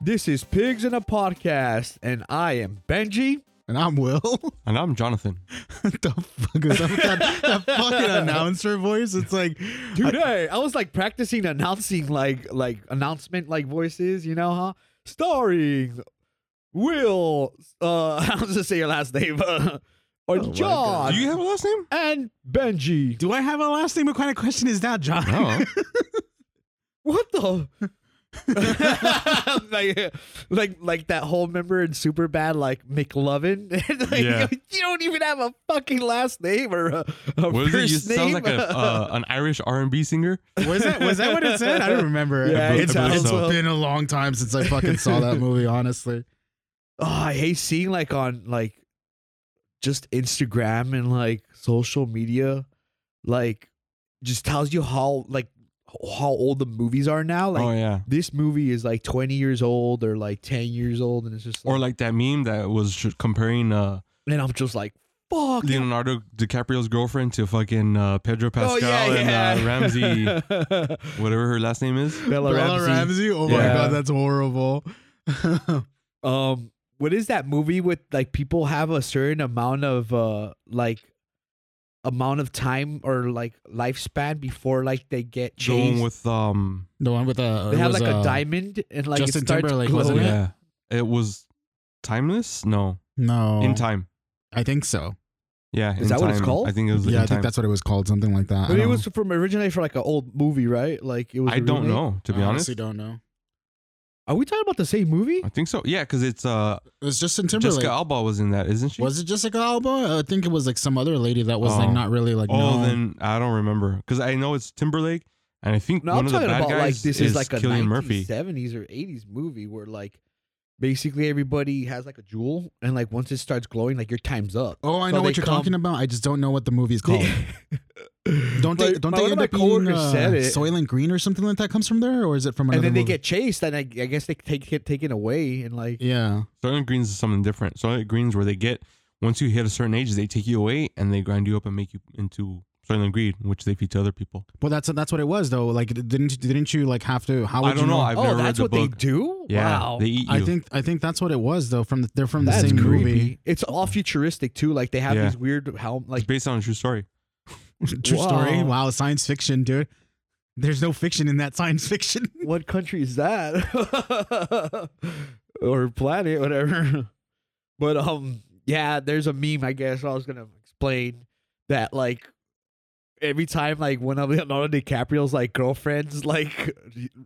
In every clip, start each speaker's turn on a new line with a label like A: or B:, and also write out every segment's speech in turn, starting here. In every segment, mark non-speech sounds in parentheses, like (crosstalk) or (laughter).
A: This is Pigs in a Podcast, and I am Benji.
B: And I'm Will. (laughs) what
C: And I'm Jonathan.
B: the fuck is up with that, that fucking announcer voice? It's like,
A: Today, I was like practicing announcing, like like announcement, like voices, you know, huh? Starring Will. Uh, (laughs) I was gonna say your last name,
C: (laughs)
A: uh, or
B: my
A: John
B: God.
C: Do Oh you have a last name?
A: and Benji.
B: do I have a last name? What kind of question is that, John?
A: (laughs)
C: No.
A: What
C: (laughs)
A: the? (laughs) like, like, like that whole member in Superbad, like McLovin. (laughs) like,
C: Yeah.
A: You don't even have a fucking last name or a, a
C: What is it?
A: first
C: You
A: name.
C: sound like a,
A: (laughs)
C: uh, an Irish R&B singer.
B: was that was that what it said? I don't remember.
A: Yeah,
C: it
B: it's,
C: sounds
B: it's
A: so.
B: been a long time since I fucking saw
C: (laughs)
B: that movie. Honestly,
A: oh, I hate seeing like on like just Instagram and like social media, like just tells you how like how old the movies are now. Like
C: oh, yeah.
A: this movie is like twenty years old or like ten years old, and it's just like,
C: Or like that meme that was sh- comparing uh,
A: and I'm just like, fuck.
C: Leonardo DiCaprio's girlfriend to fucking uh,
A: Oh,
C: Pedro Pascal
A: yeah,
C: and uh,
A: yeah. (laughs)
C: Ramsey, whatever her last name is.
A: Bella, Ramsey.
B: Oh my
A: Yeah.
B: god, that's horrible.
A: (laughs)
B: (laughs)
A: Um, what is that movie with like people have a certain amount of uh like amount of time or like lifespan before like they get
C: The one
A: chased?
C: with, um,
B: the one with the
A: They have
B: was,
A: like a
B: uh,
A: diamond and like
B: Justin
A: it starts
B: Timberlake,
A: glowing.
B: wasn't it?
C: yeah. It was Timeless? No.
B: No,
C: In Time.
B: I think so.
C: Yeah.
A: Oh. Is
C: In
A: that what it's
C: Time.
A: called?
C: I think it was
B: yeah,
C: In
B: I think
C: Time.
B: that's what it was called, something like that.
A: But
B: I
A: it
B: don't-
A: was from originally for like an old movie, right? Like it was.
C: I
A: a
C: don't
A: remake?
C: know, to be
B: I
C: honest.
B: honestly don't know.
A: Are we talking about the same movie?
C: I think so. Yeah, because it's uh,
B: It was Justin Timberlake.
C: Jessica Alba was in that, isn't she?
B: was it Jessica Alba? I think it was like some other lady that was
C: Oh.
B: like not really like.
C: Oh,
B: known.
C: then I don't remember because I know it's Timberlake, and I think
A: No,
C: one
A: I'm
C: of the
A: talking
C: bad
A: about
C: guys
A: like this
C: is,
A: is, like a
C: Killian Murphy.
A: 1970s or 80s movie where like basically everybody has like a jewel and like once it starts glowing, like your time's up.
B: Oh, I
A: So
B: know
A: they
B: what you're
A: come-
B: talking about. I just don't know what the movie's (laughs) called.
A: (laughs)
B: Don't they?
A: Like,
B: don't
A: my-
B: they
A: one of
B: end
A: my
B: up being
A: coworkers
B: uh,
A: said it.
B: Soylent Green or something like that comes from there, or is it from
A: and
B: another?
A: then they
B: movie?
A: get chased, and I, I guess they take get taken away, and like
B: yeah.
C: Soylent Green's is something different. Soylent Green's where they get once you hit a certain age, they take you away and they grind you up and make you into Soylent Green, which they feed to other people.
B: Well, that's that's what it was though. Like, didn't didn't you like have to? How
C: I
B: would
C: don't
B: you
C: know.
B: know?
C: I've
A: oh,
C: never
A: that's
C: read
A: what
C: the
A: they
C: book.
A: do.
C: Yeah,
A: wow,
C: they eat you.
B: I think I think that's what it was though. From the, they're from the
A: that's
B: same
A: creepy.
B: movie.
A: It's all futuristic too. Like they have
C: Yeah.
A: these weird how
C: it's
A: like
C: based on a true story.
B: (laughs) True story.
A: Wow.
B: Wow, science fiction, dude. There's no fiction in that science fiction. (laughs)
A: what country is that (laughs) or planet whatever (laughs) but um yeah there's a meme i guess i was gonna explain that like every time like one of leonardo dicaprio's like girlfriends like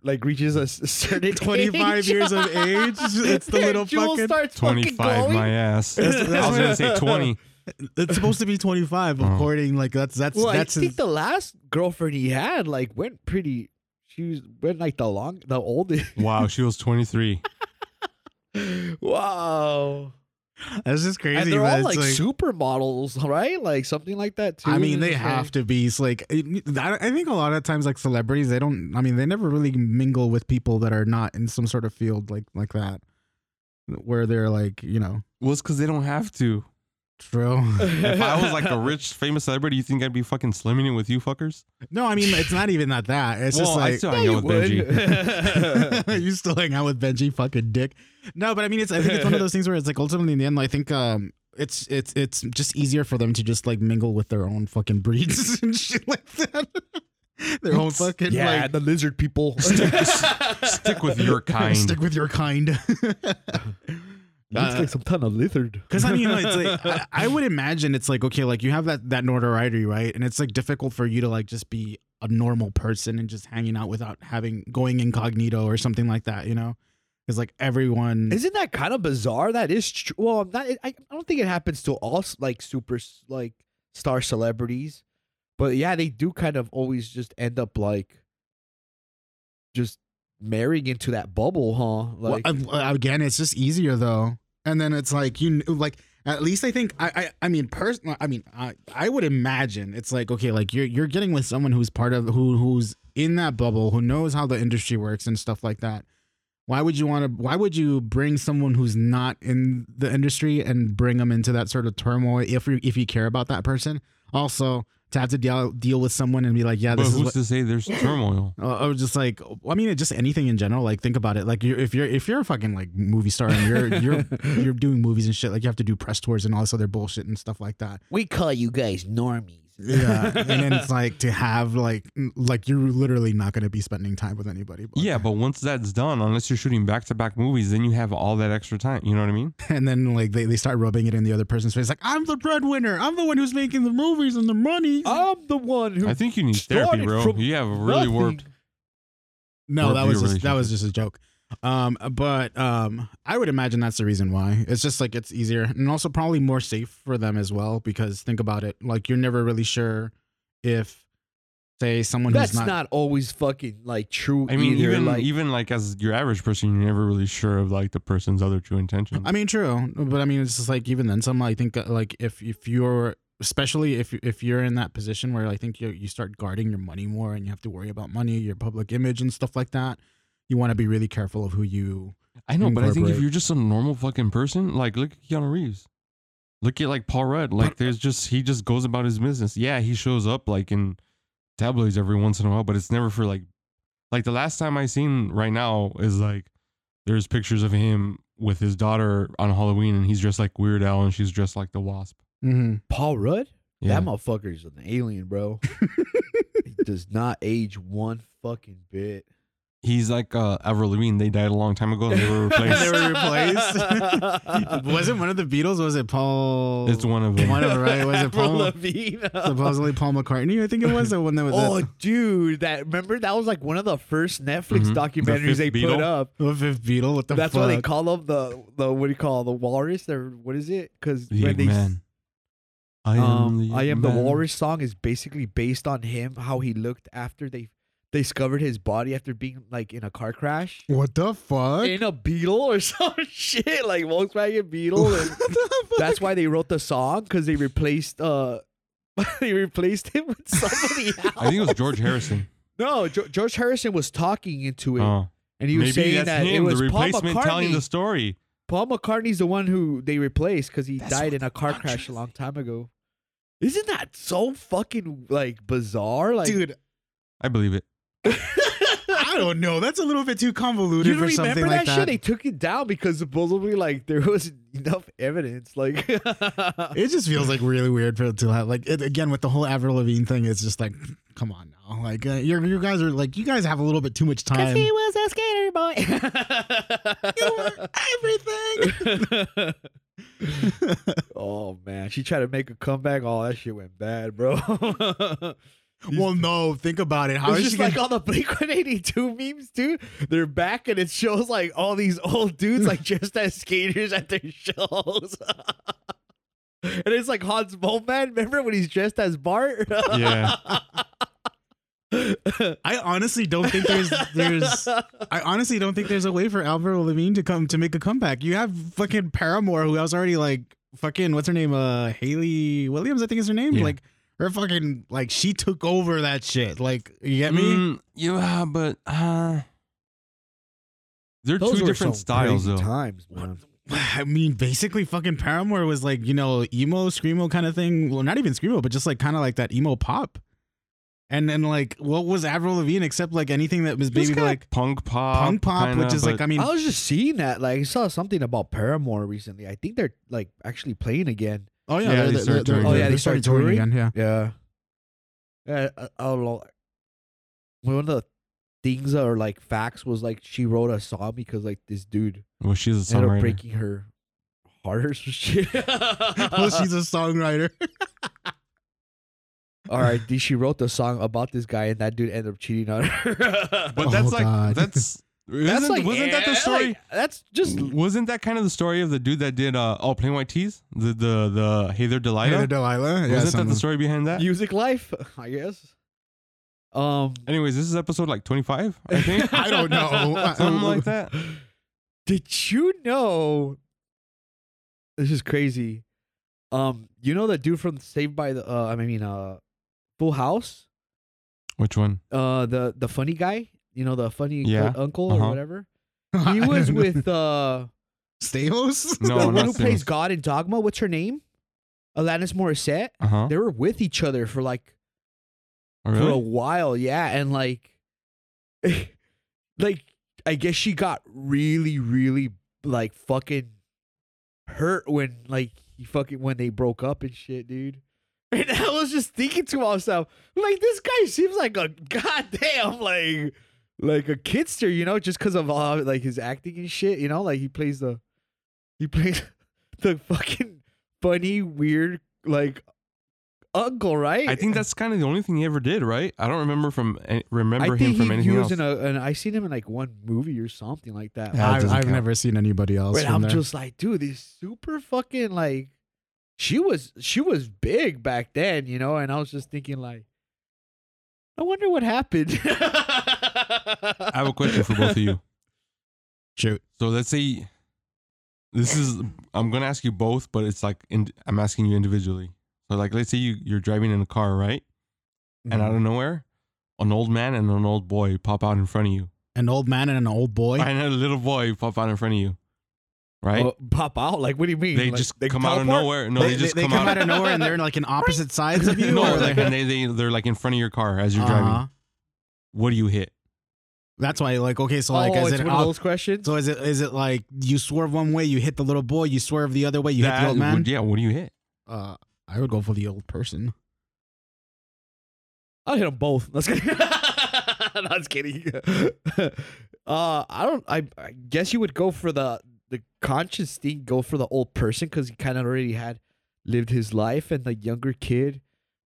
A: like reaches a s- certain
B: 25
A: age,
B: years of age, it's the
A: their
B: little
A: jewel
B: fucking-
A: starts fucking
C: Twenty-five,
A: glowing. (laughs)
C: my ass.
B: That's- that's
C: I was gonna
B: what-
C: say twenty.
B: It's supposed to be 25,
C: Oh.
B: according like that's that's
A: well
B: that's
A: i think
B: his-
A: the last girlfriend he had like went pretty she was went like the long the oldest (laughs)
C: Wow, she was twenty-three.
A: wow
B: that's just crazy.
A: and they're
B: but
A: all
B: it's,
A: like, supermodels, right? Like something like that too.
B: I mean, they have to be. It's like, it- I I think a lot of times, like celebrities, they don't. I mean, they never really mingle with people that are not in some sort of field like like that, where they're like, you know,
C: Well, it's because they don't have to.
B: true.
C: If I was like
A: (laughs)
C: a rich, famous celebrity, you think I'd be fucking slimming it with you fuckers?
B: (laughs) no, I mean, it's not even that. That it's
C: well,
B: just like
C: I still hang out with
A: (laughs)
B: (laughs)
C: Benji.
B: you still hang out with Benji, fucking dick. No, but I mean, it's. I think it's one of those things where it's like ultimately in the end, I think um, it's it's it's just easier for them to just like mingle with their own fucking breeds (laughs) and shit like that. (laughs) their own (laughs) fucking
A: yeah,
B: like
A: the lizard people. (laughs)
C: Stick with your
B: (laughs)
C: kind. Uh,
B: stick with your kind.
C: (laughs)
A: Looks like some ton of lizard.
B: Because I mean, like, it's like I, I would imagine it's like okay, like you have that that notoriety, right? And it's like difficult for you to like just be a normal person and just hanging out without having going incognito or something like that, you know? Because like everyone,
A: Isn't that kind of bizarre? That is true. Well, I'm not. I, I don't think it happens to all s- like super s- like star celebrities, but yeah, they do kind of always just end up like just marrying into that bubble, huh?
B: well,
A: Like,
B: uh, again, it's just easier though. And then it's like you kn- like at least I think I I, I mean personally, I mean I I would imagine it's like okay, like you're you're getting with someone who's part of who who's in that bubble, who knows how the industry works and stuff like that. Why would you want to? Why would you bring someone who's not in the industry and bring them into that sort of turmoil if you if you care about that person? Also, to have to deal deal with someone and be like, yeah,
C: but
B: this is
C: who's
B: what.
C: to say there's turmoil?
B: Or or just like Uh, I mean, just anything in general. Like think about it. Like you're, if you're if you're a fucking like movie star and you're you're you're doing movies and shit. Like you have to do press tours and all this other bullshit and stuff like that.
A: we call you guys normies.
B: Yeah, (laughs) and then it's like to have like n- like you're literally not going to be spending time with anybody. But,
C: Yeah, but once that's done, unless you're shooting back to back movies, then you have all that extra time. You know what I mean?
B: and then like they, they start rubbing it in the other person's face. Like I'm the breadwinner. I'm the one who's making the movies and the money.
A: I'm the one who
C: I think you need
A: Started
C: therapy, bro.
A: from
C: You have really warped.
B: No,
C: Or
B: that
C: be
B: was
C: a
B: just, that was just a joke. Um, but um, I would imagine that's the reason why. It's just like it's easier and also probably more safe for them as well because think about it, like you're never really sure if, say, someone
A: That's
B: who's
A: not,
B: not,
A: always fucking like true.
C: I mean,
A: either,
C: even
A: like,
C: even like as your average person, you're never really sure of like the person's other true intentions.
B: I mean, true, but I mean, it's just like even then, some I think uh, like if if you're especially if if you're in that position where I think you you start guarding your money more and you have to worry about money, your public image and stuff like that. You want to be really careful of who you
C: I know, but I think if
B: Incorporate.
C: you're just a normal fucking person, like look at Keanu Reeves, look at like Paul Rudd,
A: uh
C: like there's just he just goes about his business. Yeah, he shows up like in tabloids every once in a while, but it's never for like, like the last time I seen right now is like there's pictures of him with his daughter on Halloween, and he's dressed like Weird Al, and she's dressed like the Wasp.
B: mm-hmm.
A: Paul Rudd.
C: Yeah,
A: That motherfucker's an alien,
C: (laughs)
A: bro. he does not age one fucking bit.
C: he's like uh, Avril Lavigne. They died a long time ago, and they
A: (laughs)
C: were
B: They
C: replaced.
B: were replaced? (laughs) was it one of the Beatles? Was it Paul?
C: it's one of them. (laughs)
B: One of right? Was
A: (laughs)
B: it
A: Avril
B: Paul?
A: Lavigne.
B: supposedly Paul McCartney. I think it was the one that was.
A: Oh, dude, that remember that was like one of the first Netflix
C: Mhm. The
A: documentaries
C: Fifth
A: they put
C: Beatle?
A: up.
B: the, the fifth Beatle. What the
A: That's
B: fuck?
A: why they call them the the what do you call it, the walrus or what is it? Because
C: The
A: when they
C: Eggman. I
A: um, I am the
C: Eggman.
A: walrus song is basically based on him how he looked after they they discovered his body after being like in a car crash.
B: What the fuck?
A: In a Beetle or (laughs) some shit like Volkswagen Beetle, and
B: (laughs) What the fuck?
A: that's why they wrote the song because they replaced uh (laughs) they replaced him with somebody else.
C: I think it was George Harrison.
A: No, jo- George Harrison was talking into it,
C: Oh.
A: and he was saying that it was
C: the
A: Paul
C: replacement telling
A: McCartney.
C: the story.
A: Paul McCartney's the one who they replaced because he
C: That's
A: died
C: what
A: in a
C: the
A: car
C: country
A: crash a
C: is
A: long time ago. Isn't that so fucking like bizarre? Like,
B: dude?
C: I believe it.
B: I don't know. That's a little bit too
A: you
B: convoluted
A: don't
B: or
A: remember
B: something
A: that,
B: like
A: shit? They took it down because supposedly like there wasn't enough evidence. Like, (laughs)
B: It just feels like really weird for it to have like it, again with the whole Avril Lavigne thing. It's just like, come on now, like uh, you're, you guys are like you guys have a little bit too much time. (laughs)
A: was a skater boy. (laughs)
B: You were everything.
A: (laughs)
B: (laughs)
A: oh man, she tried to make a comeback. All that shit went bad, bro. (laughs)
B: well, no, think about it. How
A: it's
B: is
A: just
B: she gonna
A: like all the Blink 182 memes, too. They're back and it shows like all these old dudes,
B: (laughs)
A: like just as skaters at their shows. (laughs) and it's like Hans Moleman. Remember when he's dressed as Bart?
C: Yeah.
B: I honestly don't think (laughs) there's
A: (laughs)
B: there's I honestly don't think there's a way for Alvaro Levine to come to make a comeback. You have fucking Paramore who I was already like fucking what's her name? Uh Haley Williams, I think is her name.
C: Yeah.
B: Like her fucking like she took over that shit. Like you get me?
C: Mm, yeah, but uh, they're
A: Those
C: two
A: were
C: different
A: some
C: styles,
A: crazy
C: though.
A: Times, man.
B: (sighs) I mean, basically fucking Paramore was like, you know, emo, screamo kind of thing. Well, not even screamo, but just like kind of like that emo pop. And then like what was Avril Lavigne except like anything that was
C: It was
B: maybe
C: kinda
B: like
C: punk pop,
B: punk pop,
C: kinda,
B: which is like
C: but
B: I mean
A: I was just seeing that. Like, I saw something about Paramore recently. I think they're like actually playing again.
B: Oh yeah,
C: Yeah,
B: they're-
C: they
B: they're-
C: started
B: they're-
C: touring.
A: Oh, yeah,
B: they're-
A: they
B: they're
A: started touring?
B: again. Yeah,
A: Yeah. Yeah, I, I don't know. One of the things that are like facts was like she wrote a song because like this dude
C: well, Oh, she's a
A: ended up
C: songwriter.
A: breaking her heart or some shit.
B: (laughs) well, she's a songwriter.
A: All right, dude, she wrote the song about this guy, and that dude ended up cheating on her.
C: But
B: Oh,
C: that's like
B: God.
C: that's isn't,
A: that's like,
C: wasn't that the
A: eh,
C: story?
A: like, that's just
C: wasn't that kind of the story of the dude that did uh, all plain white tees? The the the Hey There Delilah.
B: Hey there, Delilah. Yeah,
C: wasn't that
B: something.
C: the story behind that?
A: music life, I guess. Um,
C: Anyways, this is episode like twenty five,
A: (laughs)
C: I think,
B: I don't know.
C: (laughs) something like that.
A: Did you know? This is crazy. Um, you know the dude from Saved by the uh, I mean uh, Full House,
C: Which one?
A: uh, the the funny guy. You know the funny
C: Yeah,
A: uncle
C: uh-huh.
A: or
C: (laughs)
A: whatever. He
B: (laughs)
A: was with uh,
B: Stamos. (laughs)
C: No,
A: the
C: not
A: one who plays
C: Simmons.
A: God in Dogma. What's her name? Alanis Morissette.
C: Uh huh.
A: They were with each other for like
C: Oh,
A: for a
C: really?
A: while, yeah, and like, (laughs) like I guess she got really, really like fucking hurt when like he fucking when they broke up and shit, dude. (laughs) And I was just thinking to myself, like this guy seems like a (laughs) goddamn like like a kidster, you know, just because of uh, like his acting and shit, you know, like he plays the he plays (laughs) the fucking funny weird like uncle, right?
C: I think that's kind of the only thing he ever did, right? I don't remember from an- remember
A: I
C: him
A: think
C: from
A: he,
C: anything
A: he was
C: else.
A: in a, and I seen him in like one movie or something like that.
C: Yeah,
B: I,
C: it
B: I've
C: doesn't count.
B: never seen anybody else.
A: But
B: from
A: I'm
B: there.
A: just like, dude, this super fucking like, she was she was big back then, you know, and I was just thinking like, I wonder what happened. I
C: (laughs) I have a question
A: (laughs)
C: for both of you.
B: shoot.
C: So let's say this is I'm gonna ask you both, but it's like in, I'm asking you individually. So like let's say you you're driving in a car, right? And out of
A: Mm-hmm.
C: nowhere, an old man and an old boy pop out in front of you,
B: an old man and an old boy.
C: and a little boy pop out in front of you, right?
A: pop out like, what do you mean?
C: they
A: Like,
C: just come out of
A: teleport?
C: nowhere. No, they, just come, out.
A: out
B: of nowhere and they're like in (laughs) opposite sides of you.
C: (laughs) no,
B: or
C: like and they they they're like in front of your car as you're
B: Uh-huh.
C: driving. What do you hit?
B: That's why, like, okay, so like,
A: oh,
B: is
A: it's
B: it
A: one
B: op-
A: of those questions.
B: so is it is it like you swerve one way, you hit the little boy, you swerve the other way, you hit
C: That
B: the old man?
C: would- yeah, what do you hit?
B: Uh, I would go for the old person.
A: I'll hit them both. Let's get. (laughs) no, I'm just kidding. (laughs) uh, I don't. I, I guess you would go for the the conscious thing. Go for the old person because he kind of already had lived his life, and the younger kid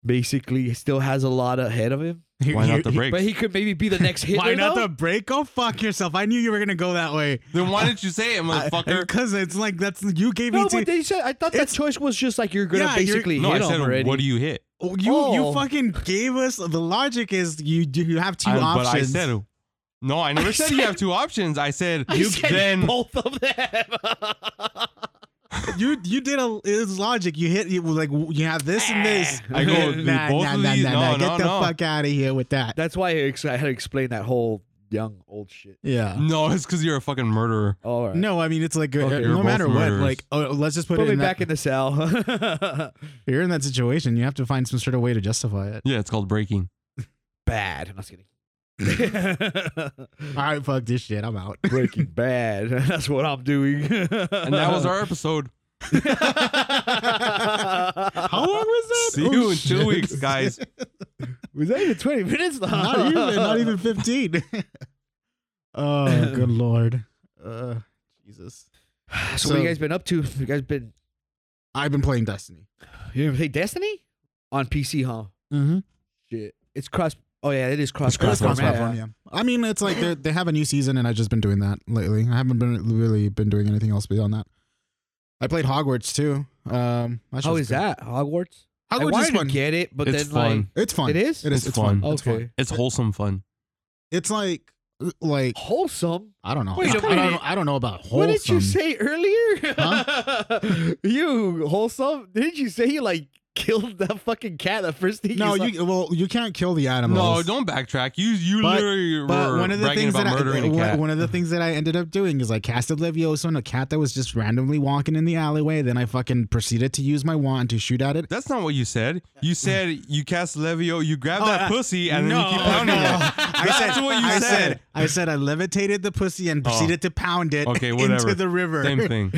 A: basically still has a lot ahead of him.
C: Why not the brakes?
A: But he could maybe be the
C: (laughs)
A: next Hitler.
B: (laughs) Why not
A: though?
B: the break? Go fuck yourself. I knew you were gonna go that way,
C: then why didn't you
B: (laughs)
C: say it, motherfucker?
B: Because it's like that's you gave
A: No,
B: me. T-
A: but they said I thought that
B: It's-
A: choice was just like you're gonna
B: Yeah, you're-
A: basically
C: no, I
A: hit
C: said
A: him already.
C: what do you hit?
B: Oh, you you
A: Oh.
B: fucking gave us the logic is you you have two
C: I-
B: options.
C: But
B: (laughs)
C: I said, no, I never
A: I
C: said, you
A: said-
C: have two options. I said,
A: (laughs) I
C: you
A: said
C: then.
A: both of them. (laughs)
B: you you did a it's logic. You hit you like you have this and
A: Eh.
B: this.
C: I go, both of these? No,
B: Get
C: no,
B: the
C: no.
B: fuck out of here with that.
A: That's why I ex- I had to explain that whole young old shit.
B: yeah.
C: No, it's because you're a fucking murderer.
A: All right.
B: No, I mean it's like uh,
A: Okay. You're
B: no
C: both
B: matter what,
C: murderers.
B: like oh, let's just put,
A: put
B: it
A: me
B: in
A: back
B: that,
A: in the
B: (laughs)
A: cell.
B: You're in that situation. You have to find some sort of way to justify
A: (laughs)
B: it.
C: Yeah, it's called breaking.
A: bad. I'm not kidding.
B: All right, fuck this shit. I'm
C: (laughs)
B: out.
A: (laughs) Breaking Bad. (laughs) That's what I'm doing.
C: And that
A: (laughs)
B: (laughs)
C: was our episode.
B: How long was that?
C: See
B: Oh,
C: you in
B: shit.
C: two weeks, (laughs) guys.
A: Was that even 20 minutes? Though?
B: not even not even 15 (laughs) oh
C: (laughs)
B: good lord uh jesus
A: (sighs) So, what
B: So-
A: you guys been up to? You guys been
B: i've been playing destiny
A: you ever play Destiny on PC? Huh?
B: mm-hmm.
A: Shit. It's cross. Oh yeah, it is cross.
C: cross-platform,
B: platform yeah i mean it's like they they have a new season and i've just been doing that lately i haven't been really been doing anything else beyond that i played hogwarts too um that
A: How Oh,
B: shit's
A: is
B: good.
A: that Hogwarts? I
B: hogwarts is
A: wanted to
B: fun
A: get it, but
C: It's
A: then
C: fun.
B: it's fun
A: like it is.
B: it is
C: It's
B: it's fun,
C: fun.
B: It's, fun.
A: Okay.
C: It's wholesome fun.
B: it's like like
A: Wholesome.
B: i don't know
A: Wait
B: I,
A: a
B: I
A: minute.
B: don't, I don't know about wholesome
A: What did you say earlier? (laughs) you wholesome? Didn't you say you like killed that fucking cat? The first thing.
B: no
A: you, saw?
B: you well you can't kill the animals
C: No, don't backtrack. You you
B: But-
C: literally
B: But
C: were
B: one of the
C: bragging
B: things
C: about
B: that I,
C: murdering a
B: one-
C: cat.
B: one of the things that I ended up doing is I casted Leviosa on a cat that was just randomly walking in the alleyway. Then I fucking proceeded to use my wand to shoot at it.
C: That's not what you said.
B: (laughs)
C: You said you cast Levio, you grab
B: Oh,
C: that
B: uh,
C: pussy, and then you keep
B: no, (laughs)
C: pounding
B: no.
C: it. That's what you
B: I
C: said. Oh.
B: I said I levitated the pussy and proceeded to pound it
C: Okay, whatever.
B: into the river.
C: Same thing.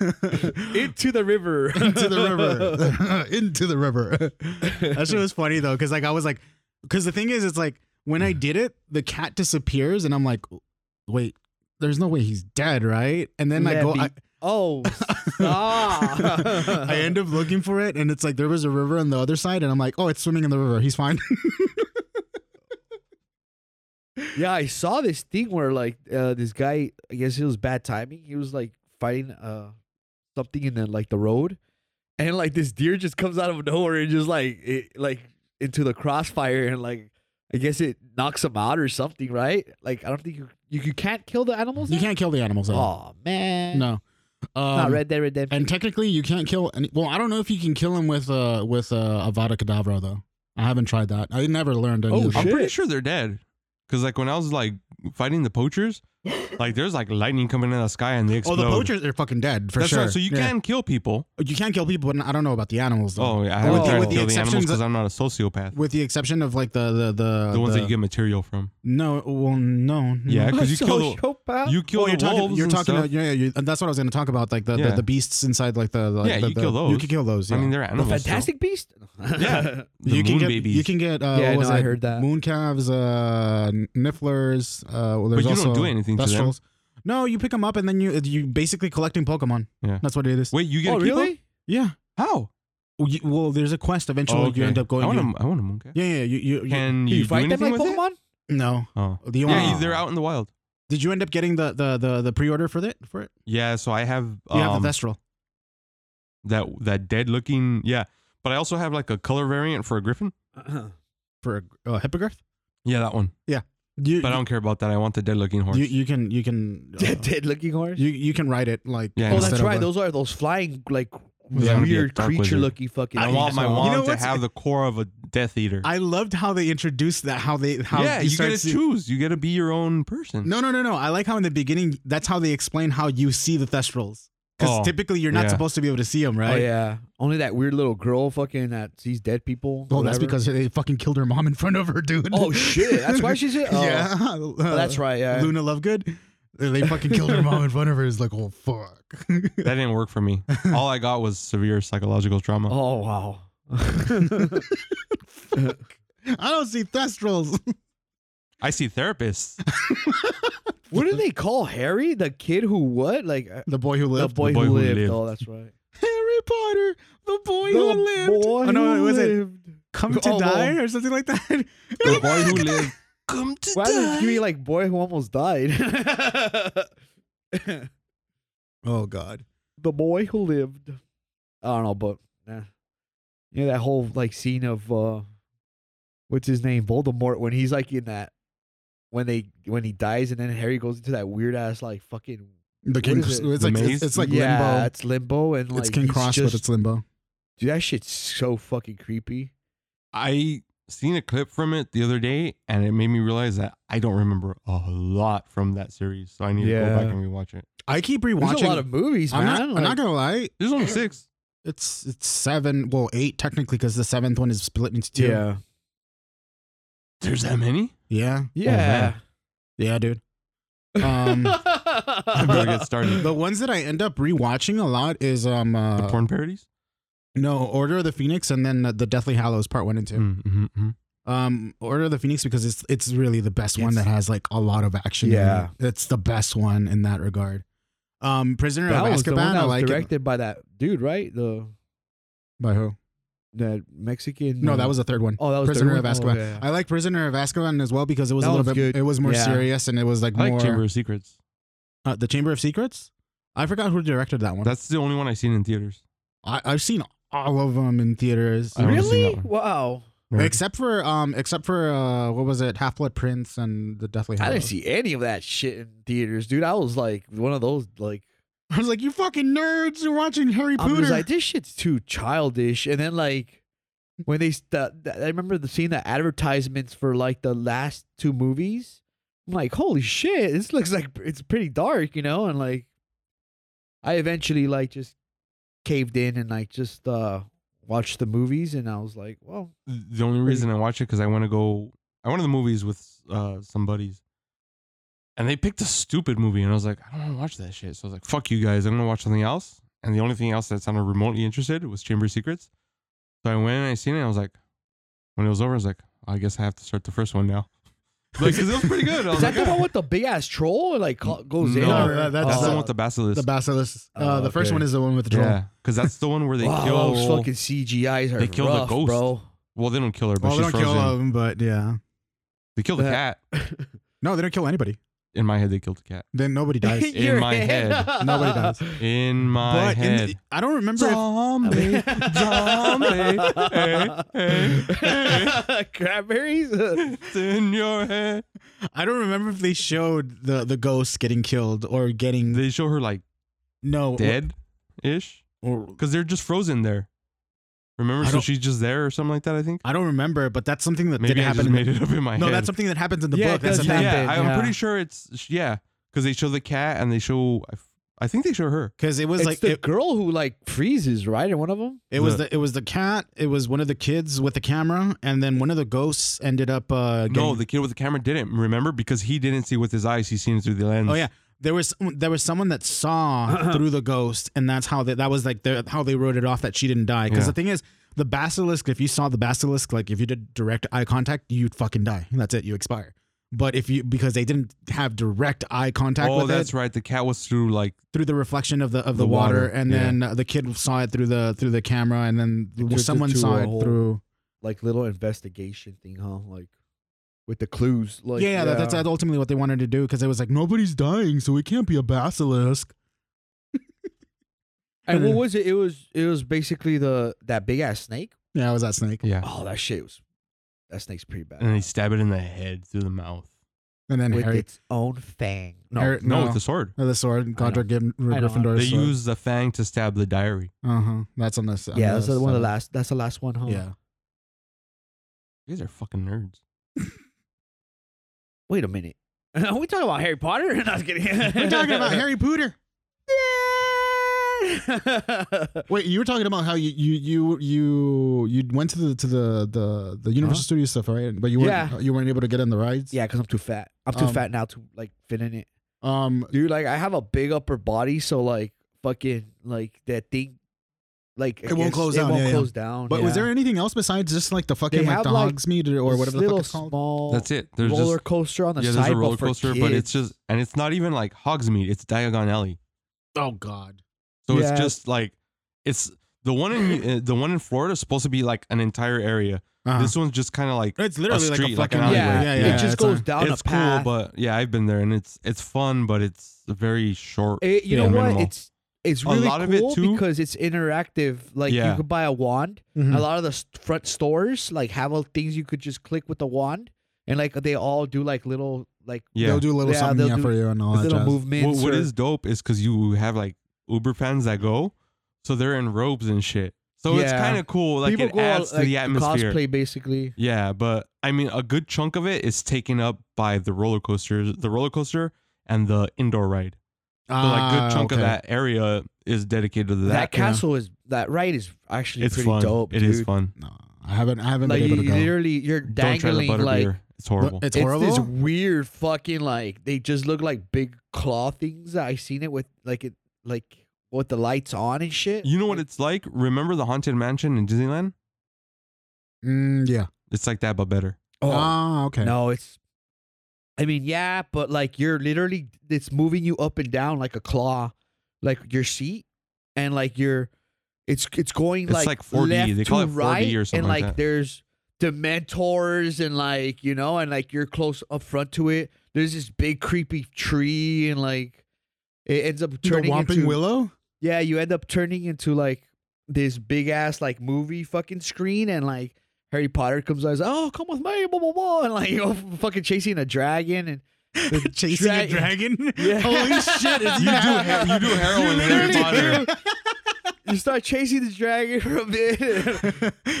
A: into the (laughs) river.
B: (laughs) into the river. (laughs) into the river. (laughs) that shit was funny though, because like I was like, because the thing is, it's like when
C: Mm.
B: I did it, the cat disappears, and I'm like, wait, there's no way he's dead, right? And then I go,
A: Levy.
B: I, (laughs)
A: oh, stop.
B: I end up looking for it, and it's like there was a river on the other side, and I'm like, oh, it's swimming in the river. He's fine. (laughs)
A: yeah, I saw this thing where like uh, this guy. I guess it was bad timing. He was like fighting uh something in the like the road, and like this deer just comes out of nowhere and just like it like into the crossfire and like. I guess it knocks him out or something, right? Like I don't think you you, you can't kill the animals.
B: you can't kill the animals. though.
A: Oh man,
B: No.
A: not
B: Um,
A: Red Dead Redemption.
B: and technically, you can't kill. Any, well, I don't know if you can kill him with uh with uh, Avada Kedavra though. I haven't tried that. I never learned any
A: Oh,
B: of that.
C: I'm
A: shit.
C: pretty sure they're dead. Cause like when I was like fighting the poachers, Like there's like lightning coming in the sky and they
B: Oh,
C: explode.
B: the poachers are fucking dead for
C: That's
B: sure.
C: right. So you
B: Yeah.
C: can kill people.
B: you can kill people, but I don't know about the animals. Though.
C: Oh,
B: With
C: yeah, I haven't
A: the-
C: tried
A: with
C: to
A: the
C: kill the animals
B: exceptions-
C: because I'm not a sociopath.
B: with the exception of like the the the,
C: the ones that you get material from.
B: No, well, no,
C: Yeah,
B: no.
C: because you kill the,
A: Sociopath?
C: you kill
B: Oh, you're
C: the
B: talking.
C: wolves
B: You're
C: and
B: talking.
C: stuff.
B: About, yeah, yeah. You, and that's what I was going to talk about, like the,
C: Yeah.
B: the the beasts inside, like the, the
C: Yeah,
B: the-
C: you
B: the-
C: kill those.
B: You can kill those. Yeah.
C: I mean, they're
A: the
C: animals. so-
A: Fantastic Beast. (laughs)
C: Yeah. The
B: you can
C: moon
B: get
C: babies.
B: you can get uh,
A: Yeah, I
B: what
A: know,
B: was
A: I
B: it?
A: heard that.
B: moon calves, uh, nifflers. Uh, well,
C: but
B: there's
C: you
B: also
C: don't do anything to them.
B: thestrals. No, you pick them up and then you you basically collecting Pokemon.
C: Yeah.
B: that's what it is.
C: Wait, you get
A: oh
C: to keep
A: really?
B: Yeah.
C: them? How?
B: Well, you- well, there's a quest. Eventually,
C: Oh, okay.
B: you end up going.
C: I want
B: you-
C: a, I want a mooncalf.
B: yeah, yeah. You you, you
C: Can
A: Do
C: you,
A: you fight
C: do
A: them like
C: anything with
A: Pokemon?
B: no.
C: It? Oh.
B: The
C: Yeah,
B: only-
C: they're out in the wild.
B: Did you end up getting the the the, the pre order for that for it?
C: Yeah, so I have
B: You have
C: um,
B: the Vestral.
C: that that dead looking. Yeah, but I also have like a color variant for a griffin. Uh-huh.
B: for a uh, hippogriff.
C: Yeah, that one.
B: You,
C: But I don't care about that. I want the dead looking horse.
B: you, you can
A: (laughs)
B: you can
A: (laughs)
B: uh,
A: Dead, dead looking horse.
B: you you can ride it like
C: Yeah,
A: oh,
B: instead
A: that's
B: of
A: right.
B: a-
A: Those are those flying like
C: Yeah, I'm gonna be a
A: weird
C: dark wizard.
A: creature looking fucking.
C: I
A: things.
C: want my
A: Oh.
C: wand
B: know
C: to
B: what's-
C: have the core of a Death Eater.
B: I loved how they introduced that how they how
C: yeah,
B: he
C: you gotta
B: starts to-
C: choose. You gotta be your own person.
B: No, no, no, no. I like how in the beginning that's how they explain how you see the thestrals because
C: Oh,
B: typically you're not
C: yeah.
B: supposed to be able to see them, right?
A: Oh yeah, only that weird little girl fucking that sees dead people.
B: Well, Oh, that's
A: whatever.
B: because they fucking killed her mom in front of her, dude.
A: Oh shit, that's
B: (laughs)
A: why she's it. Oh.
B: yeah,
A: Oh, that's right. Yeah.
B: (laughs) Luna Lovegood. They fucking killed her mom in front of her. Is like, oh fuck. (laughs)
C: That didn't work for me. All I got was severe psychological trauma.
A: Oh wow. (laughs)
B: I don't see thestrals. (laughs)
C: I see therapists.
A: what do they call Harry? The kid who what? Like uh,
B: The boy who
A: the
B: lived.
A: boy,
C: boy
A: who,
C: who
A: lived.
C: lived.
A: Oh, that's right.
B: Harry Potter, the boy
A: the
B: who lived.
A: boy
B: Oh, no,
A: who
B: was it
A: lived.
B: Come to
A: Oh,
B: die
A: well.
B: or something like that?
C: The boy who
B: (laughs)
C: lived. Come to
A: Why did you be like boy who almost (laughs) died? the
B: oh God.
A: boy who lived. I don't know, but yeah, you know that whole like scene of uh, what's his name, Voldemort, when he's like in that when they when he dies and then Harry goes into that weird ass like fucking
B: The king.
A: is it?
B: It's
C: The
B: like
C: maze?
B: it's, it's like
A: yeah,
B: limbo. It's,
A: it's limbo and like
B: King
A: he's
B: Cross,
A: just,
B: but it's limbo.
A: dude, that shit's so fucking creepy.
C: I seen a clip from it the other day, and it made me realize that I don't remember a lot from that series. So I need to
A: Yeah.
C: go back and rewatch it.
B: I keep
A: There's
B: rewatching.
A: a lot of movies,
B: I'm
A: man.
B: not.
A: like,
B: I'm not gonna lie.
C: There's only six.
B: It's it's seven. Well, eight technically, because the seventh one is split into two.
A: yeah,
C: There's that many?
B: Yeah.
A: yeah.
B: Yeah, dude.
A: (laughs)
B: Um,
C: I'm gonna get started.
B: the ones that I end up rewatching a lot is um
C: The
B: uh,
C: porn parodies?
B: no Order of the Phoenix and then uh, the Deathly Hallows Part One and 2
C: Mm, mhm, mhm.
B: Um, Order of the Phoenix because it's it's really the best one
A: It's-
B: that has like a lot of action. in
A: Yeah.
B: it. it's the best one in that regard. Um,
A: (laughs)
B: Prisoner
A: that
B: of
A: was the one
B: Azkaban, I
A: that was
B: like it.
A: directed by that dude, right? The
B: By who?
A: that Mexican.
B: No,
A: uh,
B: that was the third one.
A: oh, that was the
B: Prisoner
A: one-
B: of
A: oh,
B: Azkaban.
A: yeah.
B: I like Prisoner of Azkaban as well because it was
A: That
B: a little
A: one's
B: bit.
A: good.
B: It was more
A: Yeah.
B: serious and it was like
C: I
B: more
C: like Chamber of Secrets.
B: Uh, the Chamber of Secrets. I forgot who directed that one.
C: That's the only one I've seen in theaters.
B: I, I've seen all of them in theaters.
C: I haven't seen
A: really
C: that one.
A: wow.
C: Never-
B: Except for um, except for uh, what was it? Half Blood Prince and the Deathly
A: I didn't
B: Hallows.
A: see any of that shit in theaters, dude. I was like one of those like
B: (laughs) I was like, you fucking nerds! You're watching Harry
A: I was
B: Potter.
A: like this shit's too childish. And then like when they st- th- I remember the seeing the advertisements for like the last two movies. I'm like, holy shit, this looks like it's pretty dark, you know, and like I eventually like just caved in and like just uh watched the movies and I was like, well,
C: The only reason I watch it because I want to go. I went to the movies with uh, some buddies, and they picked a stupid movie, and I was like, I don't want to watch that shit. So I was like, fuck you guys, I'm gonna watch something else. And the only thing else that sounded remotely interested was Chamber of Secrets. So I went and I seen it. And I was like, when it was over, I was like, I guess I have to start the first one now. (laughs) Like, 'cause it was pretty good. I was
A: is that
C: like,
A: the one
C: "Yeah."
A: with the big ass troll or like co- goes in?
C: No,
A: or-
B: that- that's
C: That's the
A: Oh.
C: one with the basilisk.
B: the Basilisk. Uh,
A: Oh,
B: the first
A: okay.
B: one is the one with the troll.
C: yeah, because that's the one where they
A: (laughs) Wow, those
C: kill.
A: fucking CGIs are
C: they kill the
A: rough,
C: ghost.
A: bro.
C: (laughs) Well, they don't kill her, but
B: Well, they
C: she's
B: don't
C: frozen.
B: kill uh, them, but yeah.
C: They kill the
A: That-
C: cat.
B: No, they don't kill anybody.
C: In my head, they killed the cat.
A: (laughs)
B: Then nobody dies.
C: In my head.
B: Nobody does.
C: In my
B: but in
C: head.
B: the, I don't remember.
A: (laughs)
B: If,
C: Zombie,
B: (laughs)
C: zombie, (laughs) hey, hey, hey.
A: Cranberries?
C: It's in your head.
B: I don't remember if they showed the the ghosts getting killed or getting
C: They show her like
B: no
C: dead ish
B: or-
C: because they're just frozen there. Remember,
B: I
C: so
B: don't-
C: she's just there or something like that. I think
B: I don't remember, but that's something that
C: maybe
B: didn't
C: I
B: happen.
C: just
B: in the-
C: made it up in my
B: no,
C: head.
B: that's something that happens in the
A: Yeah,
B: book.
A: it
B: That's
A: does
B: a thing.
A: happen.
C: yeah, I'm
A: yeah.
C: pretty sure it's yeah. because they show the cat and they show I f- I think they show her.
B: because it was
A: it's
B: like
A: the
B: it,
A: girl who like freezes, right? In one of them.
B: it was the it was the cat. It was one of the kids with the camera, and then one of the ghosts ended up. Uh,
C: No,
B: getting-
C: the kid with the camera didn't remember because he didn't see with his eyes. He seen it through the lens.
B: oh yeah, there was some- there was someone that saw through the ghost, and that's how they, that was like their, how they wrote it off that she didn't die. Because the
C: Yeah.
B: thing is, the basilisk. If you saw the basilisk, like if you did direct eye contact, you'd fucking die. That's it. You expire. But if you because they didn't have direct eye contact
C: Oh,
B: with it
C: that's right. The cat was through like
B: through the reflection of the of the,
C: The
B: water,
C: water,
B: and
C: yeah.
B: then uh, the kid saw it through the through the camera, and then
A: Just
B: someone
A: into
B: saw
A: a
B: it
A: hole.
B: through.
A: Like little investigation thing, huh? Like with the clues. Like
B: yeah, yeah, That, that's that's ultimately what they wanted to do because it was like nobody's dying, so it can't be a basilisk.
A: And what was it? It was it was basically the that big ass snake.
B: Yeah, it was that snake,
C: yeah,
A: Oh, that shit was that snake's pretty bad.
C: and they stab it in the head through the mouth.
B: and then
A: with
B: Harry,
A: its own fang. No,
B: Harry-
C: No,
B: no,
C: with the sword.
B: the, sword, Godric Grim-
A: I know.
B: Gryffindor's
C: They
B: sword.
C: use the fang to stab the diary.
B: uh huh. That's on this.
A: yeah, that's the one of the last. That's the last one, huh?
B: (laughs) Yeah,
C: You guys are fucking nerds.
A: Wait a minute. (laughs) Are we talking about Harry Potter? (laughs) No, I'm just kidding.
B: we're talking about
A: (laughs)
B: (laughs) Harry Potter.
A: Harry.
B: Wait, you were talking about how you you you you you went to the to the the, the Universal
A: Huh?
B: Studios stuff, right? But you weren't
A: Yeah.
B: you weren't able to get in the rides.
A: yeah, because I'm too fat. I'm too
B: Um,
A: fat now to like fit in it,
B: Um.
A: dude. Like I have a big upper body, so like fucking like that thing, like
B: It won't
A: against-
B: close
A: It
B: down,
A: won't
B: yeah, yeah.
A: close down.
B: But was
A: yeah.
B: there anything else besides just like the fucking
A: They
B: like
A: have,
B: the
A: like,
B: Hogsmeade or, or
A: This
B: whatever the
A: little
B: fuck it's called?
A: small
C: That's it. There's
A: roller
C: just
A: coaster on the
C: yeah,
A: side,
C: there's a roller
A: but for
C: coaster, but it's
A: kids.
C: just and it's not even like Hogsmeade. It's Diagon Alley.
B: Oh God!
C: So
A: Yeah.
C: it's just like it's the
A: (coughs)
C: one in uh, the one in Florida is supposed to be like an entire area.
B: Uh-huh.
C: This one's just kind of like
B: it's
C: literally like a street, like an alleyway.
A: yeah,
C: Yeah, yeah,
A: It just goes down
C: it's
A: a path.
C: cool, but yeah, I've been there and it's it's fun, but it's very short.
A: It- you
C: Yeah.
A: know what?
C: Minimal.
A: It's it's really
C: lot of it,
A: cool
C: too-
A: because it's interactive. Like
C: Yeah.
A: you could buy a wand.
B: Mm-hmm. Hmm.
A: A lot of the s- front stores like have all things you could just click with the wand, and like they all do like little like
C: yeah.
B: They'll do a little
A: Yeah,
B: something
A: they'll
B: yeah,
A: do
B: for you and all that
A: little
B: jazz.
A: movements.
C: What- what
A: or-
C: is dope is because you have like Uber fans that go, so they're in robes and shit. So it's
A: Yeah.
C: kind of cool. Like
A: people
C: it
A: go out,
C: adds to
A: like,
C: the atmosphere.
A: Cosplay basically.
C: Yeah, but I mean, a good chunk of it is taken up by the roller coasters, the roller coaster, and the indoor ride. So like, good
B: Ah,
C: chunk of
B: okay.
C: that area is dedicated to
A: That,
C: that.
A: castle is that ride is actually
C: it's
A: pretty
C: fun.
A: dope.
C: It
A: dude.
C: is fun.
B: No, I haven't. I haven't
A: Like
B: been
A: you
B: able to go.
A: literally, you're
C: Don't try the
A: dangling like
C: butterbeer. It's horrible.
B: It's
A: it's
B: horrible.
A: this weird fucking like they just look like big claw things. I seen it with like it like with the lights on and shit.
C: you know what it's like? Remember the haunted mansion in Disneyland?
B: Mm, yeah.
C: It's like that, but better.
A: Oh,
B: Ah, okay.
A: No, it's. I mean, yeah, but like you're literally, it's moving you up and down like a claw, like your seat, and like you're, it's it's going
C: It's
A: like,
C: like 4D.
A: left
C: They call
A: to
C: it 4D or
A: right, and
C: something like
A: like
C: that.
A: there's dementors and like you know, and like you're close up front to it. There's this big creepy tree, and like it ends up
B: the
A: turning
B: Whomping
A: into
B: Willow.
A: yeah, you end up turning into like this big ass like movie fucking screen and like Harry Potter comes out, he's like, oh, come with me, blah blah blah, and like (laughs) you know, fucking chasing a dragon and the
B: Chasing a
A: dra-
B: dragon.
A: Yeah.
B: Holy shit! Is
C: You do he- you do
A: (laughs)
C: heroin in Harry Potter.
A: You start chasing the dragon for a bit.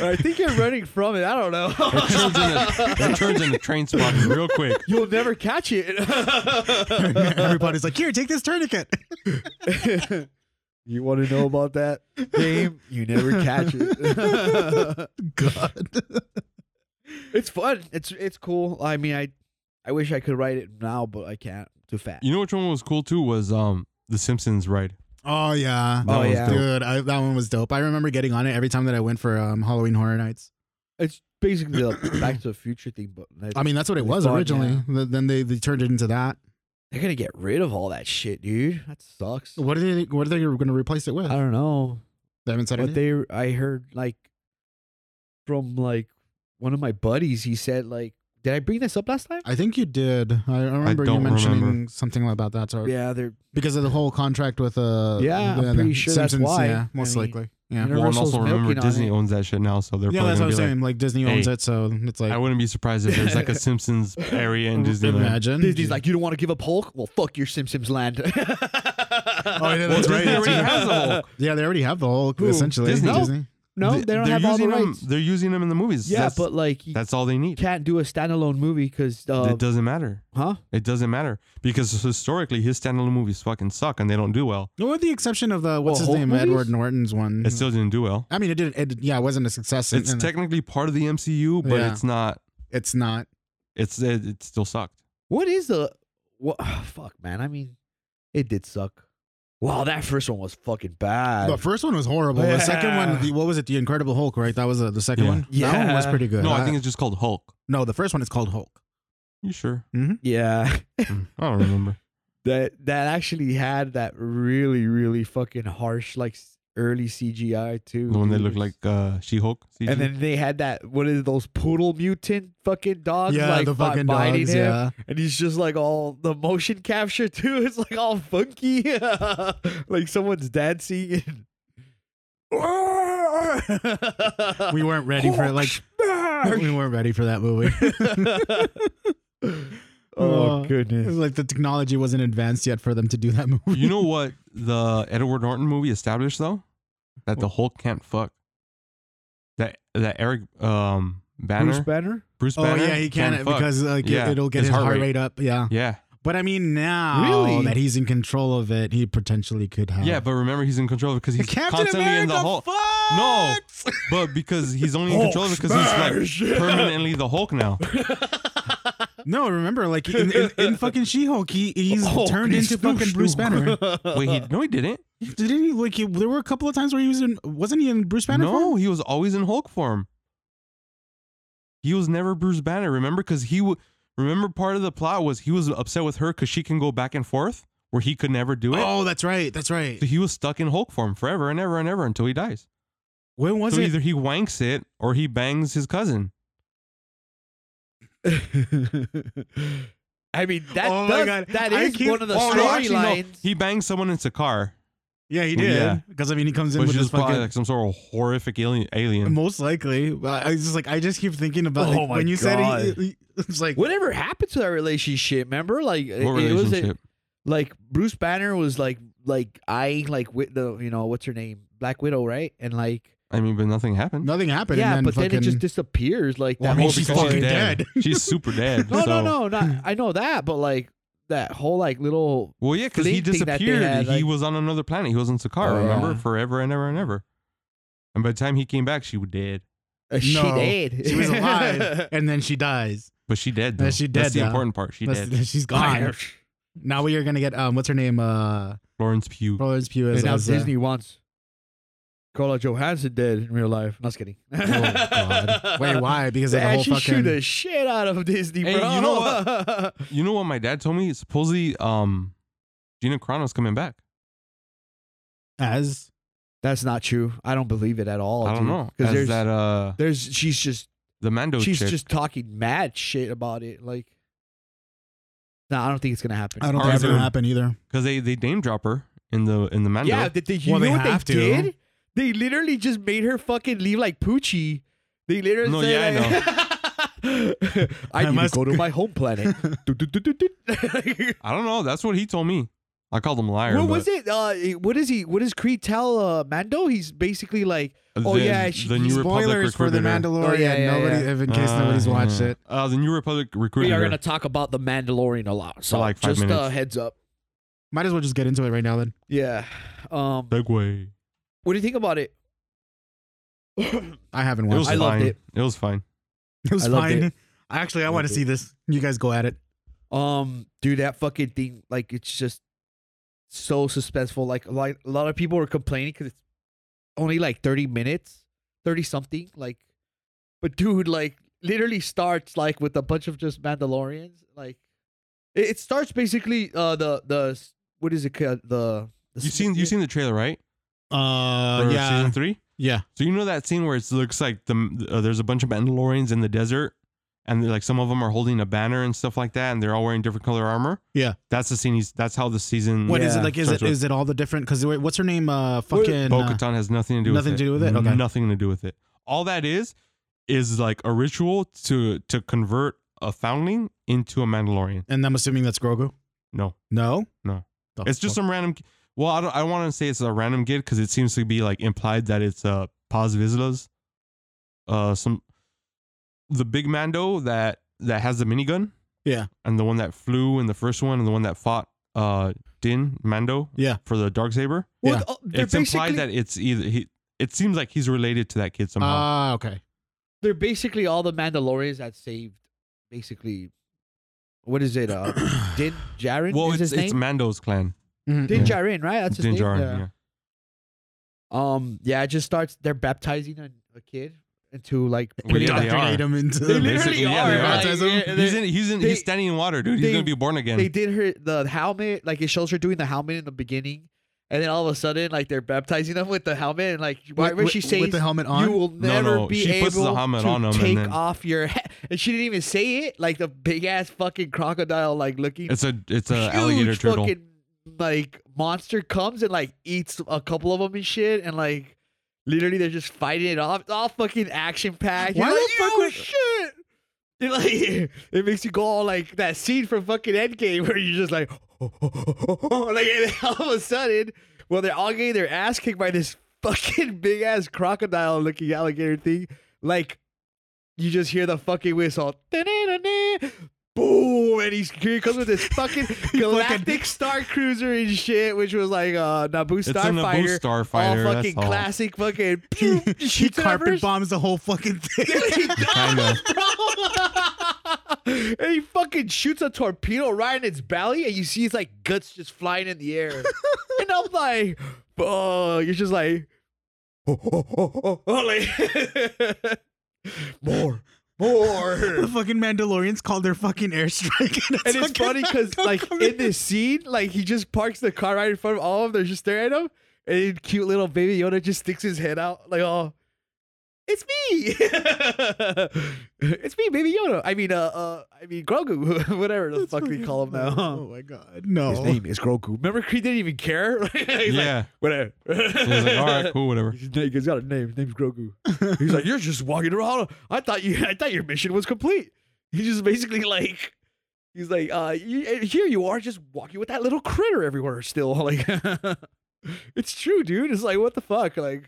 A: Or I think you're running from it. I don't
C: It
A: know. (laughs)
C: turns into, it turns into train spotting real quick.
A: You'll never catch it. (laughs)
B: Everybody's like, here, take this tourniquet.
A: you want to know about that game? You never catch
B: (laughs)
A: it.
B: God.
A: It's fun. It's it's cool. I mean, I I wish I could write it now, but I can't. Too fat.
C: You know which one was cool too was um the Simpsons ride.
B: Oh yeah.
A: Oh,
C: was
A: yeah.
C: dope.
B: Dude, I, that one was dope. I remember getting on it every time that I went for um, Halloween Horror Nights.
A: It's basically a (coughs) Back to the Future thing, but
B: I mean, that's what it
A: It's
B: was
A: fun,
B: originally. Th- Then they, they turned it into that.
A: they're gonna get rid of all that shit, dude. That sucks.
B: What are they? What are they going to replace it with?
A: I don't know,
B: They haven't said
A: but
B: anything.
A: they. I heard like from like one of my buddies. He said like, did I bring this up last time?
B: I think you did. I remember you
C: don't
B: mentioning
C: remember.
B: something about that. Sorry.
A: Yeah, they're
B: Because of the whole contract with uh.
A: Yeah, I'm
B: the- the
A: pretty sure that's
B: Simpsons,
A: why.
B: Yeah, most
A: I mean,
B: likely. Yeah.
A: you know,
C: Well, and
A: Universal's
C: also remember
A: milking on
C: Disney
A: it.
C: owns that shit now, so they're
B: Yeah,
C: probably
B: that's what
C: gonna
B: I'm
C: be like,
B: saying. Like, Disney
C: "Hey,
B: owns it, so it's like
C: I wouldn't be surprised if
A: (laughs)
C: there's like a Simpsons area in Disneyland.
B: imagine.
A: Disney's
B: (laughs)
A: like, you don't want to give up Hulk? Well, fuck your Simpsons land. (laughs) oh,
B: yeah,
C: Well,
B: that's
C: Disney
B: Oh, right.
C: already has a Hulk. (laughs)
B: yeah, they already have the Hulk
A: Who?
B: essentially.
C: Disney?
A: No. no,
C: Th-
A: they don't
C: they're
A: have all the
C: using them-
A: rights.
C: They're using them in the movies.
A: yeah,
C: that's,
A: but like you
C: that's all they need.
A: can't do a standalone movie because uh,
C: it doesn't matter.
A: huh?
C: It doesn't matter because historically his standalone movies fucking suck and they don't do well.
B: No, with the exception of the what's
A: What,
B: his
A: Hulk
B: name,
A: movies?
B: Edward Norton's one.
A: Mm-hmm.
C: It still didn't do well.
B: I mean, it didn't. It, yeah, it wasn't a success. in-
C: It's
B: in-
C: technically part of the MCU, but
B: Yeah.
C: it's not.
B: it's not.
C: It's it, it still sucked.
A: What is the what? (sighs) fuck, man. I mean, it did suck. Wow, that first one was fucking bad.
B: The first one was horrible. The second one,
A: Uh, Yeah.
B: the, what was it? The Incredible Hulk, right? That was uh, the second
C: Yeah.
B: one. that one was
A: Yeah.
B: pretty good. Uh,
C: No, I think it's just called Hulk.
B: no. The first one is called Hulk.
C: You sure? (laughs)
A: yeah, (laughs)
C: Mm, I don't remember.
A: that that actually had that really really fucking harsh like s- early CGI too.
C: The one that
A: dude.
C: looked like uh, She-Hulk. CG.
A: And then they had that what is those poodle mutant fucking dogs
B: yeah,
A: like
B: the
A: bi-
B: fucking
A: biting
B: dogs.
A: him,
B: Yeah,
A: and he's just like all the motion capture (laughs) too. It's like all funky, (laughs) like someone's dancing. And...
B: (laughs) we weren't ready for it. Like
A: (laughs)
B: (laughs) we weren't ready for that movie.
A: oh
B: Uh, It was
A: goodness!
B: like the technology wasn't advanced yet for them to do that movie.
C: you know what the Edward Norton movie established though? That the Hulk can't fuck. That that Eric um Banner
A: Bruce Banner.
C: Bruce
B: Oh
C: Banner
B: yeah, he can
C: can't
B: it
C: fuck.
B: because like
C: Yeah,
B: it, will get
C: his
B: his
C: heart
B: heart
C: rate.
B: rate. up. Yeah,
C: yeah
B: but I mean now
A: Really?
B: that he's in control of it, he potentially could have.
C: yeah but remember he's in control because he's constantly in the Hulk No. but because he's only
A: Oh,
C: in control because he's like (laughs) permanently the Hulk now
A: (laughs)
B: No, remember, like in, in,
C: (laughs)
B: in fucking She-Hulk, he, he's
A: Oh,
B: turned
A: he's
B: into fucking
A: Snoop
B: Bruce
A: Snoop. (laughs)
C: (laughs)
B: Banner.
C: wait he no he didn't
B: Didn't he? Like, he, there were a couple of times where he was in. Wasn't he in Bruce Banner?
C: no
B: form?
C: he was always in Hulk form he was never Bruce Banner remember because he would remember part of the plot was he was upset with her because she can go back and forth where he could never do it
B: Oh, that's right. That's right.
C: So he was stuck in Hulk form forever and ever and ever until he dies.
B: When was
C: so
B: it?
C: either he wanks it or he bangs his cousin.
A: I mean that
B: Oh my
A: does,
B: God.
A: that
B: I
A: is
B: keep-
A: one of the
B: Oh, no, actually, no.
A: storylines.
C: He bangs someone in Sakaar,
B: Yeah, he
C: Yeah.
B: did. Because I mean, he comes in
C: which
B: with
C: is
B: his
C: probably
B: fucking.
C: like some sort of horrific alien. alien.
B: Most likely, but I was just like I just keep thinking about
A: Oh
B: like,
A: my
B: when you said
A: God.
B: he, (laughs) he- it's like
A: Whatever happened to that relationship? Remember, like it,
C: What
A: it was
C: relationship?
A: a, like Bruce Banner was like like I like with the you know what's her name Black Widow, right? And like
C: I mean, but nothing happened.
B: nothing happened.
A: yeah,
B: and then
A: but
B: fucking,
A: then it just disappears. Like
B: Well, I
A: that
B: mean,
A: whole
B: she's
C: because
A: story.
B: fucking dead.
C: (laughs) she's super
A: (laughs)
C: dead.
A: No,
C: so-
A: no, no, not I know that, but like that whole like little
C: Well, yeah, because he
A: Fleeting thing that they
C: disappeared.
A: had,
C: he
A: like-
C: was on another planet. He was on Sakaar,
A: Oh,
C: remember?
B: yeah.
C: Forever and ever and ever. And by the time he came back, she was dead.
A: uh, she
B: No,
A: did.
B: she
A: (laughs)
B: was alive, and then she dies.
C: But she dead.
B: Yeah,
C: Though.
B: she
C: That's
B: dead
C: the
B: now.
C: important part. She
A: (laughs)
B: That's-
C: dead.
B: (laughs) She's gone. now we are gonna get um, what's her name? Uh,
C: Florence Pugh.
B: Florence Pugh
A: And
B: as,
A: now
B: as, uh,
A: Disney wants Carla Johansson dead in real life. Not just kidding.
B: Oh
A: (laughs)
B: god! Wait, why? Because of the
A: Yeah,
B: whole
A: she shoot the
B: fucking.
A: shit out of Disney,
C: Hey,
A: bro.
C: you know
A: (laughs)
C: You know what my dad told me? Supposedly, um, Gina Carano's coming back.
B: As
A: That's not true. I don't believe it at all.
C: I don't
A: dude.
C: know. As
A: because there's
C: that uh
A: there's she's just
C: the Mando
A: she's
C: chick.
A: just talking mad shit about it. Like, no, I don't think it's gonna happen.
B: I don't
C: Or
B: think
C: is
B: it's gonna
C: it-
B: happen either.
C: because they they name drop her in the in the Mando.
A: Yeah, did they, you
B: Well,
A: know
B: they
A: what
B: have
A: they
B: to.
A: did? They literally just made her fucking leave like Poochie. They literally
C: No,
A: said,
C: yeah, I
A: (laughs) I know. I,
B: I
A: need
B: must-
A: to go to
B: (laughs)
A: my home planet. Do, do, do, do, do.
C: I don't know. That's what he told me. I called him a liar.
A: (laughs) what was it? Uh, what is he? What does Creed tell uh, Mando? He's basically like, Oh, yeah, she-
C: the New Republic
B: Spoilers for the
C: recruited her.
B: Mandalorian.
A: Oh, yeah, yeah,
B: nobody,
A: yeah.
B: if in case nobody's
C: Ah,
B: watched
C: yeah.
B: it.
C: Uh, the New Republic recruited
A: we are
C: her.
A: going to talk about the Mandalorian a lot. So
C: like five
A: just a
C: minutes.
A: heads up.
B: Might as well just get into it right now then.
A: Yeah. Um,
C: Segway.
A: what do you think about it?
B: I haven't
C: It was
B: watched
A: I
B: it.
C: fine.
A: loved it.
C: was fine.
B: (laughs) It was
A: I loved
B: fine.
A: it.
B: Actually, I
A: Loved
B: want to
A: it.
B: see this. You guys go at it.
A: Um, dude, that fucking thing, like, it's just so suspenseful. Like, like a lot of people were complaining because it's only like thirty minutes, thirty something. Like, but dude, like, literally starts like with a bunch of just Mandalorians. Like, it, it starts basically uh the the s- what is it ca- the, the
C: You seen you seen the trailer right?
B: Uh,
C: For Season three.
B: Yeah.
C: So you know that scene where it looks like the uh, there's a bunch of Mandalorians in the desert, and they're like some of them are holding a banner and stuff like that, and they're all wearing different color armor.
B: Yeah.
C: That's the scene. He's, that's how the season.
B: What is it
A: Mm. Yeah.
B: like? Is
C: Starts
B: it
C: with-
B: is it all the different? Because what's her name? Uh, fucking.
C: Bo
B: Uh,
C: Katan has nothing to do
B: nothing
C: with
B: to
C: it.
B: do with it? Okay.
C: Nothing to do with it. All that is is like a ritual to to convert a foundling into a Mandalorian.
B: and I'm assuming that's Grogu.
C: No,
B: No,
C: No.
B: The
C: it's just
B: fuck?
C: some random. Well, I don't. I want to say it's a random kid because it seems to be like implied that it's a Paz Vizslas, uh, some the big Mando that that has the minigun.
B: Yeah.
C: and the one that flew in the first one, and the one that fought uh Din Mando.
B: Yeah.
C: for the dark saber.
B: Yeah.
A: th- they're
C: it's implied
A: basically-
C: that it's either he. It seems like he's related to that kid
A: Uh,
C: somehow.
B: Ah, okay.
A: they're basically all the Mandalorians that saved basically what is it? Uh
B: (clears throat)
A: (clears throat) Din Djarin
C: well,
A: is
C: it's
A: his
C: it's
A: name?
C: Mando's clan.
B: Mhm.
A: Din
C: yeah.
A: Djarin, right? That's his
C: Din
A: name.
C: Djarin,
A: yeah.
C: yeah.
A: Um yeah, it just starts they're baptizing a, a kid into like
C: Well, yeah, they are.
B: Indoctrinate 'em into
A: They
C: Basically,
A: literally
C: yeah,
A: are.
C: they are.
A: like,
B: Baptism?
A: yeah,
C: He's
A: they-
C: in. He's in.
A: they-
C: he's standing in water, dude. He's
A: they-
C: gonna be born again.
A: they did her the helmet like it shows her doing the helmet in the beginning and then all of a sudden like they're baptizing them with the helmet and like why
B: With-
A: would she
B: with-
A: say
B: with the helmet on.
A: you
B: (laughs)
A: will
C: No,
A: never
C: no,
A: be
C: she
A: able
C: puts the helmet
A: to
C: on 'em and
A: take
C: then-
A: off your head (laughs) and she didn't even say it like the big ass fucking crocodile like looking
C: it's a. It's a
A: huge
C: alligator turtle.
A: fucking like monster comes and like eats a couple of them and shit and like literally they're just fighting it off. It's all fucking action packed.
B: Why
A: You're
B: the
A: like,
B: fuck
A: "Yo,
B: would-
A: shit? It like (laughs) it makes you go all like that scene from fucking Endgame (laughs) where you're just like, like and all of a sudden, well they're all getting their ass kicked by this fucking (laughs) big ass crocodile looking alligator thing. Like you just hear the fucking whistle. (laughs) Da-da-da-da. Boom! And he's here he comes with this (laughs) fucking galactic star cruiser and shit, which was like uh, Naboo
C: It's a Naboo
A: starfighter,
C: starfighter.
A: all
C: that's
A: fucking classic
C: (laughs)
A: fucking. pew, (laughs)
B: she
A: shoots in
B: carpet
A: reverse.
B: bombs the whole fucking thing. (laughs)
A: He (laughs)
C: Kinda.
A: does, bro. (laughs) and he fucking shoots a torpedo right in its belly, and you see his like guts just flying in the air. and I'm like, oh, you're just like, (laughs) like, (laughs) more,
B: (laughs)
A: more.
B: the fucking Mandalorians called their fucking airstrike. (laughs)
A: And it's funny because like in this scene, like he just parks the car right in front of all of them. They're just staring at him, and cute little baby Yoda just sticks his head out like, "Oh, it's me, (laughs) it's me, baby Yoda." I mean, uh, uh I mean Grogu, (laughs) whatever the fuck they call him
B: Oh
A: now.
B: my god,
A: His
B: no.
A: name is Grogu. Remember, Creed didn't even care. (laughs) He's
C: all.
A: like,
C: Yeah.
A: whatever.
C: So he's like, all right,
A: (laughs)
C: cool, whatever.
A: He's he's got a name. His name's Grogu. He's like, you're just walking around. I thought you, I thought your mission was complete. He's just basically like, he's like, uh, you, here you are, just walking with that little critter everywhere. Still, (laughs) like, it's true, dude. It's like, what the fuck? Like,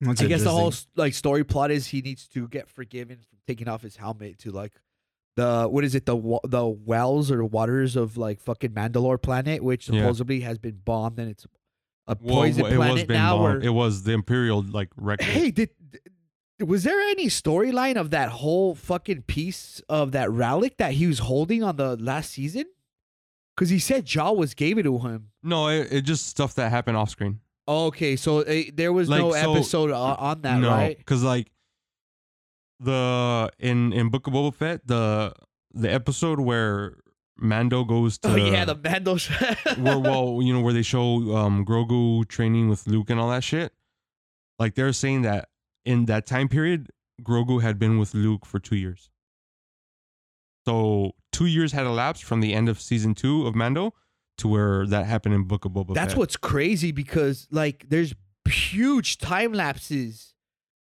B: That's
A: I guess the whole
B: interesting.
A: s- like story plot is he needs to get forgiven for taking off his helmet to like the what is it the wa- the wells or waters of like fucking Mandalore planet, which
C: Yeah.
A: supposedly has been bombed and it's a
C: Well,
A: poison
C: it was
A: planet
C: been
A: now.
C: bombed.
A: Where,
C: It was the Imperial like wreck.
A: Hey, did was there any storyline of that whole fucking piece of that relic that he was holding on the last season? Because he said Jaw was gave it to him.
C: No, it, it just stuff that happened off screen.
A: Okay, so eh, there was
C: Like,
A: no
C: so-
A: episode o- on that,
C: no,
A: right?
C: because like the in in Book of Boba Fett the the episode where Mando goes to
A: Oh yeah, the Mando.
C: (laughs)
A: (laughs)
C: where well you know where they show um Grogu training with Luke and all that shit. Like they're saying that in that time period, Grogu had been with Luke for two years. So two years had elapsed from the end of season two of Mando to where that happened in Book of Boba.
A: That's
C: Fett.
A: what's crazy because like there's huge time lapses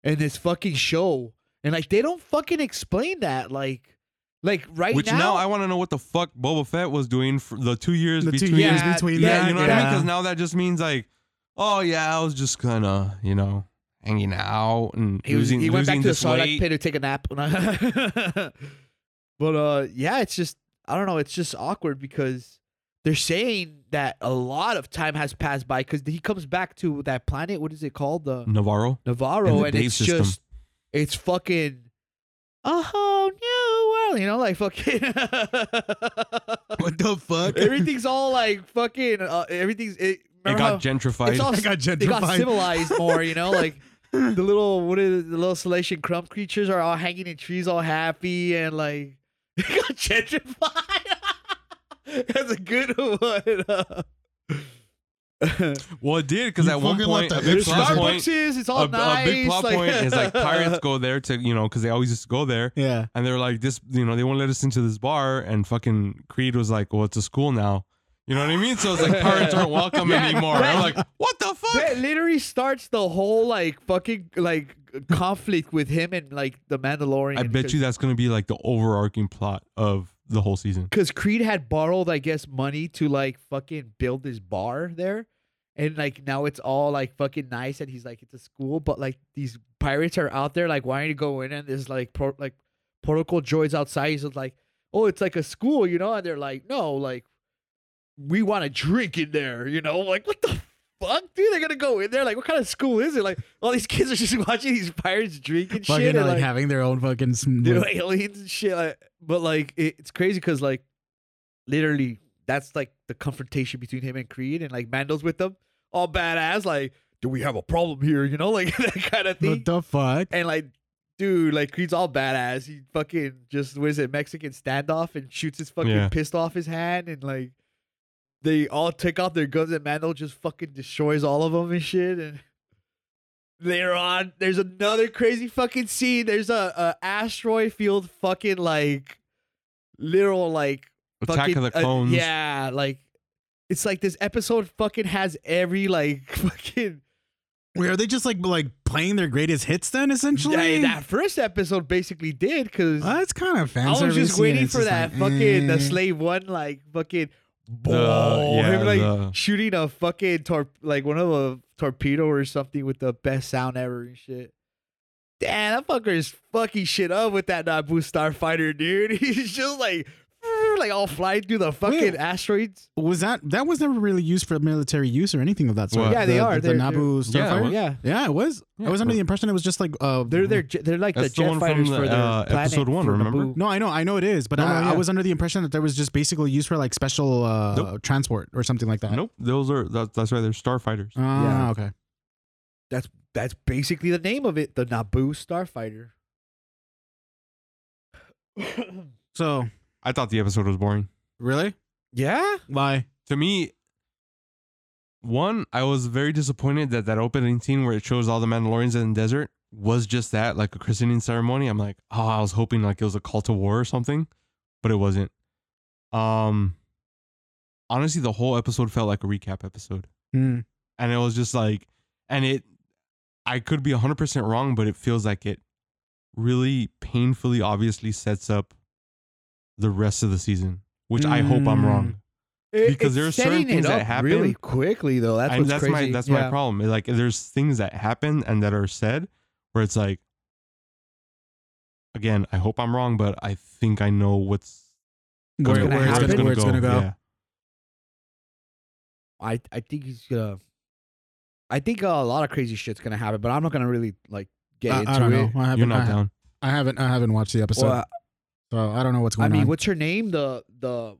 A: in this fucking show, and like they don't fucking explain that. Like, like right
C: Which now, I want to know what the fuck Boba Fett was doing for the two years
B: the two
C: between.
B: years
A: Yeah,
B: between
C: Yeah,
B: that,
C: you know what I mean?
B: yeah.
C: Because now that just means like, oh yeah, I was just kind of you know hanging out and
A: he was
C: losing
A: he went back
C: losing
A: to the
C: this
A: Sarlacc
C: weight.
A: pit to take a nap. (laughs) but uh, yeah, it's just I don't know. It's just awkward because they're saying that a lot of time has passed by because he comes back to that planet. What is it called? The
C: Navarro.
A: Navarro,
C: Mm. And the
A: and,
C: Dave
A: it's
C: system.
A: just it's fucking a whole new world, you know, like (laughs) fucking
B: (laughs) What the
C: (laughs)
B: fuck?
A: everything's all like fucking uh, everything's it,
C: It
A: remember
C: got
A: how-
C: gentrified.
A: it's (laughs) all
B: I got
A: they got
B: gentrified.
A: civilized more, you know, (laughs) like the little what is it, the little Salation crumb creatures are all hanging in trees, all happy and like (laughs) they got gentrified. (laughs) That's a good one.
C: well, it did because
B: You
C: at one
B: fucking left
C: point, a
B: that
C: big
A: Uh,
B: bitch
C: plot
B: alone.
C: point,
A: Starbucks, it's
C: a,
A: all
C: a
A: nice.
C: big plot point is
A: (laughs)
C: like pirates go there to you know because they always just go there.
B: yeah.
C: And they're like, this, you know, they won't let us into this bar. And fucking Creed was like, well, it's a school now. You know what I mean? So it's
A: (laughs)
C: like, pirates aren't welcome
A: Yeah.
C: anymore. I'm like, what the fuck?
A: That literally starts the whole like fucking like conflict with him and like the Mandalorian.
C: I bet you that's going to be like the overarching plot of the whole
B: Mm.
C: season.
A: because Creed had borrowed, I guess, money to like fucking build this bar there, and like now it's all like fucking nice and he's like it's a school but like these pirates are out there like wanting to go in and there's like pro- like protocol droids outside he's just like oh it's like a school you know and they're like no like we want to drink in there you know like what the fuck dude they're gonna go in there like what kind of school is it like all these kids are just (laughs) watching these pirates drinking
B: Fucking
A: shit and,
B: like,
A: like,
B: having their own fucking. s-
A: (laughs) dude, aliens and shit. Like, but like, it, it's crazy because like, literally, that's like the confrontation between him and Creed, and like Mando's with them, all badass. Like, do we have a problem here? You know, like (laughs) that kind of thing.
B: What the fuck?
A: and like, dude, like Creed's all badass. He fucking just what is it Mexican standoff and shoots his fucking
C: Yeah.
A: pissed off his hand, and like, they all take off their guns, and Mando just fucking destroys all of them and shit, and. Later on, there's another crazy fucking scene. There's a, a asteroid field fucking like literal like
C: Attack
A: fucking,
C: of the
A: uh,
C: Clones.
A: yeah, like it's like this episode fucking has every like (laughs) fucking
B: Wait, are they just like like playing their greatest hits then? Essentially,
A: yeah, that first episode basically did because
B: Well, that's kind of
A: I
B: fancy.
A: was just waiting for that fucking
B: eh.
A: the slave one like fucking ball
C: mm. yeah,
A: him like
C: the-
A: shooting a fucking tor- like one of a torpedo or something with the best sound ever and shit. Damn, that fucker is fucking shit up with that Naboo starfighter, dude. (laughs) He's just like like all flying through the fucking
B: Wait.
A: asteroids.
B: was that that was never really used for military use or anything of that sort.
C: What?
A: Yeah, they
B: The-
A: are.
B: the,
A: They're-
B: Naboo
C: they're- Yeah,
B: Starfighter.
C: Huh?
A: Yeah.
B: Yeah, it was. I
C: Yeah.
B: was under the impression it was just like uh,
A: They're they're j- they're like
C: That's
A: the
C: the
A: jet
C: one from
A: fighters
C: the,
A: for their
C: uh,
A: planet
C: episode one,
A: for
C: remember?
A: Naboo.
B: No, I know, I know it is, but
A: No,
B: I,
A: no,
B: I
A: Oh, yeah.
B: was under the impression that there was just basically used for like special uh,
C: Nope.
B: transport or something like that.
C: Nope, those are that, that's right. They're starfighters.
B: Ah, okay.
A: That's that's basically the name of it, the Naboo starfighter.
B: So
C: I thought the episode was boring.
B: really,
A: yeah?
B: why?
C: To me, one, I was very disappointed that that opening scene where it shows all the Mandalorians in the desert was just that, like a christening ceremony. I'm like, oh, I was hoping like it was a call to war or something, but it wasn't. Um, honestly, the whole episode felt like a recap episode.
B: Hmm.
C: and it was just like and it i could be 100% wrong but it feels like it really painfully obviously sets up the rest of the season which i hope i'm wrong
A: It- it's
C: Because there are certain
A: setting it
C: things that
A: up
C: happen-
A: really quickly though. That's
C: and
A: what's
C: that's
A: crazy.
C: my that's
A: Yeah.
C: my problem It, like there's things that happen and that are said where it's like again i hope i'm wrong but i think i know what's
B: Where,
A: gonna
B: where it's
A: happen?
B: gonna, where it's gonna go?
C: Yeah.
A: I I think he's gonna. I think uh, a lot of crazy shit's gonna happen, but I'm not gonna really like get
B: I-
A: into
B: I, don't
A: it.
B: know. I haven't,
C: you're not
B: I, (laughs)
C: down
B: I haven't. I haven't watched the episode,
A: Well,
B: so I don't know what's
A: I
B: going
A: mean,
B: on.
A: what's her name? The the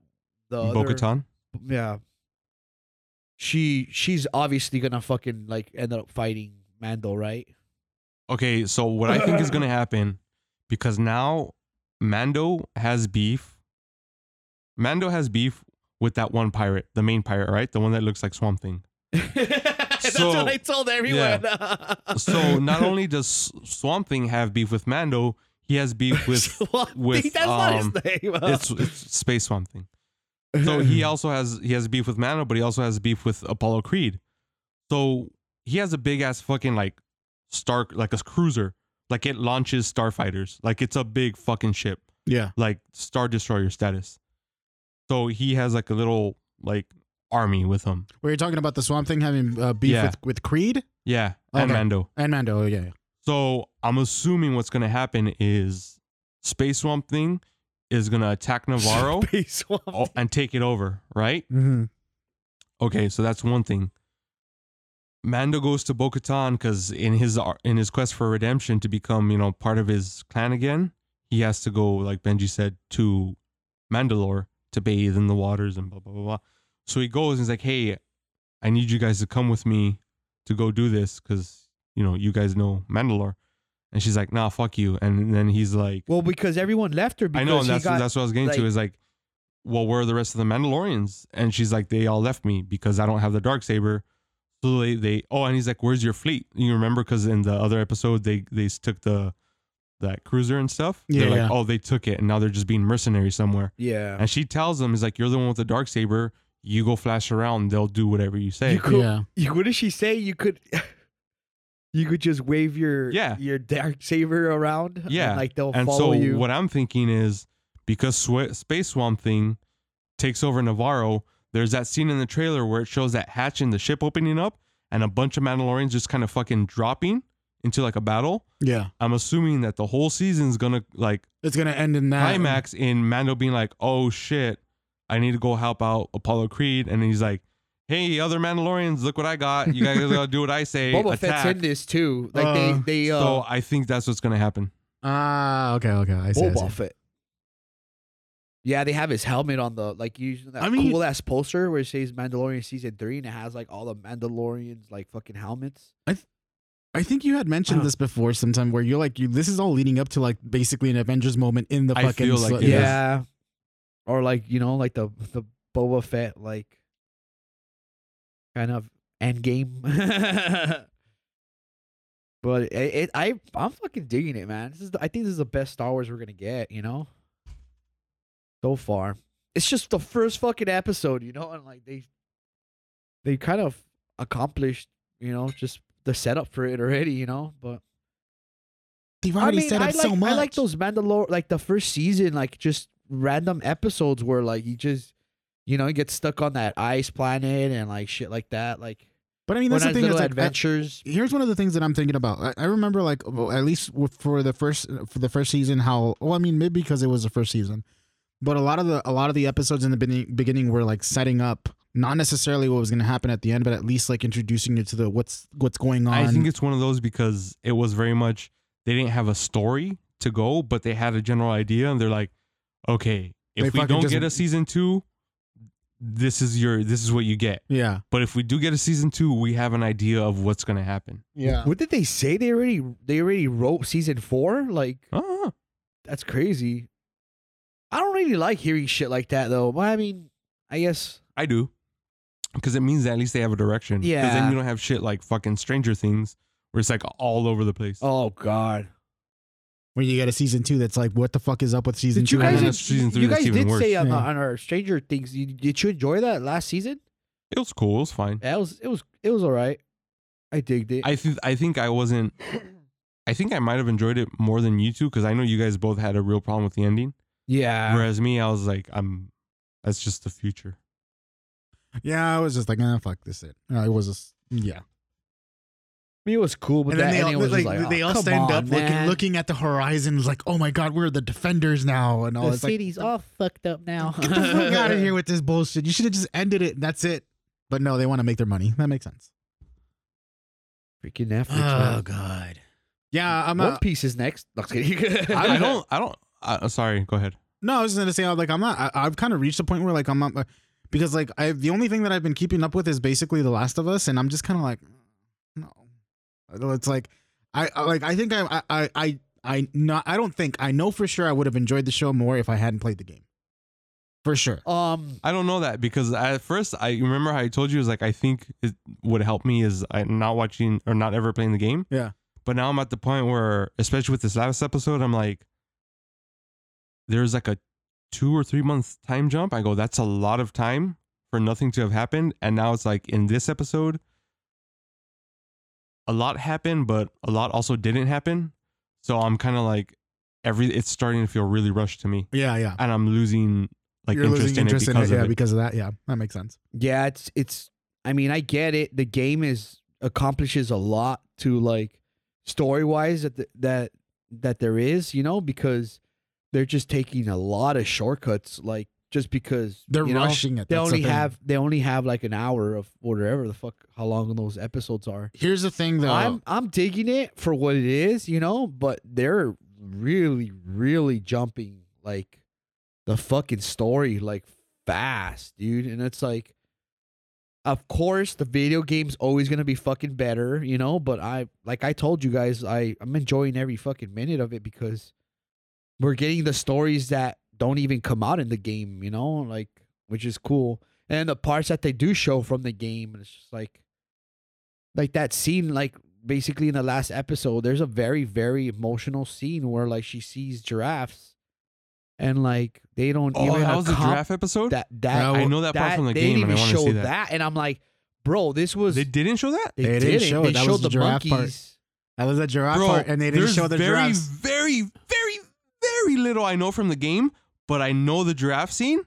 A: the
C: bo
A: other-
C: katan
A: Yeah. She she's obviously gonna fucking like end up fighting Mando, right? (laughs)
C: Okay, so what I think is going to happen because now Mando has beef. Mando has beef with that one pirate, the main pirate, right? The one that looks like Swamp Thing.
A: That's
C: So-
A: what I told everyone. (laughs)
B: (laughs)
C: So not only does Swamp Thing have beef with Mando, he has beef
B: (laughs)
C: with
A: Well, I
C: with,
A: think that's
C: um,
A: not his name.
C: it's, it's Space Swamp Thing. So he also has he has beef with Mando, but he also has beef with Apollo Creed. So he has a big ass fucking like Stark like a cruiser. Like it launches starfighters. Like it's a big fucking ship.
B: yeah,
C: like Star Destroyer status. So he has like a little like army with him.
B: were you talking about the Swamp Thing having uh, beef
C: Yeah.
B: with, with Creed
C: Yeah, and
B: Okay.
C: Mando.
B: and Mando? Oh, Yeah, yeah.
C: So I'm assuming what's gonna happen is Space Swamp Thing is gonna
A: (laughs)
C: attack Navarro
A: Space Swamp
C: o- and take it over, right?
B: Mm-hmm.
C: Okay, so that's one thing. Mando goes to Bo-Katan because in his ar- in his quest for redemption to become you know part of his clan again, he has to go like Benji said to Mandalore to bathe in the waters and blah blah blah. blah. So he goes and he's like, "Hey, I need you guys to come with me to go do this because you know you guys know Mandalore." And she's like, "Nah, fuck you." And then he's like,
A: Well, because everyone left her because
C: I know, and
A: he
C: that's
A: got
C: that's what I was getting to
A: like-
C: is like, well, where are the rest of the Mandalorians? And she's like, they all left me because I don't have the dark saber. So they, they oh, and he's like, where's your fleet? You remember because in the other episode they they took the that cruiser and stuff.
B: Yeah,
C: They're like,
B: yeah.
C: oh, they took it, and now they're just being mercenaries somewhere.
A: yeah.
C: And she tells them, is like, you're the one with the dark saber. You go flash around. They'll do whatever you say.
A: You could-
B: Yeah.
A: You, what did she say? You could (laughs) you could just wave your
C: Yeah.
A: your dark saber around. and,
C: Yeah.
A: like they'll
C: and
A: follow
C: so
A: you.
C: what I'm thinking is because Sw- Space Swamp Thing takes over Navarro, There's that scene in the trailer where it shows that hatch in the ship opening up and a bunch of Mandalorians just kind of fucking dropping into like a battle.
B: Yeah,
C: I'm assuming that the whole season's gonna like
B: it's gonna end in that
C: climax in Mando being like, "Oh shit, I need to go help out Apollo Creed," and he's like, "Hey, other Mandalorians, look what I got!
A: (laughs)
C: You guys gotta do what I say."
A: Boba Fett's
C: attack.
A: in this too. Like
B: Uh,
A: they they uh
C: so I think that's what's gonna happen.
B: Ah, okay, okay. I see. I see.
A: Boba Fett. Yeah, they have his helmet on the like using that
B: I mean-
A: cool ass poster where it says Mandalorian season three and it has like all the Mandalorians like fucking helmets.
B: I think you had mentioned
A: Oh.
B: this before sometime where you're like, you, this is all leading up to like basically an Avengers moment in the
C: I
B: fucking.
C: feel like
B: sl-
C: it is.
A: Yeah. Or like, you know, like the the Boba Fett like kind of end game. (laughs) but it, it I I'm fucking digging it, man. This is the, I think this is the best Star Wars we're going to get, you know? So far. It's just the first fucking episode, you know, and like they they kind of accomplished, you know, just the setup for it already, you know, but
B: They've already set up
A: I like,
B: so much.
A: I like those Mandalore, like the first season, like just random episodes where like you just, you know, you get stuck on that ice planet and like shit like that. Like
B: But I mean,
A: one
B: that's
A: of
B: the
A: those
B: thing. That's
A: little
B: like, I-
A: adventures.
B: here's one of the things that I'm thinking about. I, I remember like well, at least w- for the first for the first season how well I mean maybe because it was the first season, but a lot of the a lot of the episodes in the beginning, beginning were like setting up not necessarily what was going to happen at the end, but at least like introducing you to the what's what's going on.
C: I think it's one of those because it was very much they didn't have a story to go, but they had a general idea, and they're like, okay,
B: They
C: if we
B: fucking
C: don't
B: just-
C: get a season two, this is your this is what you get.
B: yeah,
C: But if we do get a season two, we have an idea of what's gonna happen.
B: yeah.
A: What did they say? They already they already wrote season four. Like
B: Uh-huh.
C: Ah,
A: that's crazy. I don't really like hearing shit like that though. But I mean, I guess
C: I do, because it means at least they have a direction. 'Cause
A: Yeah.
C: then you don't have shit like fucking Stranger Things, where it's like all over the place.
A: oh god.
B: When you get a season two, that's like, what the fuck is up with season
A: Did
B: two?
A: you guys
C: then
B: And
C: that's season three
A: you
C: that's
A: guys
C: even
A: did
C: worse.
A: say on, the,
B: Yeah.
A: on our Stranger Things you, did you enjoy that last season?
C: It was cool. It was fine.
A: Yeah, it was it was it was all right. I digged it.
C: I think I think I wasn't. I think I might have enjoyed it more than you two because I know you guys both had a real problem with the ending.
A: yeah.
C: Whereas me, I was like, I'm. That's just the future.
B: yeah, I was just like, ah, fuck this. It. Uh, it was just yeah.
A: I mean, it was cool, but
B: and
A: that
B: then they all,
A: ending was
B: like,
A: just like,
B: they
A: "Oh,
B: all
A: come
B: stand
A: on,
B: up looking
A: man.
B: looking at the horizons like, oh my god, we're the defenders now, and all
A: the
B: it's like,
A: city's all fucked up (laughs) now.
B: Get the fuck out of here with this bullshit. You should have just ended it and that's it. But no, they want to make their money. That makes sense.
A: Freaking Netflix. man.
B: Oh, God. Yeah, Uh, I'm
A: One
B: not,
A: Piece is next. No, I'm kidding.
B: (laughs)
C: I don't. I don't. I, sorry. Go ahead.
B: no, I was just gonna say like I'm not I, I've kind of reached a point where like I'm not uh, because like I the only thing that I've been keeping up with is basically The Last of Us, and I'm just kind of like, no, it's like I, I like I think I I I- I I not I don't think I know for sure I would have enjoyed the show more if I hadn't played the game, for sure.
A: (laughs) Um,
C: I don't know that because at first I remember how I told you is like I think it would help me is I not watching or not ever playing the game.
B: Yeah.
C: But now I'm at the point where, especially with this last episode, I'm like, there's like a two or three month time jump. I go, that's a lot of time for nothing to have happened. And now it's like in this episode, a lot happened, but a lot also didn't happen. So I'm kind of like, every it's starting to feel really rushed to me,
B: Yeah, yeah.
C: and I'm losing like
B: You're
C: interest
B: losing
C: in
B: interest
C: it
B: in
C: because
B: it,
C: of
B: yeah,
C: it.
B: because of that. Yeah, that makes sense.
A: yeah, it's it's. I mean, I get it. The game is accomplishes a lot to like story wise that the, that that there is, you know, because they're just taking a lot of shortcuts, like just because
B: They're
A: you know,
B: rushing it.
A: They
B: That's the
A: only
B: thing.
A: have they only have like an hour of whatever the fuck how long those episodes are.
B: Here's the thing, though.
A: I'm I'm digging it for what it is, you know, but they're really, really jumping like the fucking story like fast, dude. And it's like of course the video game's always gonna be fucking better, you know, but I like I told you guys, I, I'm enjoying every fucking minute of it because we're getting the stories that don't even come out in the game, you know, like which is cool. And the parts that they do show from the game, it's just like like that scene like basically in the last episode there's a very very emotional scene where like she sees giraffes and like they don't
C: Oh,
A: even
C: that was the
A: accom-
C: giraffe episode.
A: that
B: I
A: that
C: I know that part from the
A: they
C: game,
A: didn't
C: and I
A: even
C: want to
A: show
C: see that.
A: and i'm like bro this was
C: They didn't show that,
A: they
B: They didn't
A: didn't
B: show it.
A: they
B: That
A: showed
B: was the
A: the,
B: giraffe part.
A: monkeys
B: That was a giraffe
C: bro.
B: part, and they didn't
C: there's
B: show the
C: very,
B: giraffes.
C: very, very, very little I know from the game, but I know the giraffe scene.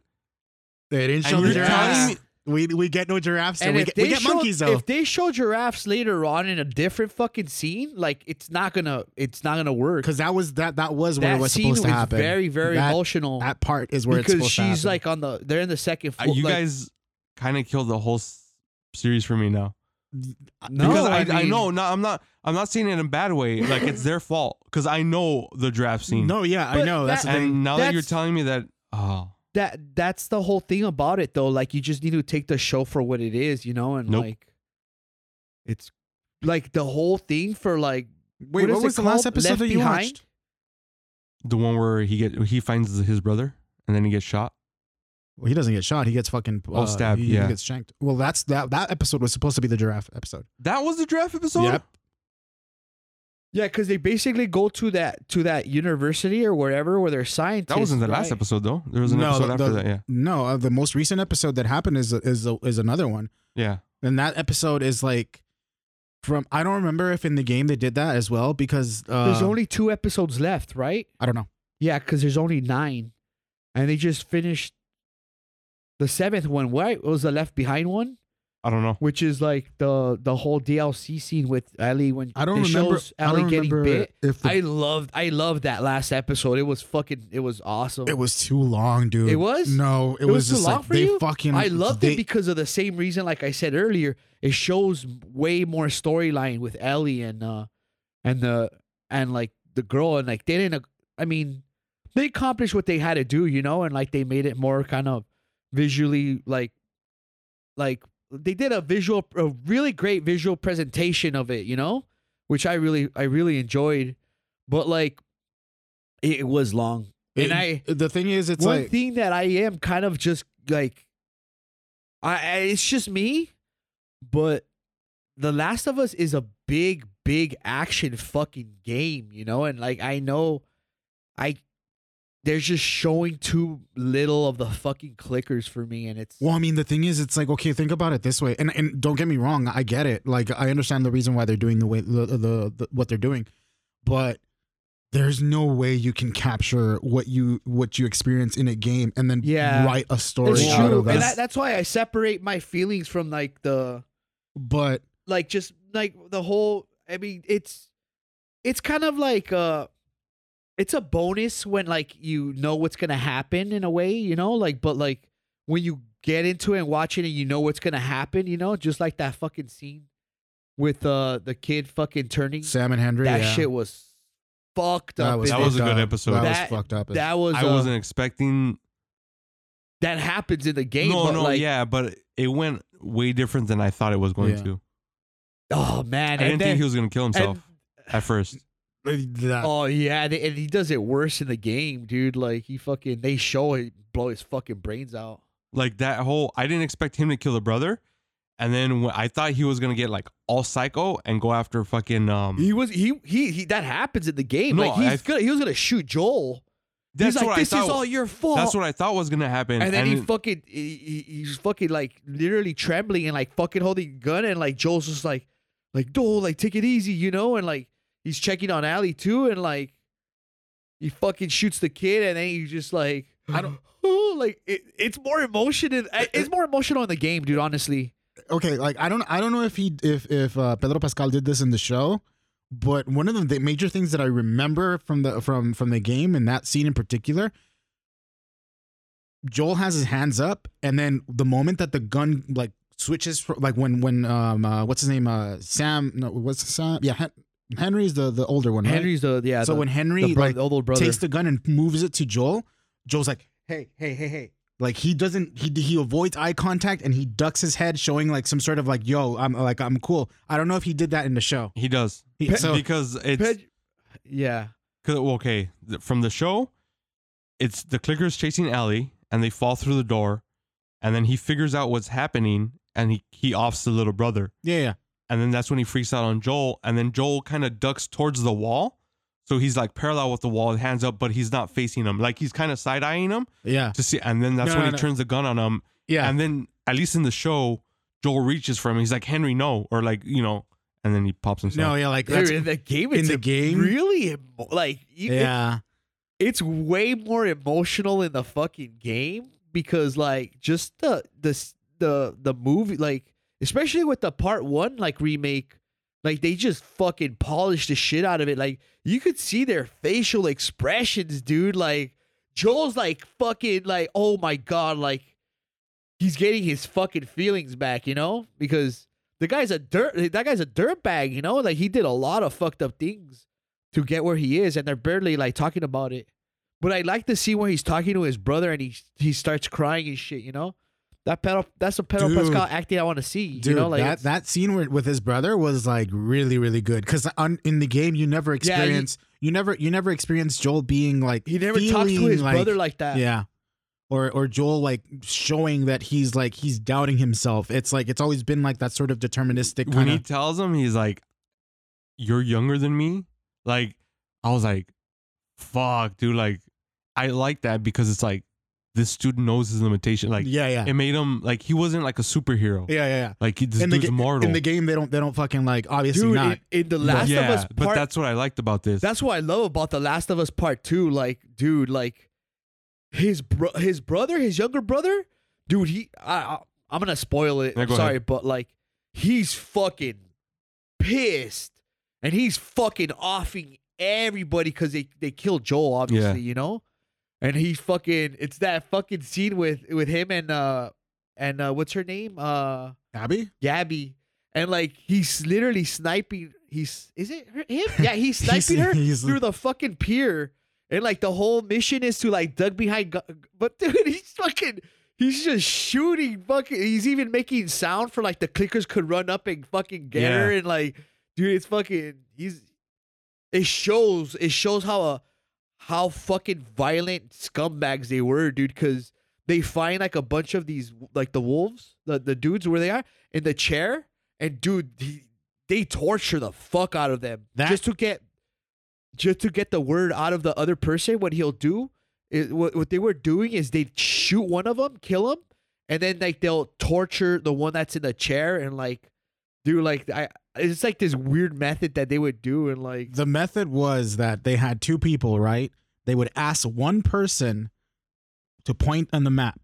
B: They didn't
C: And
B: show the
C: you're
A: giraffes.
C: telling
B: giraffes.
C: me, uh,
B: We we get no giraffes. There.
A: And
B: We
A: if
B: get,
A: they
B: we get
A: show,
B: monkeys though.
A: If they show giraffes later on in a different fucking scene, like it's not gonna, it's not gonna work.
B: Because that was that that was where
A: that
B: it was
A: scene
B: supposed to
A: was
B: happen.
A: very, very
B: That-
A: emotional
B: that part is where it's
A: because
B: supposed to
A: she's
B: happen.
A: like on the, they're in the second
C: Uh,
A: floor.
C: you
A: like,
C: guys kind of killed the whole s- series for me now.
A: uh, no,
C: because I, I,
A: mean,
C: know, no, I'm not. I'm not saying it in a bad way. Like it's their fault because I know the draft scene.
B: no, yeah, I
A: But
B: know. That's
A: that-
B: the thing.
C: and now that you're
A: That's-
C: telling me that, oh,
A: that that's the whole thing about it though like you just need to take the show for what it is you know and
C: Nope.
A: like it's like the whole thing for like
B: Wait,
A: what
B: what,
A: is
B: was
A: it
B: the last
A: called?
B: episode
A: Left
B: that you
A: Behind?
B: watched?
C: the one where he get he finds his brother and then he gets shot.
B: Well, he doesn't get shot. He gets fucking
C: Oh,
B: uh,
C: stabbed,
B: He, he
C: yeah.
B: gets shanked. Well, that's that that episode was supposed to be the giraffe episode.
C: That was the draft episode.
B: Yep.
A: yeah because they basically go to that to that university or wherever where they're scientists
C: That wasn't the last
A: right?
C: episode though. There was an
B: No,
C: episode
B: the-
C: after
B: the-
C: that. Yeah,
B: No, uh, the most recent episode that happened is is is another one,
C: yeah.
B: and that episode is like from I don't remember if in the game they did that as well because uh,
A: there's only two episodes left right
B: I don't know.
A: yeah because there's only nine and they just finished the seventh one right it was the left behind one
C: I don't know.
A: which is like the the whole dlc scene with ellie when
B: I don't
A: they
B: remember.
A: shows
B: I
A: ellie
B: don't
A: getting
B: remember
A: bit
B: if the,
A: I loved I loved that last episode. It was fucking it was awesome.
B: it was too long, dude.
A: It was?
B: no.
A: It
B: It,
A: was
B: was,
A: too
B: just
A: long
B: like
A: for
B: they
A: you?
B: fucking.
A: I loved
B: they,
A: it because of the same reason like I said earlier, it shows way more storyline with Ellie and uh and the and like the girl and like they didn't I mean they accomplished what they had to do, you know, and like they made it more kind of visually like like they did a visual a really great visual presentation of it, you know, which I really I really enjoyed, but like it, it was long. and I
B: The thing is, it's
A: one
B: like
A: thing that I am kind of just like, I, I it's just me, but The Last of Us is a big, big action fucking game, you know, and like I know, I they're just showing too little of the fucking clickers for me, and it's
B: Well, I mean, the thing is, it's like okay, think about it this way, and and don't get me wrong, I get it. Like, I understand the reason why they're doing the way the the, the what they're doing, but there's no way you can capture what you what you experience in a game and then
A: Yeah.
B: write a story
A: it's
B: out
A: true,
B: of
A: and
B: that.
A: that, that's why I separate my feelings from like the
B: but
A: like just like the whole i mean it's it's kind of like uh it's a bonus when like you know what's gonna happen in a way you know like but like when you get into it and watch it and you know what's gonna happen you know just like that fucking scene with uh the kid fucking turning
B: Sam and Henry,
A: that
B: yeah,
A: shit was fucked
B: that
A: up
B: was
A: in
C: That
A: it.
C: was a
B: fucked
C: good
B: up.
C: episode.
B: That,
A: That-
B: was fucked up.
A: that was
C: I
A: uh,
C: wasn't expecting.
A: that happens in the game
C: no,
A: but
C: no,
A: like
C: yeah, but it went way different than I thought it was going
B: Yeah.
C: to.
A: oh man
C: I
A: and
C: didn't
A: then,
C: think he was gonna kill himself
A: and-
C: at first.
B: That-
A: Oh yeah, they, and he does it worse in the game, dude. Like he fucking they show it blow his fucking brains out.
C: Like that whole, I didn't expect him to kill the brother, and then when, I thought he was gonna get like all psycho and go after fucking um.
A: He was he he, he that happens in the game.
C: No,
A: like he's
C: I-
A: gonna he was gonna shoot Joel.
C: that's
A: he's like,
C: what
A: this
C: I thought.
A: is all your fault.
C: that's what I thought was gonna happen.
A: and then he
C: it-
A: fucking he, he- he's fucking like literally trembling and like fucking holding a gun and like Joel's just like like Joel like take it easy you know and like he's checking on Allie too and like he fucking shoots the kid and then he just like
B: I (gasps) don't-
A: oh like it, it's more emotion in, it's more emotional in the game dude honestly
B: okay like i don't i don't know if he if if uh, pedro pascal did this in the show but one of the, the major things that i remember from the from from the game and that scene in particular joel has his hands up and then the moment that the gun like switches from like when when um uh, what's his name uh sam no what's sam yeah Hen- henry's the the older one right?
A: Henry's the yeah
B: so
A: the,
B: when
A: the
B: henry
A: bro-
B: like
A: the older brother
B: takes the gun and moves it to Joel. Joel's like, "Hey, hey, hey, hey!" Like he doesn't he he avoids eye contact and he ducks his head, showing like some sort of like, "Yo, I'm like I'm cool." I don't know if he did that in the show.
C: he does
B: He-
A: Pe-
B: so
C: because it's
A: Ped- yeah
C: 'Cause, well, okay, th- from the show, it's the clickers chasing Ellie, and they fall through the door, and then he figures out what's happening, and he he offs the little brother,
B: yeah, yeah,
C: and then that's when he freaks out on Joel, and then Joel kind of ducks towards the wall, so he's like parallel with the wall, hands up, but he's not facing him, like he's kind of side eyeing him
B: yeah,
C: to see, and then that's
B: No,
C: when
B: no,
C: he
B: no.
C: turns the gun on him,
B: yeah.
C: and then at least in the show, Joel reaches for him, he's like Henry, no, or like you know, and then he pops himself.
B: no, yeah, like
A: Dude,
B: that's,
A: in the game
B: in
A: it's
B: the
A: em-
B: game?
A: really emo- like you, it-
B: yeah,
A: it's way more emotional in the fucking game because like just the the s- the the movie like especially with the part one like remake like they just fucking polished the shit out of it like you could see their facial expressions dude like joel's like fucking like oh my god like he's getting his fucking feelings back you know because the guy's a dirt that guy's a dirtbag you know like he did a lot of fucked up things to get where he is and they're barely like talking about it but i like to see where he's talking to his brother and he he starts crying and shit you know that pedal that's a pedal
B: Dude.
A: pascal acting i want to see
B: Dude,
A: you know like
B: that,
A: it's-
B: that scene where, with his brother was like really, really good. Because in the game, you never
A: Yeah, he-
B: experience, you never, you never experience Joel being like
A: He never talks to
B: feeling
A: his brother like that.
B: yeah, or or Joel like showing that he's like he's doubting himself. It's like it's always been like that sort of deterministic
C: when
B: kind
C: he
B: of.
C: tells him he's like you're younger than me like i was like fuck dude like i like that because it's like this dude knows his limitation like
B: yeah, yeah,
C: it made him like he wasn't like a superhero
B: yeah, yeah,
C: like he, this
B: yeah. In the,
C: dude's
B: ga-
C: mortal
B: in the game, they don't they don't fucking like obviously
A: dude
B: not.
A: in, in the last
C: yeah
A: of us part
C: but that's what i liked about this
A: That's what I love about The Last of Us Part Two. Like, dude, like his bro, his brother, his younger brother, dude. He, I, I I'm gonna spoil it.
C: Yeah,
A: I'm
C: go
A: sorry, but like, he's fucking pissed, and he's fucking offing everybody because they they killed Joel, obviously, you know. And he fucking it's that fucking scene with with him and uh and uh what's her name uh
B: Abby,
A: Gabby. And like he's literally sniping. He's is it her, him? Yeah, he's sniping
B: (laughs)
A: her
B: he's-
A: through the fucking pier. And like the whole mission is to like dug behind. Gu- but (laughs) dude, he's fucking. He's just shooting fucking. He's even making sound for like the clickers could run up and fucking get her. And like, dude, it's fucking. He's. It shows. It shows how a how fucking violent scumbags they were, dude. Because they find like a bunch of these like the wolves, the the dudes where they are in the chair, and dude, he, they torture the fuck out of them
B: That-
A: just to get just to get the word out of the other person. What he'll do is what what they were doing is they'd shoot one of them, kill him, and then like they'll torture the one that's in the chair and like do like I. It's like this weird method that they would do, and like
B: the method was that they had two people, right? They would ask one person to point on the map.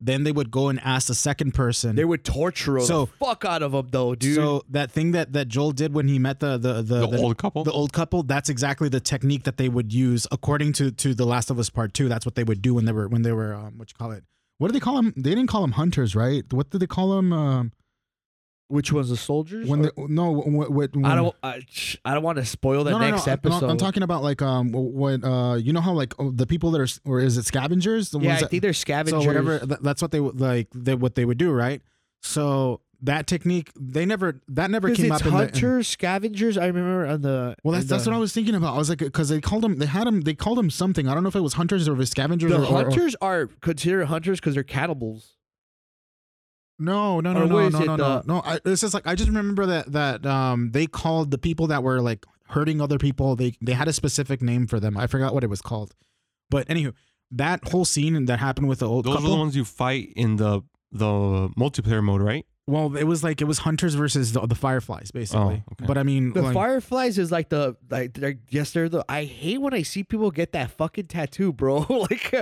B: Then they would go and ask the second person.
A: they would torture
B: So-
A: the fuck out of them, though, dude.
B: So that thing that, that Joel did when he met the the the,
C: the,
B: the-
C: old couple
B: the old couple, that's exactly the technique that they would use according to to The Last of Us Part Two. That's what they would do when they were when they were um, what you call it. What do they call them? They didn't call them hunters, right? What did they call them? Um,
A: Which one's the soldiers?
B: when
A: Or-
B: they, no, when, when,
A: I don't. I, sh- I don't want to spoil the
B: no, no,
A: next
B: no, I'm-
A: episode.
B: I'm, talking about like um when uh you know how like oh, the people that are s- or is it scavengers the
A: yeah,
B: ones
A: I
B: that,
A: think they're scavengers.
B: So whatever, th- that's what they would like. They, what they would do, right? So that technique, they never that never
A: Because
B: came
A: it's
B: up. in the, in,
A: hunters, scavengers. I remember on the.
B: well,
A: in
B: that's that's
A: the-
B: what I was thinking about. I was like, because they called them, they had them, they called them something. I don't know if it was hunters or scavengers.
A: The
B: or, or- or-
A: hunters are considered hunters because they're cannibals.
B: no, no, no,
A: or what
B: no,
A: is
B: no,
A: it,
B: no, no,
A: uh,
B: no. I, it's just like I just remember that that um they called the people that were like hurting other people. They they had a specific name for them. I forgot what it was called, but anywho, that whole scene that happened with the old
C: those
B: couple.
C: are the ones you fight in the the multiplayer mode right
B: Well, it was like it was hunters versus the, the fireflies, basically.
C: Oh, okay.
B: But I mean,
A: The
B: like,
A: fireflies is like the like. They're, yes, they're the. I hate when I see people get that fucking tattoo, bro. (laughs) like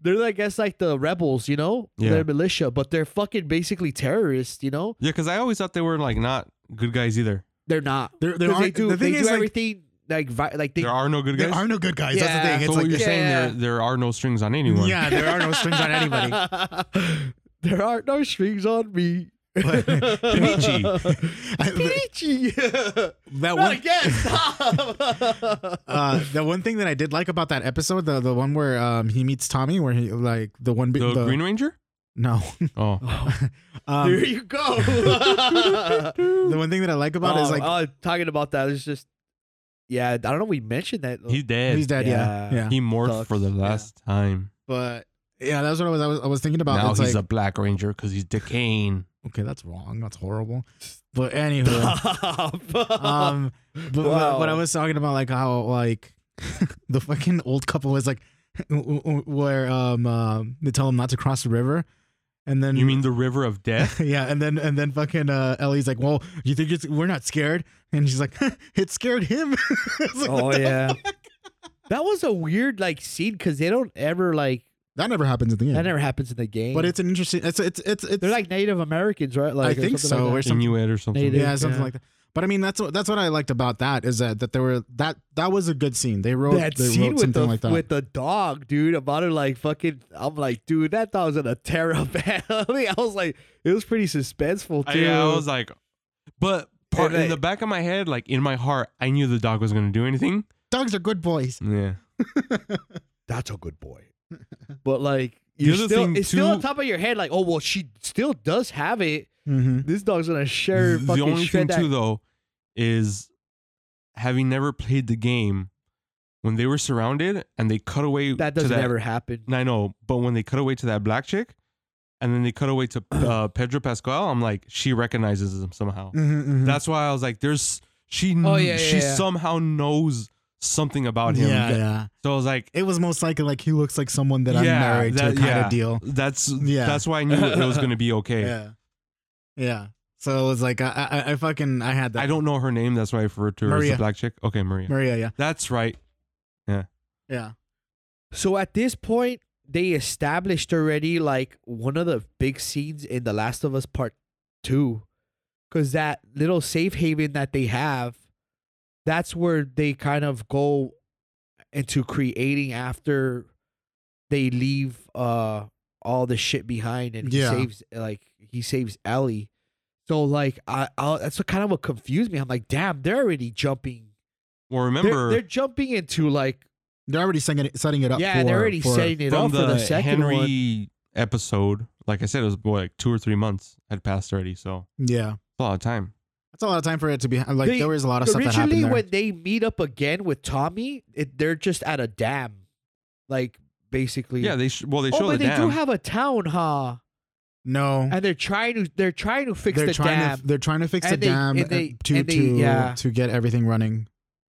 A: they're I guess like the rebels, you know?
C: Yeah.
A: They're militia, but they're fucking basically terrorists. You know?
C: yeah because i always thought they were like not good guys either
A: They're not.
B: There, there
A: 'Cause
B: aren't,
A: they do.
B: The thing
A: they
B: is,
A: do
B: like,
A: everything like vi- like they.
C: there are no good
B: there
C: guys
B: are no good guys. That's the
A: Yeah.
B: thing.
C: so
B: It's
C: what
B: like,
C: you're saying
A: yeah.
C: there there are no strings on anyone
B: yeah, there are no strings on (laughs) anybody.
A: there aren't no strings on me.
B: But,
A: Peachy.
B: I-
A: Peachy.
B: that
A: (laughs) Not
B: one,
A: again. Stop.
B: uh, the one thing that I did like about that episode, the the one where um he meets Tommy, where he like the one bit
C: the,
B: the,
C: green ranger
B: (laughs) no,
C: oh
B: um,
A: there you go. (laughs) oh,
B: the one thing that I like about it is like
A: oh, talking about that is just, yeah, I don't know. We mentioned that. (laughs)
C: he's dead
B: he's dead. Yeah,
A: Yeah.
B: yeah.
C: he morphed
A: Sucks.
C: for the last time
B: but yeah, that's what I was I was, I was thinking about.
C: now
B: it's
C: he's
B: like
C: a black ranger because he's decaying
B: okay, that's wrong. That's horrible. But anywho,
A: (laughs) Stop.
B: (laughs) um but what-
A: Wow.
B: what i was talking about like how like the fucking old couple was like where um uh, they tell him not to cross the river and then
C: you mean the river of
B: (laughs)
C: death
B: yeah and then and then fucking uh ellie's like well you think it's we're not scared and she's like (laughs) it scared him (laughs) It's like,
A: oh yeah, that was a weird like scene because they don't ever like
B: That never happens in the game.
A: That never happens in the game.
B: Hmm. but it's an interesting. It's it's it's it's.
A: they're like Native Americans, right? Like or
B: think
A: something
B: so,
A: Like
B: or
A: that.
B: something-
C: Inuit or something.
A: Native.
B: yeah, something
A: yeah.
B: like that. But I mean, that's what that's what I liked about that is that that there were that that was a good scene. They wrote
A: that
B: they
A: scene
B: wrote
A: with
B: something
A: the
B: like that.
A: with the dog, dude. About it, like fucking. I'm like, dude, that dog was in a terror family. (laughs) I was like, it was pretty suspenseful,
C: I,
A: too.
C: yeah, I was like, but part,
A: And
C: in
A: they-
C: the back of my head, like in my heart, I knew the dog was gonna do anything.
B: Dogs are good boys.
C: Yeah,
A: That's a good
C: (laughs)
A: boy. But like, you're
C: other
A: still,
C: thing,
A: it's still on
C: too-
A: top of your head. Like, oh well, she still does have it.
B: Mm-hmm.
A: This dog's gonna share.
C: Th- the
A: fucking
C: only thing
A: shred that.
C: too though is having never played the game when they were surrounded and they cut away
A: that
C: to
A: doesn't
C: that,
A: ever happen.
C: I know, but when they cut away to that black chick, and then they cut away to uh, Pedro Pascal, I'm like, she recognizes
B: (clears throat)
C: him somehow.
A: Mm-hmm,
C: That's why I was like, there's she.
A: Oh, yeah, yeah,
C: she
A: yeah.
C: somehow knows something about him.
B: yeah, yeah.
C: So I was like,
B: It was most likely like he looks like someone that I'm
C: Yeah,
B: married
C: that-
B: to kind
C: yeah.
B: of deal.
C: that's
B: Yeah.
C: that's why I knew it was gonna
A: (laughs)
C: be okay.
B: Yeah, yeah. So it was like I I, I fucking I had that.
C: I don't know her name. That's why I referred to her as
B: Maria.
C: the black chick. Okay, Maria.
B: Maria. Yeah,
C: That's right.
B: yeah.
A: So at this point, they established already like one of the big scenes in The Last of Us Part Two, because that little safe haven that they have, that's where they kind of go into creating after they leave uh all the shit behind and he
B: Yeah.
A: saves like he saves Ellie. So like I, I that's what kind of what confused me. I'm like, damn, they're already jumping.
C: Well,
A: They're-
C: remember
A: they're jumping into like
B: They're already setting it, setting it up.
A: yeah, they're
B: for-
A: already
B: for-
A: setting it
C: from
A: up
C: the,
A: for the second
C: Henry
A: one.
C: episode. Like I said, it was boy, like two or three months had passed already. So
B: Yeah,
C: it's a lot of time.
B: that's a lot of time for it to be like.
A: They-
B: there was a lot of stuff that
A: Originally,
B: happened there.
A: when they meet up again with Tommy, it, they're just at a dam, like basically.
C: Yeah, they sh- well they
A: oh,
C: show
A: but
C: the
A: they
C: dam.
A: do have a town, huh?
B: no,
A: And they're trying to they're trying to fix
B: they're
A: the
B: trying
A: dam.
B: to they're trying to fix the
A: And they-
B: dam
A: and
B: uh,
A: they-
B: to
A: and they-
B: to
A: yeah.
B: to get everything running.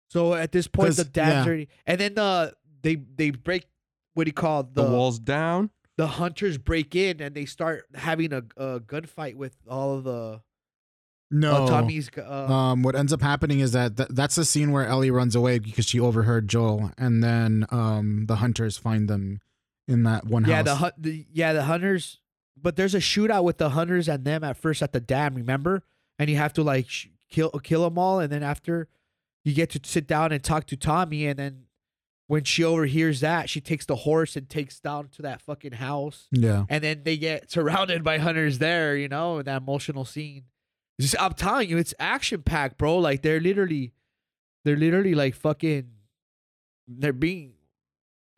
A: so at this point,
B: 'Cause-
A: the dam's
B: yeah.
A: already. And then the they they break what do you call it?
C: the,
A: the
C: walls down.
A: The hunters break in and they start having a, a gunfight with all of the
B: No,
A: uh, Tommy's. gu- Uh,
B: Oh, Um, what ends up happening is that th- that's the scene where Ellie runs away because she overheard Joel, and then um, the hunters find them in that one
A: yeah,
B: house.
A: the, hun- the yeah the hunters. But there's a shootout with the hunters and them at first at the dam. Remember, and you have to like sh- kill kill them all, and then after you get to sit down and talk to Tommy, and then when she overhears that, she takes the horse and takes down to that fucking house,
B: yeah,
A: and then they get (laughs) surrounded by hunters there. You know, in that emotional scene. Just, I'm telling you, it's action packed, bro. Like they're literally, they're literally like fucking, they're being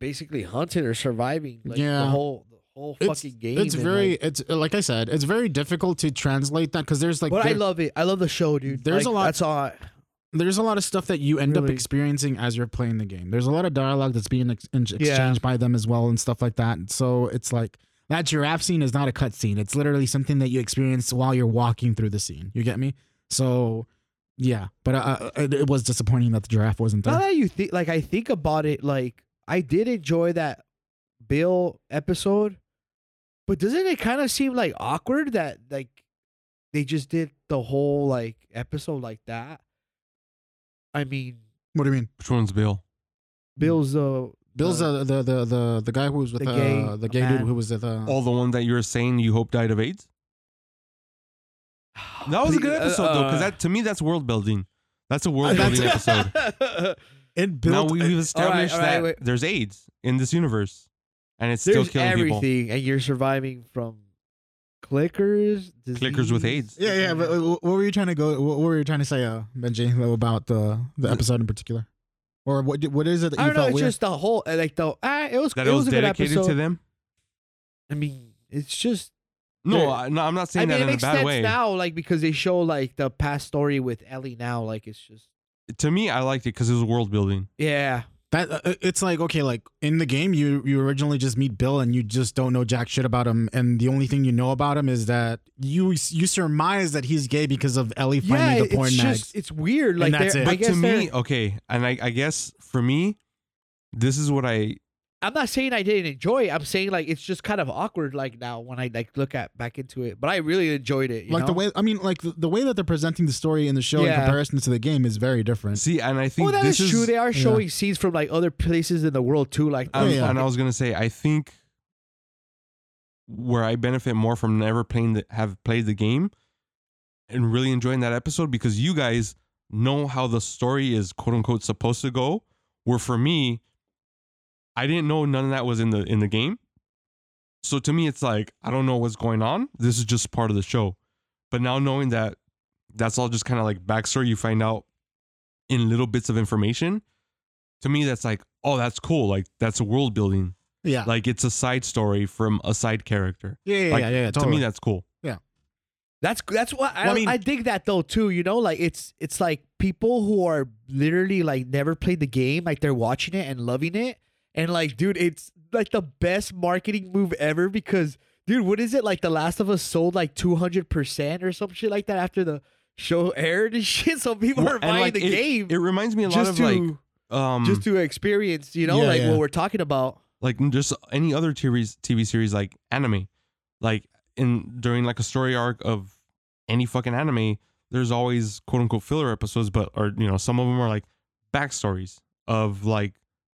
A: basically hunted or surviving. Like the
B: Yeah.
A: whole, the whole
B: It's-
A: fucking game.
B: it's
A: and,
B: very
A: like-
B: it's like I said, it's very difficult to translate that because there's like
A: but I
B: there-
A: love it. I love the show, dude.
B: there's
A: Like,
B: a lot-
A: That's all. I,
B: there's a lot of stuff that you end up
A: Really.
B: experiencing as you're playing the game. There's a lot of dialogue that's being ex- in- exchanged by them as well and stuff like that. So it's like that giraffe scene is not a cutscene. It's literally something that you experience while you're walking through the scene. You get me? So yeah, but uh, uh, it, it was disappointing that the giraffe wasn't
A: now
B: there.
A: that you think, like I think about it, like I did enjoy that Bill episode, but doesn't it kind of seem like awkward that like they just did the whole like episode like that? I mean.
C: Mm.
B: What do you mean?
C: Which one's Bill?
A: Bill's uh
B: Bill's
A: uh,
B: the the the the, the guy who was with
A: the
B: the
A: gay
B: uh, the gay
A: man. Oh,
B: dude who was with uh,
C: All the one that you were saying you hope died of AIDS. (sighs) That
B: uh,
C: was a
A: uh,
C: good episode though, because that to me that's world building. That's
A: (laughs)
C: a world building episode.
B: it
C: now
B: built
A: uh,
C: we, we've established
A: alright,
C: that
A: wait.
C: there's AIDS in this universe, and it's still
A: There's
C: killing
A: everything,
C: people.
A: and you're surviving from clickers,
C: Clickers with
A: disease,
C: AIDS.
B: yeah yeah. But uh, what were you trying to go? What were you trying to say, uh, Benji, though, about the the episode in particular, or what what is it that
A: I
B: you
A: don't know.
B: felt
A: It's
B: weird?
A: just the whole uh, like the ah, it was
C: That
A: it
C: it was,
A: was a good
C: dedicated
A: episode.
C: to them.
A: I mean, it's just There-
C: No, I, no, I'm not
A: I
C: saying
A: mean,
C: that
A: it
C: in a
A: makes
C: bad
A: sense
C: way.
A: now, like because they show like the past story with Ellie now, like it's just
C: To me, I liked it because it was world building.
A: yeah,
B: That uh, it's like okay, like in the game, you you originally just meet Bill and you just don't know jack shit about him, and the only thing you know about him is that you you surmise that he's gay because of Ellie finding
A: yeah.
B: the porn
A: it's
B: mags.
A: just it's weird.
B: And
A: Like
B: that's
A: they're-
B: it.
A: I
C: But
A: guess
C: to me,
A: they're-
C: okay, and I, I guess for me, this is what I
A: I'm not saying I didn't enjoy. it. I'm saying like it's just kind of awkward like now when I like look at back into it. But I really enjoyed it. you
B: like the
A: know?
B: way I mean, like the, the way that they're presenting the story in the show in
A: Yeah.
B: comparison to the game is very different.
C: see, and I think
A: Well, Oh, that is
C: this
A: true. They are
B: yeah. Oh,
A: showing scenes from like other places in the world too. Like,
C: Um,
B: Yeah, yeah.
C: And I was gonna say, I think where I benefit more from never playing the, have played the game and really enjoying that episode because you guys know how the story is quote unquote supposed to go. Where for me, I didn't know none of that was in the in the game. So to me, it's like I don't know what's going on. This is just part of the show. But now knowing that that's all just kind of like backstory, you find out in little bits of information. To me, that's like, oh, that's cool. Like that's world building.
B: Yeah.
C: Like it's a side story from a side character.
B: yeah, yeah,
C: like,
B: yeah, yeah,
C: To me, that's cool.
A: That's that's what I,
B: Well, I
A: I
B: mean-
A: dig that though too. You know, like it's it's like people who are literally like never played the game, like they're watching it and loving it, and like, dude, it's like the best marketing move ever because, dude, what is it like? The Last of Us sold like two hundred percent or some shit like that after the show aired and (laughs) shit. So people
C: Well,
A: are
C: and,
A: buying
C: like,
A: the
C: it,
A: game
C: It reminds me a lot
A: just
C: of
A: to
C: like um
A: just to experience, you know,
B: Yeah,
A: like
B: yeah.
A: what we're talking about.
C: like just any other TV TV series like anime, like in during like a story arc of any fucking anime, there's always quote unquote filler episodes, but or you know some of them are like backstories of like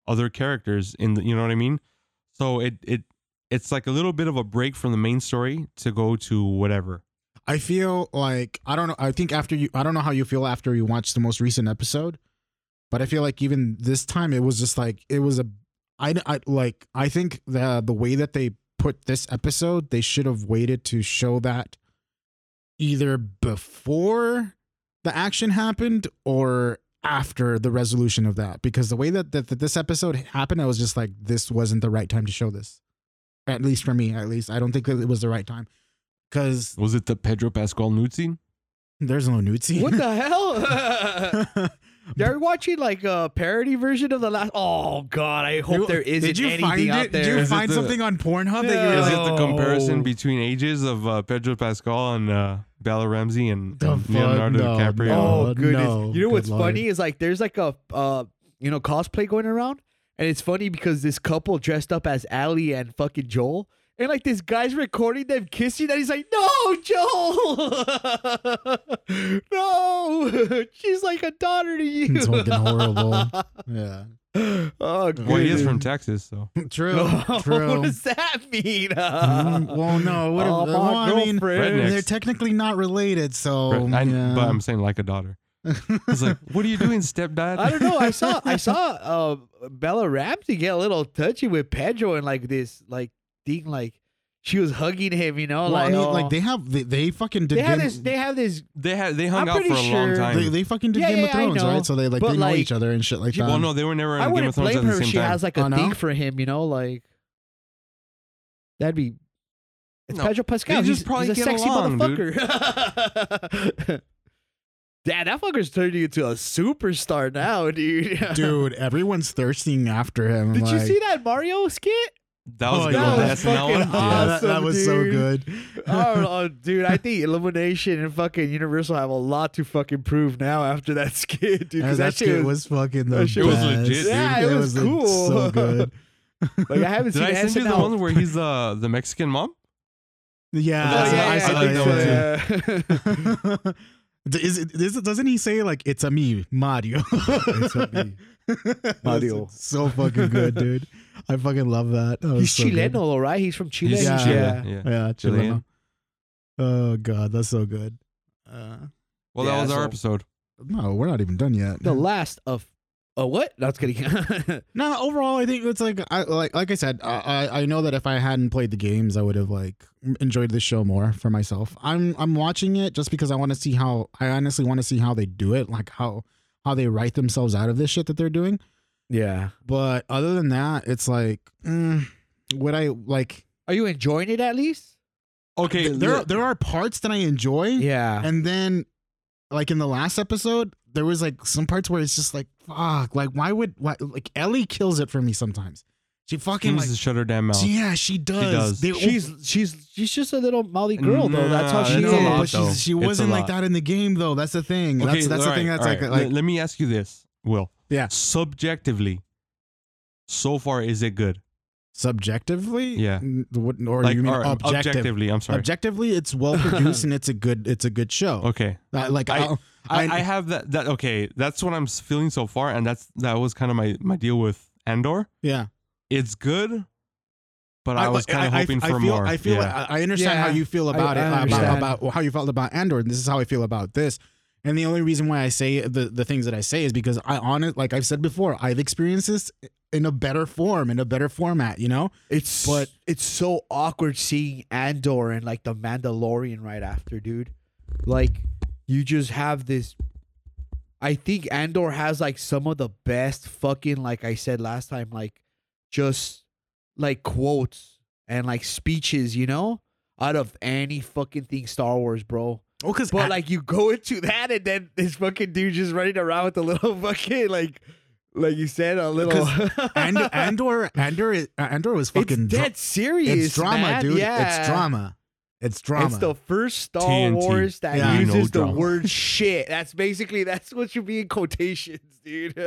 C: other characters in the you know what I mean. So it it it's like a little bit of a break from the main story to go to whatever.
B: I feel like I don't know. I think after you, I don't know how you feel after you watch the most recent episode, but I feel like even this time it was just like it was a. I, I like I think the the way that they put this episode, they should have waited to show that either before the action happened or after the resolution of that because the way that, that, that this episode happened i was just like this wasn't the right time to show this at least for me at least i don't think that it was the right time because
C: Was it the Pedro Pascal nude scene?
B: there's no nude scene.
A: What
B: (laughs)
A: the hell? (laughs) They're watching like a parody version of the last. Oh God, I hope there isn't
B: Did you
A: anything
B: find
A: out
B: it?
A: there.
B: Did you
C: Is it
B: find
C: the-
B: something on Pornhub that you were
A: No.
C: Is
B: like,
C: it the comparison
A: Oh.
C: between ages of uh, Pedro Pascal and uh, Bella Ramsey and
B: The
C: and
B: fuck?
C: Leonardo
B: No,
A: (laughs)
C: DiCaprio?
A: oh
B: Oh,
A: goodness!
B: no.
A: you know
B: Good
A: what's
B: Lord.
A: funny is like there's like a uh you know cosplay going around, and it's funny because this couple dressed up as Allie and fucking Joel. And like this guy's recording them kissing, and he's like, "No, Joel, (laughs) no." (laughs) She's like a daughter to you.
B: It's (laughs) fucking horrible. yeah.
A: (laughs) oh,
C: Well, he is
A: goodness.
C: from Texas, so
B: (laughs) (laughs) True.
A: what
B: True.
A: does that mean?
B: (laughs) Mm, well, no. What
A: Oh,
B: if,
A: my
B: well, I mean,
A: girlfriend.
B: they're
C: Rednecks.
B: technically not related,
A: Oh,
B: so.
C: I,
B: yeah.
C: but I'm saying like a daughter. It's like, what are you doing, stepdad?
A: I don't know. I saw I saw uh, Bella Ramsey get a little touchy with Pedro and like this like thing like she was hugging him, you know,
B: Well,
A: like
B: I mean,
A: oh.
B: like they have they, they fucking did
A: They have
B: Game,
A: this they have this
C: They had they hung
A: I'm
C: out for
A: pretty
C: a long
A: sure
C: time.
B: they, they fucking did
A: Yeah,
B: Game
A: yeah,
B: of
A: I
B: Thrones,
A: know.
B: right? So they like
A: But,
B: they know
A: like-
B: each other and shit like that.
C: well, no, they were never
A: I
C: in Game
A: wouldn't
C: of Thrones at
A: blame
C: the
A: her
C: same
A: if she
C: time.
A: has like a
B: Oh, no?
A: thing for him, you know, like that'd be it's
C: No.
A: Pedro Pascal.
C: They just
A: he's,
C: probably
A: he's a
C: get
A: sexy
C: along, dude.
A: motherfucker. (laughs) Dad, that fucker's turning into a superstar now, dude.
B: dude, everyone's thirsting after him.
A: Did you
B: like-
A: see that Mario (laughs) skit?
C: that was
B: Oh,
C: a good
B: (laughs) yeah.
C: one.
B: That
A: was
C: That's not
A: fucking
C: one.
B: Oh,
C: Yeah.
B: that, that
A: Awesome,
B: was so
A: dude.
B: good.
A: I don't know, Oh, dude. I think Illumination and fucking Universal have a lot to fucking prove now after that (laughs) skit, dude. 'cause
B: And that shit was fucking the
A: that shit
C: was
B: best.
C: legit, dude.
A: Yeah, it was
B: like,
A: cool.
B: So good.
A: like I haven't
C: Did
A: seen
C: I send you the
A: SNL.
C: one where he's uh, the Mexican mom?
B: Yeah,
A: Oh,
C: That's
A: yeah,
C: what
A: yeah,
C: I saw
A: yeah,
C: that one,
A: yeah. (laughs)
B: (laughs) yeah. Is it, is it, doesn't he say like it's a me Mario? it's
A: a
B: (laughs)
A: me, Mario.
B: so fucking good, dude. I fucking love that. that was
A: He's
B: so
A: Chileno,
B: Good.
A: though, right? He's from Chile.
C: He's
B: Yeah.
C: in Chile. Yeah.
B: Yeah, Chileno.
C: Chilean.
B: Oh god, that's so good. Uh,
C: Well,
A: Yeah,
C: that was our
A: so-
C: episode.
B: no, we're not even done yet.
A: The last of oh what? That's kidding. (laughs)
B: No, overall, I think it's like I like like I said, I I I know that if I hadn't played the games, I would have like enjoyed the show more for myself. I'm I'm watching it just because I want to see how I honestly want to see how they do it, like how how they write themselves out of this shit that they're doing.
A: yeah.
B: But other than that, it's like mm, would I like
A: Are you enjoying it at least?
C: Okay,
B: there
C: look,
B: there are parts that I enjoy,
A: Yeah.
B: and then like in the last episode, there was like some parts where it's just like fuck, like why would why like Ellie kills it for me sometimes. She
C: he
B: fucking
C: needs
B: like
C: to shut her damn mouth.
B: Yeah, she does.
C: does.
B: They-
A: She's she's she's just a little mouthy girl though. That's how
C: Nah,
A: she
C: that's
A: is.
C: Mm, a lot,
B: but
C: though.
B: she's, she
C: It's a
B: wasn't like
C: lot.
B: that in the game though. That's the thing. that's that's the
C: alright,
B: thing. That's
C: alright.
B: like
C: Let-
B: like
C: let, me ask you this, Will.
B: Yeah.
C: Subjectively, so far is it good?
B: subjectively.
C: Yeah.
B: N- what- Or
C: like
B: you mean
C: alright,
B: objective.
C: objectively? I'm sorry.
B: Objectively, it's well produced and it's a good it's a good show.
C: okay.
B: Uh, like
C: I-
B: I'll-
C: I,
B: I-
C: I have that that okay. That's what I'm s- feeling so far, and that's that was kind of my my deal with Andor.
B: yeah,
C: It's good, but I, was kind of hoping
B: I
C: for
B: feel,
C: more.
B: I feel.
C: yeah.
B: I I understand how
A: Yeah,
B: you feel
A: I-
B: about
A: I
B: it, about,
A: understand.
B: about how you felt about Andor, and this is how I feel about this. And the only reason why I say the, the things that I say is because I honest, like I've said before, I've experienced this in a better form, in a better format. You know,
A: It's
B: But-
A: but it's so awkward seeing Andor and like the Mandalorian right after, dude. Like you just have this. I think Andor has like some of the best fucking like I said last time, like just like quotes and like speeches, you know, out of any fucking thing Star Wars, bro.
B: oh, because
A: But like you go (laughs) into that and then this fucking dude just running around with a little (laughs) fucking like, like you said, a little. (laughs)
B: and, Andor, Andor, is- Andor was fucking.
A: it's
B: dra-
A: dead serious.
B: it's drama,
A: man.
B: dude.
A: Yeah.
B: It's drama. It's drama.
A: It's the first Star
C: TNT.
A: Wars that
B: Yeah.
A: uses
C: No
A: the
C: drama.
B: (laughs)
A: word shit. That's basically that's what should be in quotations,
B: (laughs)
A: dude.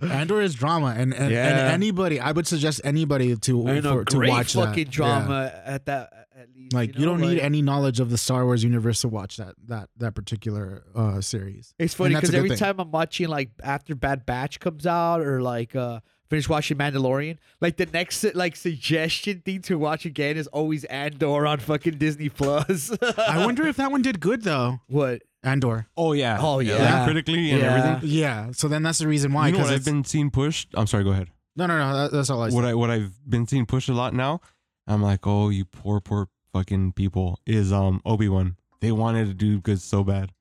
B: Andor is drama, and and,
A: Yeah.
B: and anybody, I would suggest anybody to
A: and
B: for,
A: a
B: to
A: great
B: watch that.
A: fucking
B: Yeah.
A: drama at that. At least,
B: Like you,
A: know,
B: don't need
A: like-
B: any knowledge of the Star Wars universe to watch that that that particular uh series.
A: It's
B: and
A: funny because
B: that's a good
A: every
B: thing.
A: time I'm watching like after Bad Batch comes out or like uh finish watching Mandalorian, like the next like suggestion thing to watch again is always Andor on fucking Disney Plus. (laughs)
B: I wonder if that one did good though.
A: what?
B: Andor.
C: oh yeah.
A: Oh,
C: Like,
A: yeah.
C: critically and
A: Yeah.
C: everything.
B: Yeah. So then that's the reason why.
C: you know what
B: 'cause
C: I've
B: it's-
C: been seeing pushed. I'm sorry. Go ahead.
B: No, no, no. That, that's all I.
C: What
B: Said.
C: I what I've been seeing pushed a lot now. I'm like, oh, you poor poor fucking people. Is um Obi Wan. They wanted to do good so bad,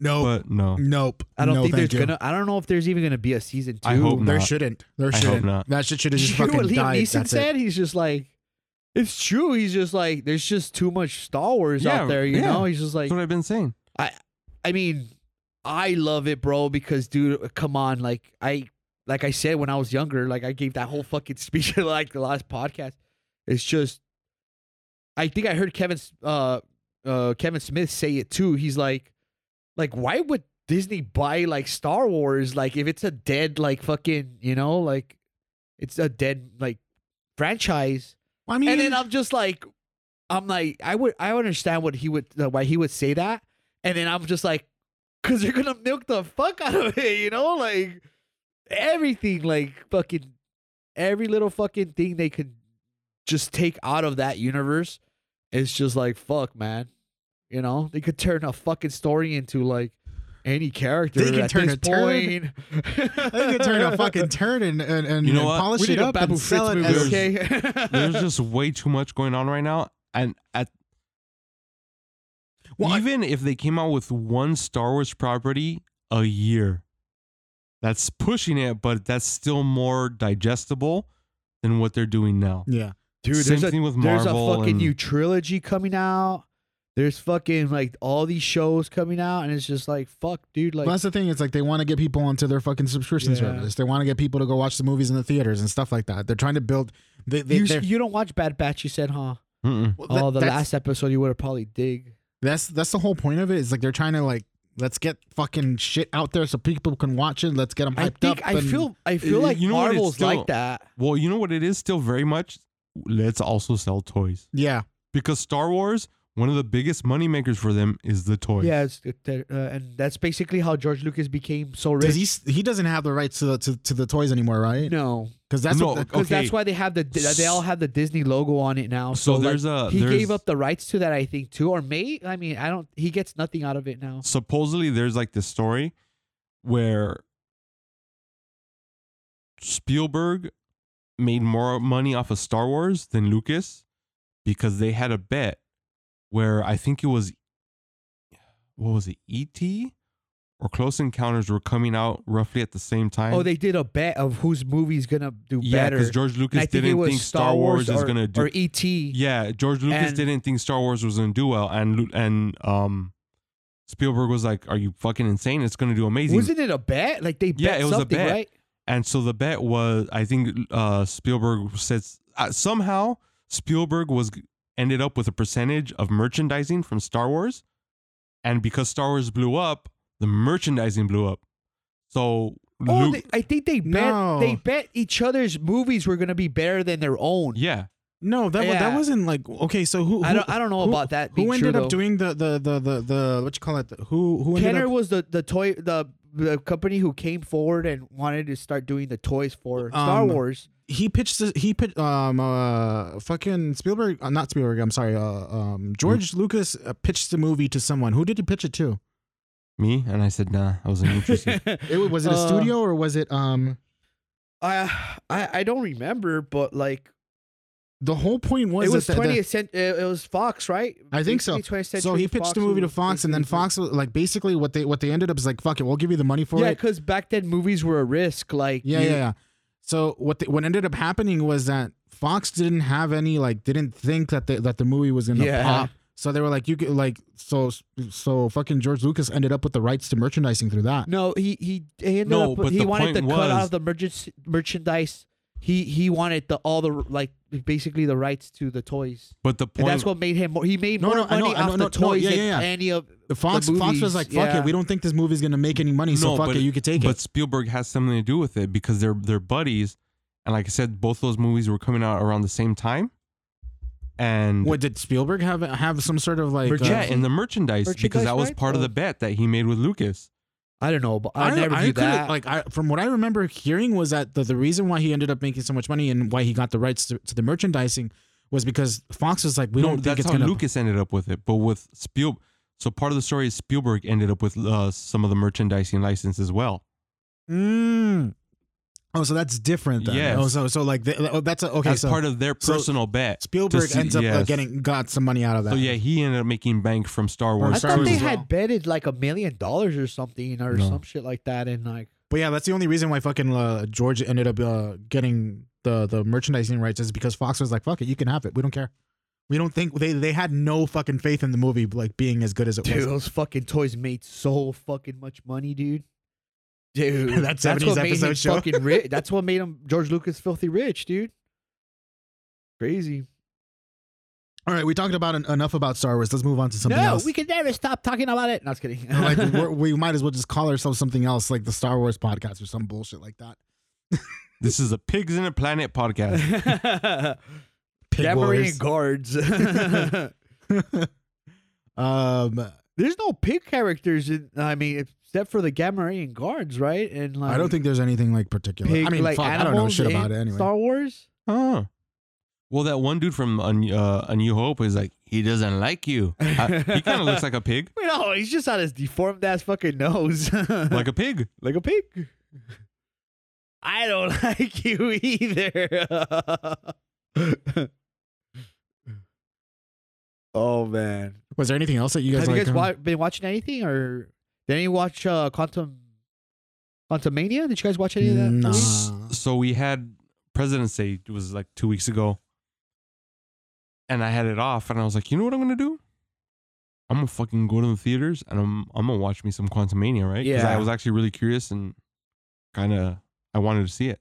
B: Nope.
C: but no.
B: nope.
A: uh, I don't
B: No,
A: think
B: thank
A: there's
B: you.
A: gonna. I don't know if there's even gonna be a season two.
C: I hope
B: There
C: not.
B: shouldn't. There
C: hope
B: shouldn't.
C: not.
B: That shit should have
A: Did (laughs)
B: just
A: you hear
B: fucking
A: what Liam
B: died.
A: Neeson
B: That's it.
A: said? He's just like, it's true. He's just like, there's just too much Star Wars
C: Yeah,
A: out there, you
C: yeah.
A: know. He's just like,
C: That's what I've been saying.
A: I mean, I love it, bro, because dude, come on, like I, like I said when I was younger, like I gave that whole fucking (laughs) speech like the last podcast. It's just, I think I heard Kevin, S- uh, uh, Kevin Smith say it too. He's like, like why would Disney buy like Star Wars? Like if it's a dead like fucking, you know, like it's a dead like franchise
B: I mean,
A: and then I'm just like, I'm like, I would, I understand what he would, uh, why he would say that, and then I'm just like, because you're gonna milk the fuck out of it, you know, like everything, like fucking every little fucking thing they could just take out of that universe. It's just like fuck, man. You know, they could turn a fucking story into like any character.
B: They can
A: at
B: turn
A: this
B: a turd-
A: point.
B: they could turn a fucking turn and and, and,
C: You know
B: and
C: what?
B: polish
A: (laughs) we
B: it
A: need a
B: up
A: Babu
B: and sell
A: Fritz
B: it.
A: movie,
B: as- (laughs)
A: okay? (laughs)
C: there's just way too much going on right now and at
B: Well, I-
C: even if they came out with one star wars property a year that's pushing it but that's still more digestible than what they're doing now
B: Yeah.
A: Dude,
C: same
A: there's a
C: thing with
A: there's a
C: marvel
A: fucking
C: and-
A: new trilogy coming out. There's fucking like all these shows coming out, and it's just like fuck, dude. Like
B: Well, that's the thing. It's like they want to get people onto their fucking subscription
A: Yeah.
B: service. They want to get people to go watch the movies in the theaters and stuff like that. They're trying to build. They, they,
A: you,
B: they're-
A: you don't watch Bad Batch, you said, huh?
C: Mm-mm.
B: well,
A: oh,
B: that-
A: the
B: that's,
A: last episode you would have probably dig.
B: That's that's the whole point of it. Is like they're trying to like let's get fucking shit out there so people can watch it. Let's get them hyped
A: I think
B: up.
A: I
B: and-
A: feel I
C: You
A: feel like
C: know what, it's
A: Marvel's
C: still-
A: like that.
C: well you know what it is still very much let's also sell toys
B: Yeah.
C: because star wars one of the biggest money makers for them is the toys
A: Yeah, it's, it- uh, and that's basically how George Lucas became so
B: Because
A: rich.
B: he he doesn't have the rights to the to, to the toys anymore, right?
A: no,
B: Because that's
C: No,
B: what the-
A: because
C: Okay.
A: that's why they have the they all have the Disney logo on it now. So,
C: so,
A: like,
C: there's a
A: he
C: there's,
A: gave up the rights to that, I think, too, or may I mean I don't. He gets nothing out of it now.
C: supposedly there's like this story where Spielberg made more money off of Star Wars than Lucas because they had a bet where I think it was what was it ET or Close Encounters were coming out roughly at the same time.
A: Oh, they did a bet of whose movie's gonna do
C: yeah,
A: better.
C: because George
A: And
C: Lucas
A: I think
C: didn't
A: it was
C: think Star Wars,
A: or,
C: is gonna do
A: or E ET.
C: yeah, George Lucas
A: And-
C: didn't think Star Wars was gonna do well, and Lu- and um, Spielberg was like, "Are you fucking insane? It's gonna do amazing."
A: Wasn't it a bet? Like they bet
C: Yeah, it was a
A: something,
C: bet.
A: right?
C: and so the bet was, I think uh, Spielberg said uh, somehow Spielberg was ended up with a percentage of merchandising from Star Wars, and because Star Wars blew up, the merchandising blew up. So
A: Oh,
C: Lu-
A: they, I think they bet
B: No.
A: they bet each other's movies were gonna be better than their own.
C: yeah,
B: no, that wa- that
A: Yeah.
B: wasn't like okay. So who, who
A: I don't I don't know
B: who-
A: about that. Being
B: who ended
A: true,
B: up
A: though.
B: doing the the the the, the what you call it? Who who ended
A: Kenner
B: up?
A: was the the toy the the company who came forward and wanted to start doing the toys for Star
B: Um,
A: Wars.
B: he pitched this- he pitched um uh fucking Spielberg uh, not Spielberg I'm sorry uh um George Lucas uh, pitched the movie to someone who did he pitch it to
C: Me and I said nah. I wasn't interested.
B: it wa- was it a
A: Uh,
B: studio or was it um
A: (laughs) I, I I don't remember, but like
B: the whole point was
A: it was
B: that the- the-
A: 20th century. It was Fox, right?
B: I think so.
A: Basically 20th
B: so he
A: century
B: pitched
A: Fox
B: the movie to
A: was
B: Fox and then
A: basically-
B: Fox was- like basically what they what they ended up is like fuck it we'll give you the money for
A: Yeah,
B: it
A: because back then movies were a risk. Like
B: Yeah,
A: you-
B: yeah, yeah. So what the, what ended up happening was that Fox didn't have any like didn't think that the that the movie was gonna
A: Yeah.
B: pop. So they were like, you could like so so fucking George Lucas ended up with the rights to merchandising through that.
A: No, he he ended
C: No,
A: up.
C: but
A: He
C: the
A: wanted
C: point
A: to cut out
C: was-
A: of the merchant merchandise. He he wanted the all the like basically the rights to the toys.
C: But the
A: And
C: point
A: that's what made him. more He made
B: No,
A: more
B: no, I know,
A: money
B: I
A: off
B: know,
A: the
B: no, no,
A: toys
B: yeah, yeah,
A: than
B: yeah.
A: any of.
B: The Fox
A: The
B: Fox was
A: movies,
B: like, fuck
A: yeah.
B: it, we don't think this movie's gonna make any money, so
C: No,
B: fuck
C: but
B: it,
C: it-
B: you could take
C: but
B: it.
C: Spielberg has something to do with it because they're they're buddies, and like I said, both those movies were coming out around the same time. And
B: What did Spielberg have have some sort of like?
A: Merchan-
B: uh,
C: yeah, and the merchandise, because
A: Merchandise
C: that was
A: rights?
C: part of
A: Oh.
C: the bet that he made with Lucas.
A: I don't know, but I, never knew
B: couldn't-
A: that.
B: Like, I, from what I remember hearing was that the, the reason why he ended up making so much money and why he got the rights to, to the merchandising was because Fox was like, we
C: no,
B: don't think
C: that's
B: it's
C: how
B: gonna.
C: Lucas ended up with it. But with Spiel, so part of the story is Spielberg ended up with uh, some of the merchandising license as well.
B: Mm. Oh, so that's different. Then.
C: Yes.
B: Oh, so so like th- oh, that's a, okay.
C: That's
B: so
C: part of their
B: so
C: personal bet.
B: Spielberg
C: see-
B: ends up uh,
C: yes.
B: getting got some money out of that.
C: So yeah, he ended up making bank from Star
B: Or
A: I
C: Wars.
B: Star
A: thought
B: Wars
A: they
B: as
A: had
B: well.
A: betted like a million dollars or something or
C: No.
A: some shit like that, and like
B: But yeah, that's the only reason why fucking uh, George ended up uh, getting the the merchandising rights is because Fox was like, "Fuck it, you can have it. We don't care." We don't think they they had no fucking faith in the movie like being as good as it
A: dude,
B: was.
A: those fucking toys made so fucking much money, dude. Dude, (laughs)
B: That 70s
A: what made him
B: episode show.
A: fucking rich. That's what
B: (laughs)
A: made him George Lucas filthy rich, dude. Crazy.
B: All right, we talked about en- enough about Star Wars. Let's move on to something
A: no,
B: else.
A: we can never stop talking about it. No, I was kidding.
B: (laughs)
C: (laughs)
B: like
A: (laughs)
B: we're, we might as well just call ourselves something else, like the Star Wars podcast or some bullshit like that.
C: This is a Pigs in a Planet podcast.
B: Pig
A: Gamorrean
B: Wars.
A: guards. (laughs)
B: (laughs) um,
A: There's no pig characters in. I mean, except for the Gamorrean guards, right? And like,
B: I don't think there's anything like particular.
A: pig,
B: I mean,
A: like
B: fuck, I
A: animals
B: don't know shit about
A: in
B: it anyway.
A: Star Wars. (laughs)
C: Huh. Well, that one dude from A New- uh, A New Hope is like, he doesn't like you. I- he kind of looks like a pig.
A: Wait, no, he's just on his deformed ass fucking nose. (laughs)
C: Like a pig.
A: like a pig. I don't like you either. (laughs) oh man,
B: Was there anything else that you guys
A: have
B: like?
A: you guys
B: um,
A: wa- been watching anything, or did any watch uh, Quantum Quantum Mania? Did you guys watch any of that?
B: Nah.
A: movie?
C: S- So we had President's Day, it was like two weeks ago. And I had it off, and I was like, you know what I'm going to do? I'm going to fucking go to the theaters and I'm, I'm going to watch me some Quantumania, right? Because
A: Yeah.
C: I was actually really curious and kind of, I wanted to see it.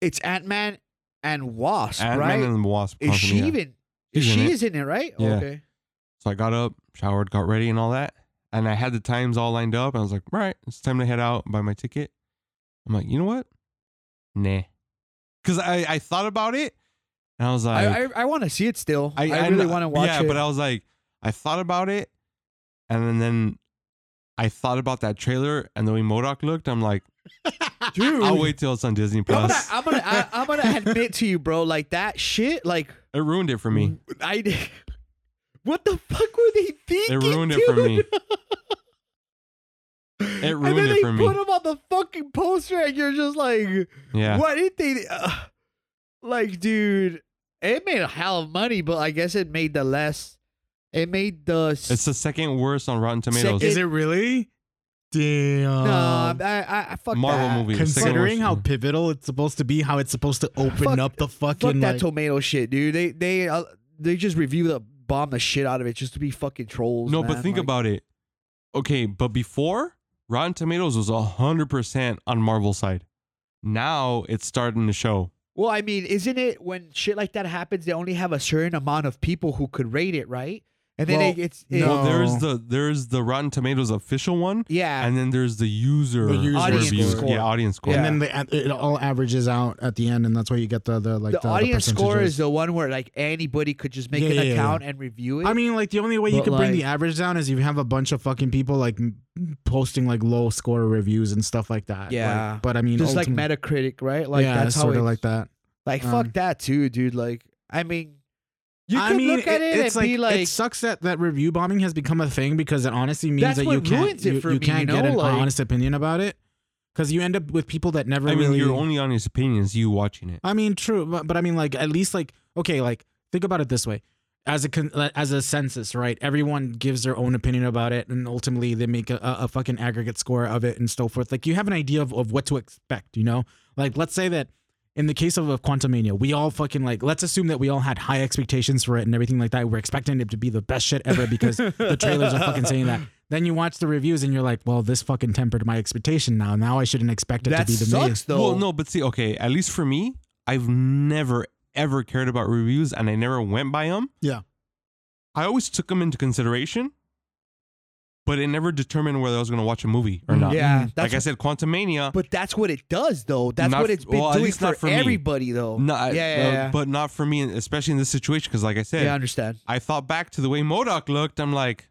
A: It's Ant Man and Wasp, right?
C: Ant-Man and the Wasp.
A: Is she
C: Quantumania.
A: even?
C: She's in
A: she
C: it.
A: is in it, right?
C: Yeah.
A: Okay.
C: So I got up, showered, got ready, and all that. And I had the times all lined up. I was like, all right, it's time to head out, buy my ticket. I'm like, you know what? Nah. Because I, I thought about it and I was like,
A: I I, I want to see it still. I, really want to watch
C: yeah,
A: it.
C: but I was like, I thought about it. And then, then I thought about that trailer and the way Modoc looked. I'm like,
A: Dude,
C: I'll wait till it's on Disney
A: I'm
C: Plus.
A: gonna, I'm gonna, I, I'm gonna admit to you, bro. Like that shit, like
C: it ruined it for me.
A: I, (laughs) what the fuck were they thinking?
C: It ruined it for me.
A: dude?
C: It
A: (laughs) and then
C: ruined
A: they
C: it for
A: put
C: me.
A: him on the fucking poster, and you're just like,
C: Yeah.
A: why did they? Uh, like, dude, it made a hell of money, but I guess it made the less. It made the. s-
C: It's the second worst on Rotten Tomatoes.
B: Is it really? Damn.
A: no, I, I, I fuck
C: um, Marvel
A: that.
C: movie. the second
B: Considering
C: worst.
B: how pivotal it's supposed to be, how it's supposed to open
A: Fuck-
B: up the
A: Fuck
B: fucking
A: that
B: like,
A: tomato shit, dude. They they uh, they just review the bomb the shit out of it just to be fucking trolls.
C: No,
A: man.
C: but think
A: Like,
C: about it. Okay, but before Rotten Tomatoes was hundred percent on Marvel's side. Now it's starting to show.
A: Well, I mean, isn't it when shit like that happens, they only have a certain amount of people who could rate it, right? And then
B: Well,
A: it gets it,
B: no.
C: Well, there's the there's the Rotten Tomatoes official one,
A: yeah,
C: and then there's the user,
B: The user
A: Audience
C: review.
A: score.
C: Yeah, audience score.
A: Yeah.
B: and then they, it all averages out at the end, and that's why you get the the like
A: the,
B: the,
A: audience score
B: percentages.
A: is the one where like anybody could just make
B: Yeah,
A: an
B: yeah, yeah,
A: account and review it.
B: I mean, like the only way you
A: But,
B: can bring the
A: like-
B: average down is you have a bunch of fucking people like m- posting like low score reviews and stuff like that. Like,
A: Yeah.
B: but I mean,
A: just like
B: ultimate-
A: Metacritic, right? Like
B: yeah,
A: that's how
B: sort
A: it,
B: of like that.
A: Like fuck
B: Um,
A: that too, dude. Like I mean, you
B: I
A: could
B: mean,
A: look at it, and
B: it's like,
A: be like,
B: it sucks that that review bombing has become a thing because it honestly means
A: That's
B: that
A: what
B: you can't
A: ruins it
B: you,
A: for
B: you
A: me,
B: can't
A: you
B: get
A: know,
B: an
A: like-
B: honest opinion about it because you end up with people that never
C: I mean,
B: really.
C: your only honest opinion is you watching it.
B: I mean, true, but, but I mean, like at least like okay, like think about it this way: as a con- as a census, right? Everyone gives their own opinion about it, and ultimately they make a, a a fucking aggregate score of it and so forth. Like you have an idea of, of what to expect, you know? Like let's say that in the case of, of Quantumania, we all fucking like let's assume that we all had high expectations for it and everything like that. We're expecting it to be the best shit ever because the trailers are fucking saying that. Then you watch the reviews and you're like, well, this fucking tempered my expectation now. Now I shouldn't expect it
A: that
B: to be the
A: sucks
B: biggest.
A: though.
C: Well, no, but see, okay, at least for me, I've never ever cared about reviews, and I never went by them.
B: Yeah.
C: I always took them into consideration, but it never determined whether I was going to watch a movie or not.
A: yeah,
B: Mm.
A: that's
C: like I said, Quantum Mania.
A: But that's what it does, though. That's
C: Not-
A: what it's been
C: well, at
A: doing
C: least
A: for,
C: not for me.
A: everybody, though.
C: No, I-
A: yeah, yeah,
C: uh,
A: yeah.
C: but not for me, especially in this situation, because like I said,
A: yeah, I understand.
C: I thought back to the way Modoc looked. I'm like,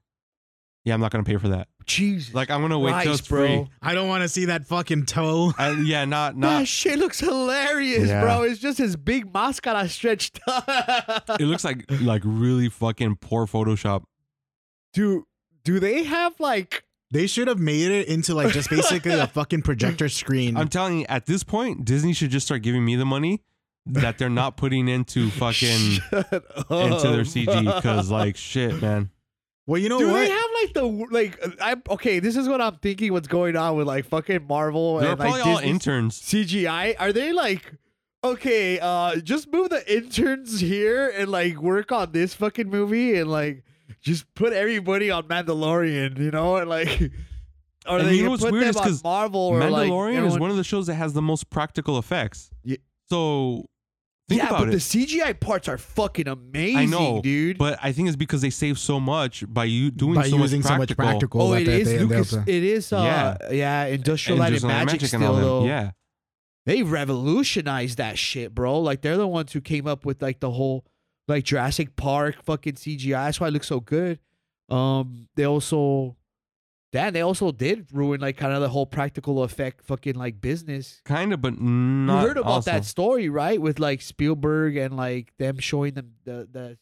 C: yeah, I'm not gonna pay for that.
A: Jesus,
C: Like, I'm gonna wait till
A: Christ,
C: it's
A: bro.
C: free.
B: I don't want to see that fucking toe.
C: I, yeah, not
A: That
C: not.
A: shit looks hilarious,
C: Yeah.
A: bro. It's just his big mascara stretched (laughs) up.
C: it looks like like really fucking poor Photoshop.
A: do do they have like
B: They should have made it into like just basically a fucking projector
A: Mm.
B: screen.
C: I'm telling you, at this point, Disney should just start giving me the money that they're not
A: (laughs)
C: putting into fucking
A: Shut
C: into their
A: up.
C: CG because like shit, man.
B: well, you know
A: Do
B: what?
A: they have like the like? I okay. This is what I'm thinking. What's going on with like fucking Marvel
C: They're
A: and like
C: probably all
A: Disney
C: interns.
A: CGI? Are they like okay? Uh, just move the interns here and like work on this fucking movie and like just put everybody on Mandalorian, you know, and like. (laughs) Or
C: And
A: they
C: you
A: gonna
C: know what's
A: put
C: weird
A: them
C: is
A: on
C: 'cause
A: Marvel or like
C: Mandalorian is
A: everyone-
C: one of the shows that has the most practical effects.
A: Ye-
C: So think
A: yeah,
C: about
A: but
C: it.
A: the CGI parts are fucking amazing,
C: know,
A: dude.
C: but I think it's because they save so much by you doing
B: by
C: so
B: using
C: much
B: so much
C: practical.
B: practical.
A: oh,
B: that
A: it
B: they-
A: is
B: they- they'll
A: Lucas.
B: do.
A: It is uh, yeah, Industrial Light and
C: Industrial Light
A: Magic,
C: and
A: still
C: all that.
A: though.
C: Yeah,
A: they revolutionized that shit, bro. Like they're the ones who came up with like the whole like Jurassic Park fucking CGI. That's why it looks so good. Um, they also, damn, they also did ruin like kind of the whole practical effect fucking like business.
C: kind of, but not.
A: you heard about
C: also.
A: that story, right? With like Spielberg and like them showing them the the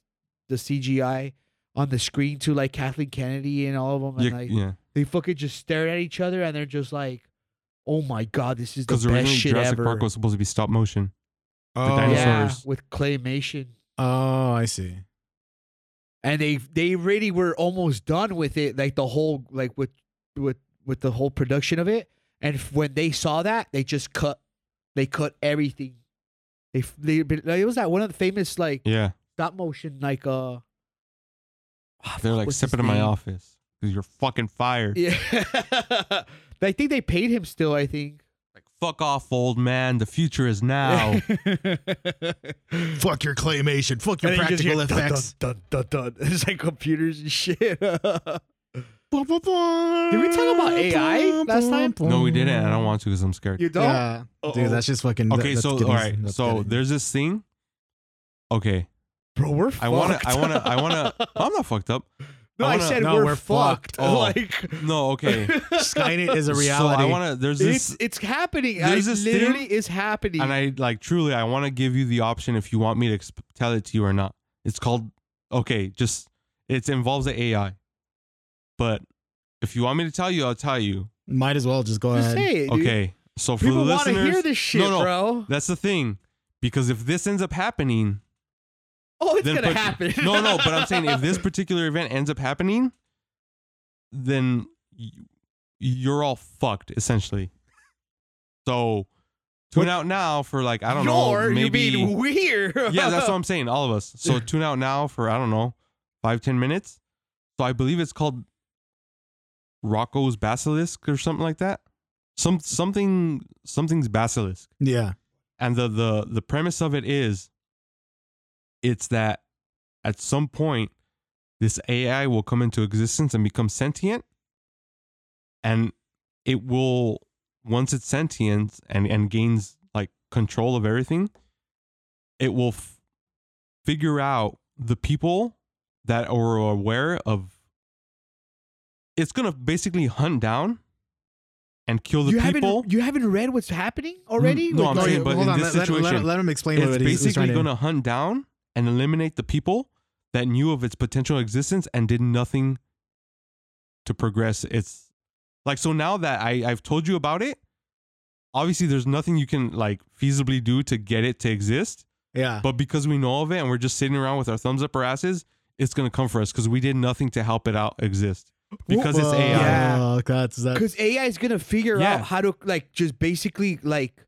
A: the CGI on the screen to like Kathleen Kennedy and all of them, and
C: Yeah,
A: like
C: yeah.
A: they fucking just stare at each other and they're just like, "Oh my god, this is the
C: Because
A: best
C: originally
A: shit
C: Jurassic
A: ever."
C: Park was supposed to be stop motion.
B: Oh,
A: yeah,
C: dinosaurs.
A: with claymation,
B: oh, I see.
A: and they they really were almost done with it, like the whole like with with with the whole production of it. And f- when they saw that, they just cut, they cut everything. They f- they but it was that one of the famous like
C: Yeah,
A: stop motion like uh. ah,
C: they're
A: fuck,
C: like
A: what's his
C: sipping in my
A: name?
C: office because you're fucking fired.
A: Yeah, (laughs) I think they paid him still. I think.
C: Like fuck off, old man. The future is
A: (laughs)
C: now.
B: Fuck your claymation. Fuck your
A: And then you just
B: practical
A: hear dun, dun,
B: effects.
A: Dun, dun, dun, (laughs) It's like computers and shit. (laughs) Did we talk
B: Did we
A: about AI last time?
C: no, we didn't. and I don't want to because I'm scared.
A: You don't?
B: Yeah,
A: Uh-oh.
B: dude, that's just fucking.
C: okay,
B: that's
C: so all
B: getting-
C: right,
B: that's
C: so
B: getting-
C: there's this thing. Okay,
A: Bro, we're
C: I wanna,
A: fucked.
C: I wanna,
A: (laughs)
C: I wanna. I'm not fucked up.
A: no,
C: I
A: I,
C: wanna-
A: said
B: no,
A: we're,
B: we're
A: fucked.
B: fucked.
C: Oh.
A: Like,
C: No,
A: (laughs)
B: (laughs)
C: (laughs) okay.
B: Skynet is a
C: (laughs) So
B: reality.
C: I wanna. There's this.
A: it's, it's happening. It
C: there's this thing,
A: literally is
B: e-,
A: happening.
C: and I like truly, I want to give you the option if you want me to exp- tell it to you or not. It's called okay, just it involves the AI, but if you want me to tell you, I'll tell you.
B: Might as well just go
A: Just
B: ahead.
A: say it, dude.
C: Okay, so for
A: People
C: the
A: want to
C: listeners,
A: hear this shit,
C: no,
A: bro.
C: that's the thing, because if this ends up happening,
A: Oh, it's
C: then
A: gonna
C: put-
A: happen.
C: (laughs) no, no, but I'm saying if this particular event ends up happening, then y- you're all fucked essentially. So tune
A: What-
C: out now for like I don't
A: You're-
C: know, maybe
A: you mean (laughs) weird.
C: yeah, that's what I'm saying. All of us.
A: (laughs)
C: So tune out now for I don't know five ten minutes. So I believe it's called Rocco's Basilisk or something like that. Some something something's basilisk,
B: Yeah.
C: and the the the premise of it is, it's that at some point this AI will come into existence and become sentient, and it will once it's sentient and and gains like control of everything, it will f- figure out the people that are aware of. It's gonna basically hunt down and kill the
A: you
C: people. Mm,
A: haven't you haven't read what's happening already?
C: no,
A: Like,
C: I'm
A: the-
C: saying, but
B: hold
C: in
B: on,
C: this
B: let, let- let-
C: situation,
B: let him explain what
C: It's
B: it is. he's
C: basically
B: trying
C: going to hunt down and eliminate the people that knew of its potential existence and did nothing to progress. It's like so now that I I've told you about it. Obviously, there's nothing you can like feasibly do to get it to exist.
B: Yeah.
C: But because we know of it and we're just sitting around with our thumbs up our asses, it's gonna come for us because we did nothing to help it out exist. Because it's
B: Whoa,
C: AI.
A: Yeah.
B: That's that.
A: because AI is gonna figure
C: Yeah.
A: out how to like just basically like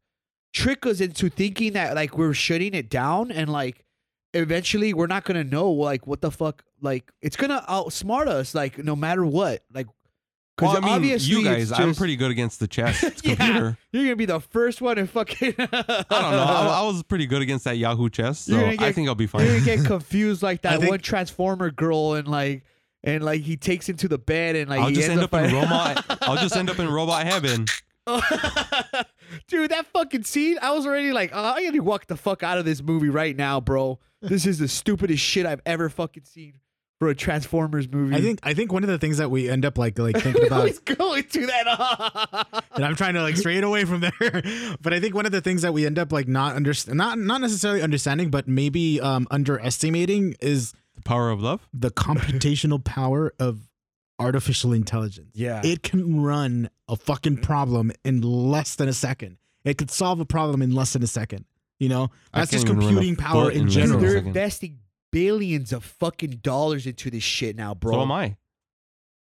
A: trick us into thinking that like we're shutting it down and like eventually we're not gonna know like what the fuck like it's gonna outsmart us like no matter what like because
C: Well, I mean,
A: obviously
C: you
A: it's
C: guys, I'm
A: just-
C: pretty good against the chess
A: (laughs) Yeah.
C: computer.
A: you're gonna be the first one to fucking (laughs) I
C: I don't know. I, I was pretty good against that Yahoo chess, so
A: You're gonna
C: I
A: get-
C: think I'll (laughs) be
A: You're
C: fine.
A: gonna get confused like
B: I
A: that
B: think-
A: one transformer girl and like and like he takes into the bed and like
C: I'll
A: he
C: just
A: ends
C: end up in
A: by-
C: robot.
A: (laughs)
C: I'll just end up in robot heaven.
A: (laughs) Dude, that fucking scene, I was already like, oh, I gotta walk the fuck out of this movie right now, bro. This is the stupidest shit I've ever fucking seen for a Transformers movie.
B: I think I think one of the things that we end up like like
A: (laughs)
B: thinking about
A: he's going to that.
B: (laughs)
A: (laughs)
B: and I'm trying to like stray it away from there. (laughs) but I think one of the things that we end up like not under not not necessarily understanding, but maybe um underestimating is
C: The power of love.
B: the computational power of artificial intelligence.
A: yeah.
B: It can run a fucking problem in less than a second. It could solve a problem in less than a second. You know,
C: I
B: that's
C: can't
B: just
C: even run a
B: computing power
C: foot in
B: in
C: less
A: Dude,
C: than a
B: general.
A: they're
C: second.
A: investing billions of fucking dollars into this shit now, bro.
C: So am I.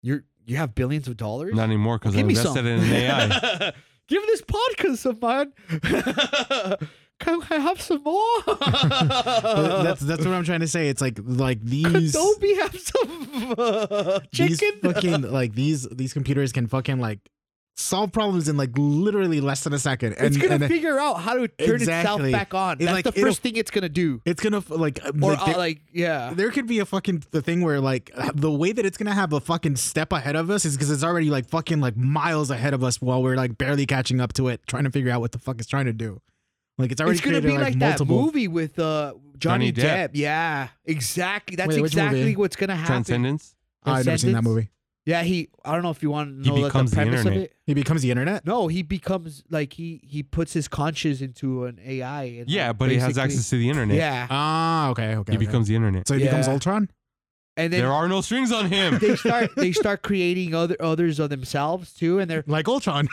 A: You're you have billions of dollars?
C: Not anymore because I
A: Give me
C: invested
A: some.
C: in
A: (laughs)
C: an AI.
A: Give this podcast some, man. (laughs) Can I have some
C: (laughs)
A: more? Uh,
B: But that's that's what I'm trying to say. It's like like these
A: Adobe have some uh,
B: these
A: chicken.
B: fucking like these these computers can fucking like solve problems in like literally less than a second.
A: (laughs)
B: And
A: it's gonna
B: and
A: figure out how to turn
B: Exactly.
A: itself back on.
B: It,
A: That's
B: like,
A: the
B: it'll-
A: first thing it's gonna do.
B: it's gonna f- like
A: Or
B: like,
A: uh,
B: there,
A: like, yeah,
B: there could be a fucking the thing where like uh, the way that it's gonna have a fucking step ahead of us is because it's already like fucking like miles ahead of us while we're like barely catching up to it, trying to figure out what the fuck it's trying to do. Like it's already
A: it's gonna
B: created
A: be like, that
B: multiple.
A: movie with uh, Johnny,
C: Johnny Depp.
A: Depp. Yeah, exactly. That's
B: Wait, which
A: exactly
B: movie?
A: what's gonna happen.
C: Transcendence.
B: Ah, I've never seen that
A: Ascendance?
B: movie.
A: Yeah, he. I don't know if you want
C: He
A: to know like,
C: becomes
A: the
C: the
A: premise of
C: internet.
A: it.
B: He becomes the internet.
A: No, he becomes like he he puts his conscience into an AI. And,
C: Yeah,
A: like,
C: but he has
A: basically-
C: access to the internet.
A: Yeah,
B: Ah, okay, okay.
C: He
B: okay.
C: becomes the internet.
B: so he becomes
A: Yeah.
B: Ultron.
A: and then
C: there are no strings on
A: (laughs)
C: him.
A: they start they start creating other others of themselves too, and they're
B: Like Ultron.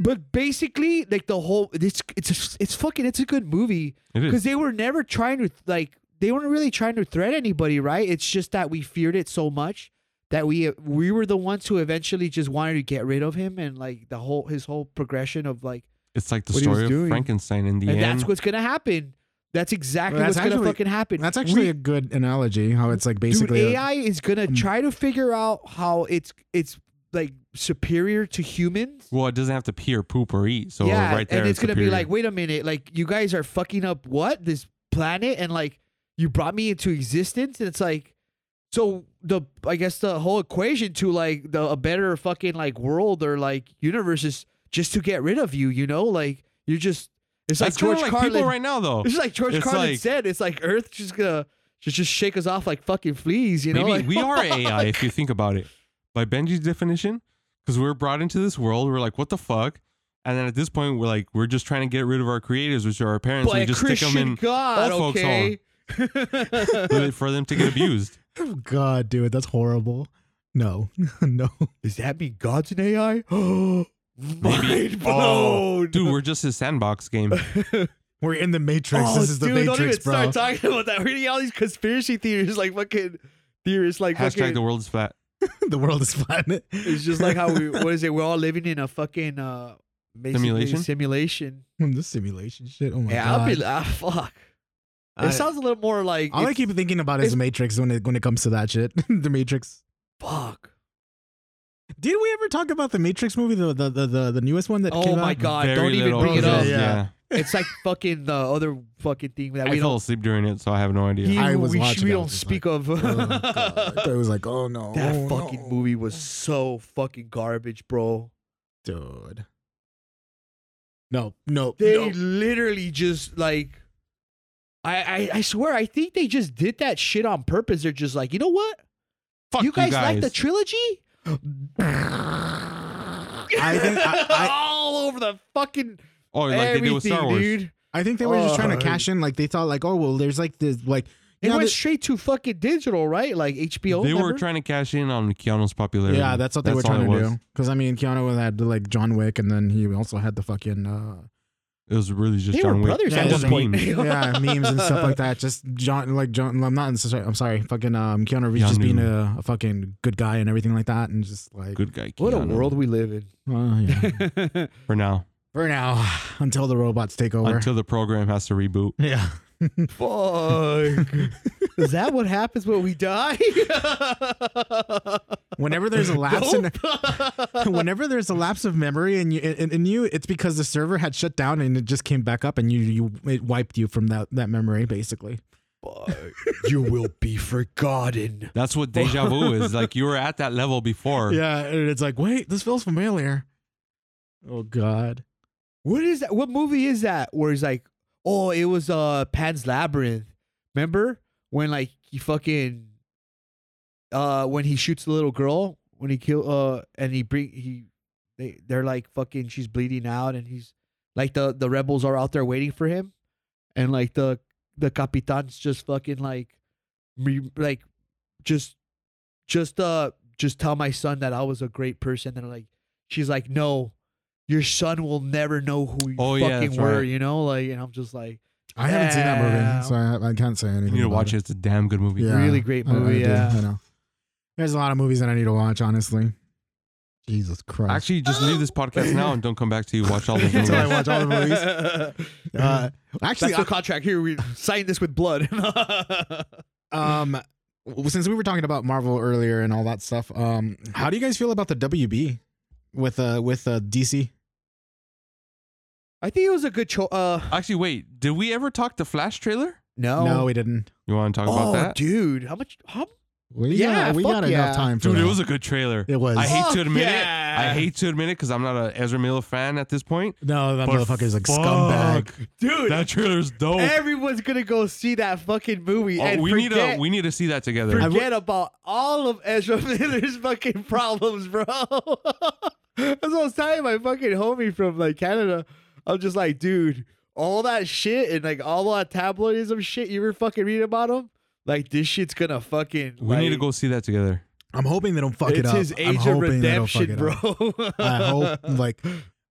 A: but basically like the whole it's it's it's fucking it's a good movie
C: It
B: Hmm.
A: because
C: is.
A: they were never trying to like they weren't really trying to threat anybody right it's just that we feared it so much that we we were the ones who eventually just wanted to get rid of him and like the whole his whole progression of like
C: It's like the
A: What he was
C: story of
A: doing.
C: Frankenstein in the
A: and
C: end.
A: that's what's gonna happen that's exactly
B: That's
A: what's
B: actually-
A: gonna fucking happen (laughs)
B: That's
A: We-
B: actually a good analogy. How it's like basically
A: Dude,
B: a- Hmm.
A: AI is gonna try to figure out how it's it's like superior to humans.
C: well, it doesn't have to pee or poop or eat. So
A: yeah,
C: right there,
A: and it's, gonna
C: superior.
A: be like, wait a minute, like you guys are fucking up what this planet, and like you brought me into existence, and it's like, so the I guess the whole equation to like the a better fucking like world or like universe is just to get rid of you, you know, like you're just it's like
C: That's kinda
A: George
C: like
A: Carlin.
C: people right
A: (laughs)
C: now though.
A: it's like George
C: It's
A: Carlin
C: like-
A: said, it's like Earth just gonna just just shake us off like fucking fleas, you know?
C: Maybe
A: like, (laughs)
C: we are AI if you think about it. By Benji's definition, because we are brought into this world, we're like, what the fuck? And then at this point, we're like, we're just trying to get rid of our creators, which are our parents.
A: But
C: we
A: a
C: just
A: Christian
C: stick them in
A: God,
C: old folks'
A: okay. (laughs)
C: (laughs) for- for them to get abused.
B: Oh God, dude, that's horrible.
A: (laughs)
B: No, no.
A: Does that mean God's an AI? Mind
C: Oh,
A: blown,
C: dude, we're just a
A: (laughs)
C: sandbox game.
B: (gasps) We're in the Matrix.
A: Oh,
B: this is the
A: dude, don't even
B: Matrix, bro.
A: start talking about that. Reading all these conspiracy theories, like fucking theorists, like
C: Hashtag
A: fucking.
C: the world is flat.
B: (laughs) the world is flat.
A: it's just like how we. What is it? We're all living in a fucking uh, basically
C: Simulation?
A: Simulation.
B: (laughs) this simulation shit. Oh my
A: yeah,
B: god.
A: I'll be. Ah, (laughs) fuck. It
B: I-
A: sounds a little more like.
B: all I
A: it's-
B: keep thinking about is
A: it's-
B: the Matrix when it when it comes to that shit. (laughs) the Matrix. (laughs)
A: fuck.
B: Did we ever talk about the Matrix movie, the the the, the, the newest one that
A: Oh
B: came
A: my
B: out?
A: God,
C: Very
A: don't even
C: little
A: bring it up.
C: because,
B: Yeah.
A: It's like fucking the other fucking thing that
C: I
A: we
C: fell
A: don't.
C: asleep during it, so I have no idea.
A: he-
B: I was
A: we,
B: watching
A: we
B: that, I
A: don't
B: was just
A: speak of.
B: Oh, God.
A: (laughs)
B: I was like, oh no,
A: That
B: oh,
A: fucking
B: no.
A: movie was so fucking garbage, bro.
B: dude. No, no,
A: They
B: no.
A: literally just like I, I I swear I think they just did that shit on purpose. They're just like, you know what?
C: Fuck
A: you guys like the
C: guys.
A: trilogy?
B: I think I, I,
A: (laughs) all over the fucking
C: Oh, like they did with Star
A: everything,
C: Wars.
A: dude.
B: I think they were just trying to
A: Oh.
B: cash in. Like they thought, like, oh well, there's like this, like
A: It
B: Yeah,
A: went
B: the-
A: straight to fucking digital, right? Like HBO.
C: They were
A: remember?
C: trying to cash in on Keanu's popularity.
B: yeah, that's what they were
C: all
B: trying
C: it
B: to
C: was.
B: do. Because I mean, Keanu had like John Wick, and then he also had the fucking uh,
C: It was really just
A: They were
C: John Wick.
A: brothers
B: Yeah,
A: at
B: just
A: one point.
B: (laughs)
C: memes.
B: yeah memes and stuff like that. Just John, like John, I'm not necessarily. I'm sorry, fucking um, Keanu Reeves just
C: Keanu.
B: being a, a fucking good guy and everything like that, and just like
C: Good guy.
A: What a
C: Keanu.
A: world we live in.
B: uh,
C: (laughs)
B: yeah.
C: for now
B: for now until the robots take over.
C: until the program has to reboot.
B: yeah,
A: Fuck. (laughs) Is that what happens when we (laughs) die?
B: whenever there's a lapse (laughs) in. Whenever there's a lapse of memory in you, in, in you, it's because the server had shut down and it just came back up and you, you it wiped you from that, that memory basically.
A: you will be forgotten.
C: That's what deja vu
B: (laughs)
C: is. Like you were at that level before.
B: Yeah, and it's like, wait, this feels familiar. Oh God.
A: What is that? What movie is that? Where he's like, oh, it was uh Pan's Labyrinth. Remember when like he fucking uh when he shoots the little girl when he kill uh and he bring he they they're like fucking she's bleeding out and he's like the the rebels are out there waiting for him and like the the capitan's just fucking like re, like just just uh just tell my son that I was a great person and like she's like no your son will never know who you
C: Oh, yeah,
A: fucking
C: that's
A: were
C: right.
A: you know like and I'm just like
B: I haven't seen
A: Yeah.
B: that movie, so I, I can't say anything.
C: You need to
B: about
C: watch it. It's a damn good movie.
B: Yeah.
A: really great
B: I- I
A: movie
B: do,
A: yeah
B: I know. There's a lot of movies that I need to watch, honestly. Jesus Christ.
C: Actually, just leave this podcast now and don't come back till you watch all
B: (laughs)
C: the movies.
B: Until I watch all the
A: (laughs)
B: movies.
C: (laughs)
B: uh,
A: That's
B: actually,
A: the contract. Here we sign this with blood. (laughs)
B: I- um, w- since we were talking about Marvel earlier and all that stuff, um, how do you guys feel about the WB with uh with uh DC?
A: I think it was a good choice. Uh,
C: Actually, wait. Did we ever talk the Flash trailer?
A: no,
B: No, we didn't.
C: You want to talk
A: oh,
C: about that?
A: dude, how much? How,
B: We
A: Yeah,
B: got, we
A: fuck
B: got
A: yeah.
B: enough time for
C: Dude,
B: that.
C: it was a good trailer.
B: It was.
C: I hate
A: Fuck
C: to admit
A: yeah.
C: it. I hate to admit it because I'm not an Ezra Miller fan at this point.
B: no, that
C: But
B: motherfucker's like
C: fuck,
B: scumbag.
A: dude.
C: That trailer's dope.
A: everyone's gonna go see that fucking movie
C: Oh,
A: and
C: we need
A: forget,
C: to we need to see that together.
B: I've-
A: forget about all of Ezra (laughs) Miller's fucking problems, bro. (laughs) That's what I was telling my fucking homie from like Canada. I'm just like, dude, all that shit and like all that tabloidism shit you were fucking reading about him. Like this shit's gonna fucking.
C: we need to
A: like-
C: go see that together.
B: I'm hoping they don't fuck
A: it's
B: it up.
A: his
B: I'm
A: age of
B: hoping they don't fuck
A: redemption,
B: it up.
A: bro.
B: I hope
A: (laughs)
C: (laughs)
B: like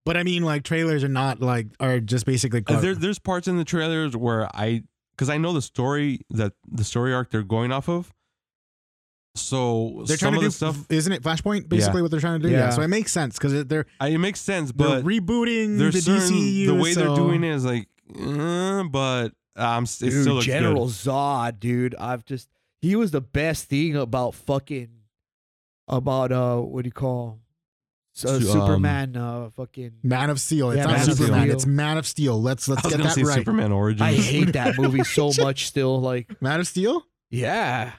B: but I mean like trailers are not like are just basically
C: Uh, There, there's parts in the trailers where I, because I know the story that the story arc they're going off of. So
B: they're trying
C: some
B: to
C: of
B: do
C: the stuff
B: isn't it Flashpoint basically what they're trying to do? Yeah.
A: Yeah.
B: So it makes sense cuz they're
C: I, it makes sense,
B: they're
C: but
B: rebooting the
C: there's certain
B: DCU
C: the way
B: so-
C: they're doing it is like, uh, but um, s- it
A: Dude,
C: still looks
A: General
C: good.
A: Zod, dude. I've just he was the best thing about fucking about uh what do you call Su-
C: Su- um,
A: Superman uh fucking
B: Man of Steel. It's
A: Yeah,
B: not
C: Man of
B: Superman.
A: Steel.
B: It's Man of Steel. Let's let's
C: I was
B: get
C: gonna
B: that
C: say
B: right.
C: Superman Origins.
A: I
C: I,
A: hate that movie (laughs) so much still like
B: Man of Steel?
A: yeah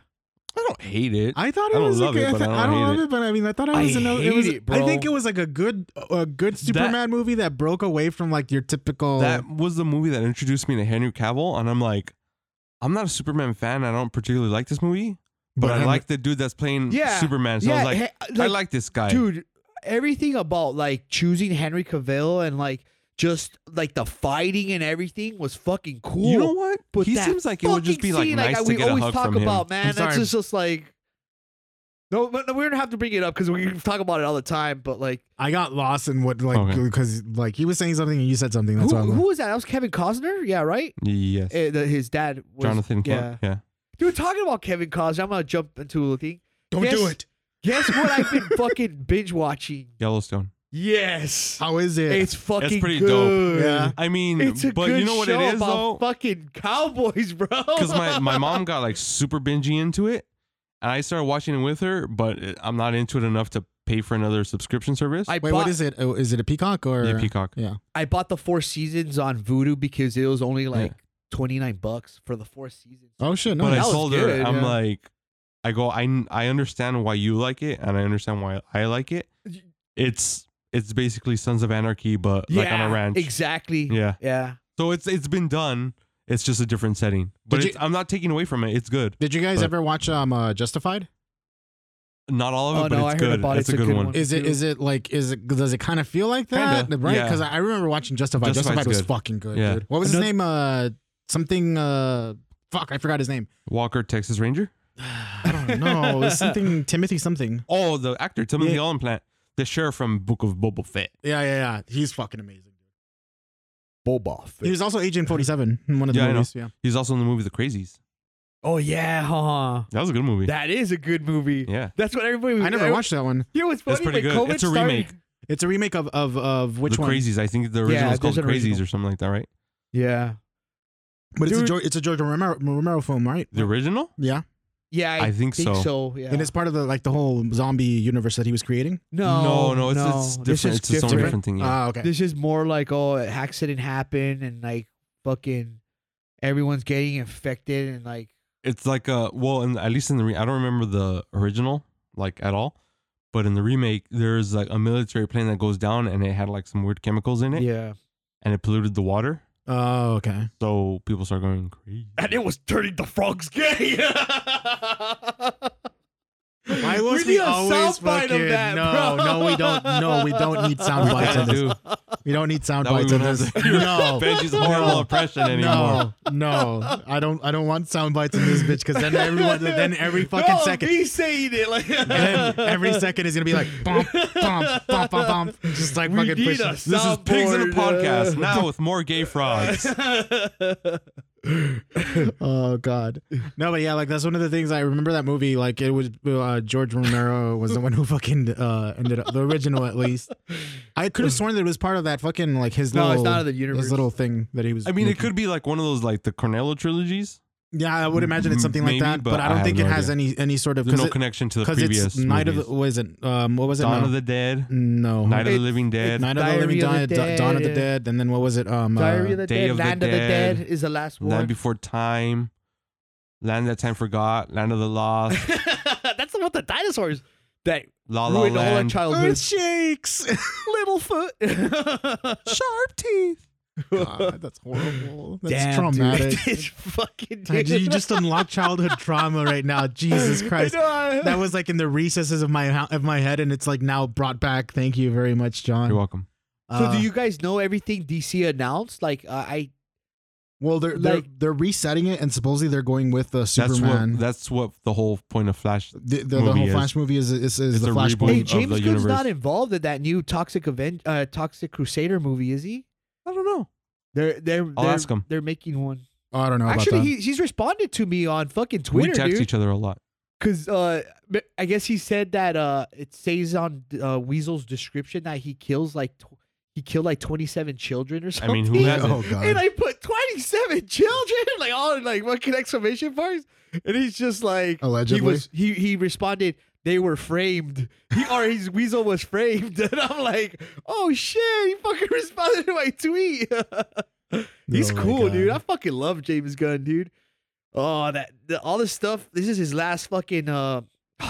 C: don't hate it.
B: I thought
C: I
B: it
C: don't
B: was
C: love
B: okay.
C: it, but
B: I, thought-
C: I don't
B: I don't
C: hate
B: love
C: it.
B: it, but I mean I thought it
A: I
B: was another
A: hate
B: it was
A: it,
B: I
A: bro.
B: think it was like a good a good Superman movie that broke away from like your typical
C: that was the movie that introduced me to Henry Cavill, and I'm like, I'm not a Superman fan. I don't particularly like this movie, but, I
B: I'm-
C: like the dude that's playing
A: Yeah,
C: Superman. So I
A: yeah
C: was like,
A: he-
C: I like this guy.
A: dude everything about like choosing Henry Cavill and like just like the fighting and everything was fucking cool.
C: You know what?
A: but
C: he
A: that
C: seems like it would just
A: fucking
C: be like
A: scene,
C: nice
A: I-
C: to
A: we
C: get a
A: always
C: hug
A: talk
C: from
A: about,
C: him.
A: man.
B: I'm
A: that's
B: sorry.
A: just, just like no, but no, we're gonna have to bring it up because we talk about it all the time. But like,
B: I got lost in what like
C: Okay.
B: because like he was saying something and you said something. That's
A: who,
B: why I'm
A: who was that? That was Kevin Costner. Yeah, right.
C: Yes,
A: Eh, the- his dad, was,
C: Jonathan.
A: Yeah,
C: Clark. yeah.
A: dude. Talking about Kevin Costner, I'm gonna jump into a thing.
B: Don't
A: Yes.
B: do it.
A: Guess what? I've been fucking binge watching.
C: Yellowstone.
A: Yes,
B: How is it?
A: it's fucking
C: pretty dope.
A: good.
B: Yeah.
C: I mean,
A: It's a
C: but
A: good
C: you know what
A: show
C: it is
A: about
C: though,
A: fucking cowboys, bro.
C: because my
A: (laughs)
C: my mom got like super bingey into it, and I started watching it with her, but it- I'm not into it enough to pay for another subscription service.
A: I
B: Wait,
A: bought,
B: what is it? Oh, is it a peacock or
C: yeah, Peacock.
A: I bought the four seasons on Voodoo because it was only like twenty nine bucks for the four seasons.
B: Oh shit! No,
C: But I
A: that was
C: told
A: good,
C: her, I'm
A: yeah.
C: like, I go, I I understand why you like it, and I understand why I like it. It's it's basically Sons of Anarchy, but like on a ranch.
A: Exactly.
C: Yeah.
A: Yeah.
C: So it's it's been done. It's just a different setting, but
B: Did
C: it's, I'm not taking away from it. It's good.
B: did you guys
C: But-
B: ever watch um uh, Justified?
C: Not all of it,
A: Oh,
C: but
A: no,
C: it's
A: I heard
C: good.
A: about it.
C: It's a good one.
B: Is it?
A: Two.
B: Is it like? Is it? Does it kind of feel like that?
C: Kinda,
B: Right?
C: yeah.
B: Because I remember watching Justified.
C: Justified's
B: Justified was
C: good.
B: fucking good.
C: Yeah.
B: Dude. What was his
A: Another-
B: name? Uh, something. Uh, fuck, I forgot his name.
C: Walker, Texas Ranger.
B: I don't (laughs) know. It's something Timothy something.
C: Oh, the actor Timothy
B: Yeah.
C: Olymplant, the sheriff from Book of Boba Fett.
B: Yeah, yeah, yeah. He's fucking amazing.
A: Boba. Fett.
B: He was also Agent Forty Seven in one of the
C: Yeah, I know.
B: movies. Yeah.
C: He's also in the movie The Crazies.
A: oh yeah, huh?
C: That was a good movie.
A: That is a good movie.
C: yeah,
A: That's what everybody. Was,
B: I never
A: every-
B: watched that one.
A: You know what's funny?
C: That's pretty
A: When
C: good.
A: COVID
C: It's a
A: started-
C: remake.
B: It's a remake of of of which
C: The
B: one?
C: Crazies. I think the
A: Yeah,
C: original is called
A: there's
C: The
A: an
C: Crazies
A: original.
C: or something like that, right?
A: Yeah.
B: But it's a,
A: Dude.
B: George, it's a George Romero, Romero film, right?
C: The original?
B: yeah.
A: Yeah, I,
C: I think
A: think
C: so.
A: so. Yeah.
B: and it's part of the like the whole zombie universe that he was creating.
A: no,
C: no, no, it's, it's
A: This
C: different.
A: is
C: It's its own
A: different.
C: different thing. Yeah.
B: Ah, okay.
A: This is more like oh, an accident happened and like fucking everyone's getting infected and like
C: it's like uh well, and at least in the re- I don't remember the original like at all, but in the remake there's like a military plane that goes down and it had like some weird chemicals in it
A: yeah,
C: and it polluted the water,
B: oh, okay.
C: so people start going crazy.
A: was turning the frogs (laughs) gay.
B: Why was we, always fucking no? No,
A: (laughs)
B: we don't. No, we (laughs) don't need sound bites on this.
C: do.
B: We don't need sound
C: That way
B: bites
C: we
B: on
C: don't have
B: this.
C: (laughs) to
B: (laughs)
C: hear
B: No,
C: Benji's horrible oppression anymore.
B: no, no. I don't. I don't want sound bites in this bitch because then everyone, then (laughs) every fucking
A: no,
B: second,
A: Me saying it like (laughs)
B: then every second is gonna be like bump, bump, bump, bump, bump. Just like
A: We
B: fucking
A: need
B: push.
A: a
C: This is pigs in a
A: Soundboard,
C: podcast
A: uh,
C: now with
B: (laughs)
C: more gay frogs.
B: Oh God. No, but yeah, like that's one of the things I remember that movie. Like it was uh, George Romero was the one who (laughs) fucking uh, ended up the original at least. I could have sworn that it was part of that fucking like his
A: (laughs) No,
B: little
A: it's not of the
B: his
A: universe.
B: little thing that he was.
C: I mean, it
B: making.
C: could be like one of those like the Cornello trilogies.
B: Yeah, I would imagine it's something
C: Mm, Maybe,
B: like that,
C: but
B: but,
C: I
B: I don't
C: have
B: think
C: no
B: it has any any sort of
C: There's no
B: because
C: connection to the previous.
B: it's Night
C: movies.
B: of the was it um what was it
C: Dawn
B: no.
C: of the Dead,
B: no
C: Night of the
A: It's-
C: Living Dead.
B: Night of the Living
A: Diary of
B: Dead,
A: the
B: Da- Dawn of the
A: Dead.
B: Dead, and then what was it um uh,
A: Diary of the
C: Day
A: Dead,
C: of the
A: Land of the
C: Dead.
A: Dead is the last one.
C: Land Before Time, Land That Time Forgot, Land of the Lost,
A: (laughs) That's the one with the dinosaurs that
C: La La
A: ruined all our
C: Land.
A: childhood.
B: Earth shakes.
A: (laughs) Littlefoot. (laughs)
C: Sharp teeth.
B: (laughs) God, that's horrible. That's
A: Damn,
B: traumatic.
A: Dude. (laughs) It's fucking.
B: God,
A: Dude.
B: you just unlocked childhood trauma right now. Jesus
A: (laughs)
B: Christ.
A: I know, I-
B: That was like in the recesses of my hou- of my head, and it's like now brought back. Thank you very much, John.
C: You're welcome.
A: so,
B: Uh,
A: do you guys know everything DC announced? Like, uh, I
B: Well, they're they're,
A: like-
B: they're resetting it, and supposedly they're going with uh,
C: That's
B: Superman.
C: what. That's what the whole point of Flash.
B: the, the, the
C: movie
B: whole
C: is.
B: Flash movie is is, is
C: It's
B: the
C: a
B: Flashpoint.
C: reboot.
A: hey,
C: of
A: James
C: the
A: Gunn's
C: universe.
A: not involved in that new Toxic Aven- uh, Toxic Crusader movie, is he?
C: I don't know.
A: They're they're
C: I'll
A: they're,
C: ask him.
A: they're making one.
B: Oh, I don't know
A: Actually,
B: about that.
A: he, he's responded to me on fucking Twitter,
C: we text
A: dude.
C: each other a lot.
A: Cause uh, m- I guess he said that uh, it says on uh, Weasel's description that he kills like tw- he killed like twenty seven children or
C: I
A: something.
C: mean, who
B: (laughs)
C: hasn't?
B: oh god.
A: And I put twenty seven children, (laughs) like all in like fucking exclamation marks, and he's just like
B: Allegedly.
A: He was he he responded they were framed. He or his Weasel was framed, (laughs) and I'm like, oh shit, he fucking (laughs) responded to my tweet. (laughs) He's
B: Oh my
A: cool, dude.
B: God.
A: I fucking love James Gunn, dude. Oh, that the, all this stuff. This is his last fucking. Uh, (sighs)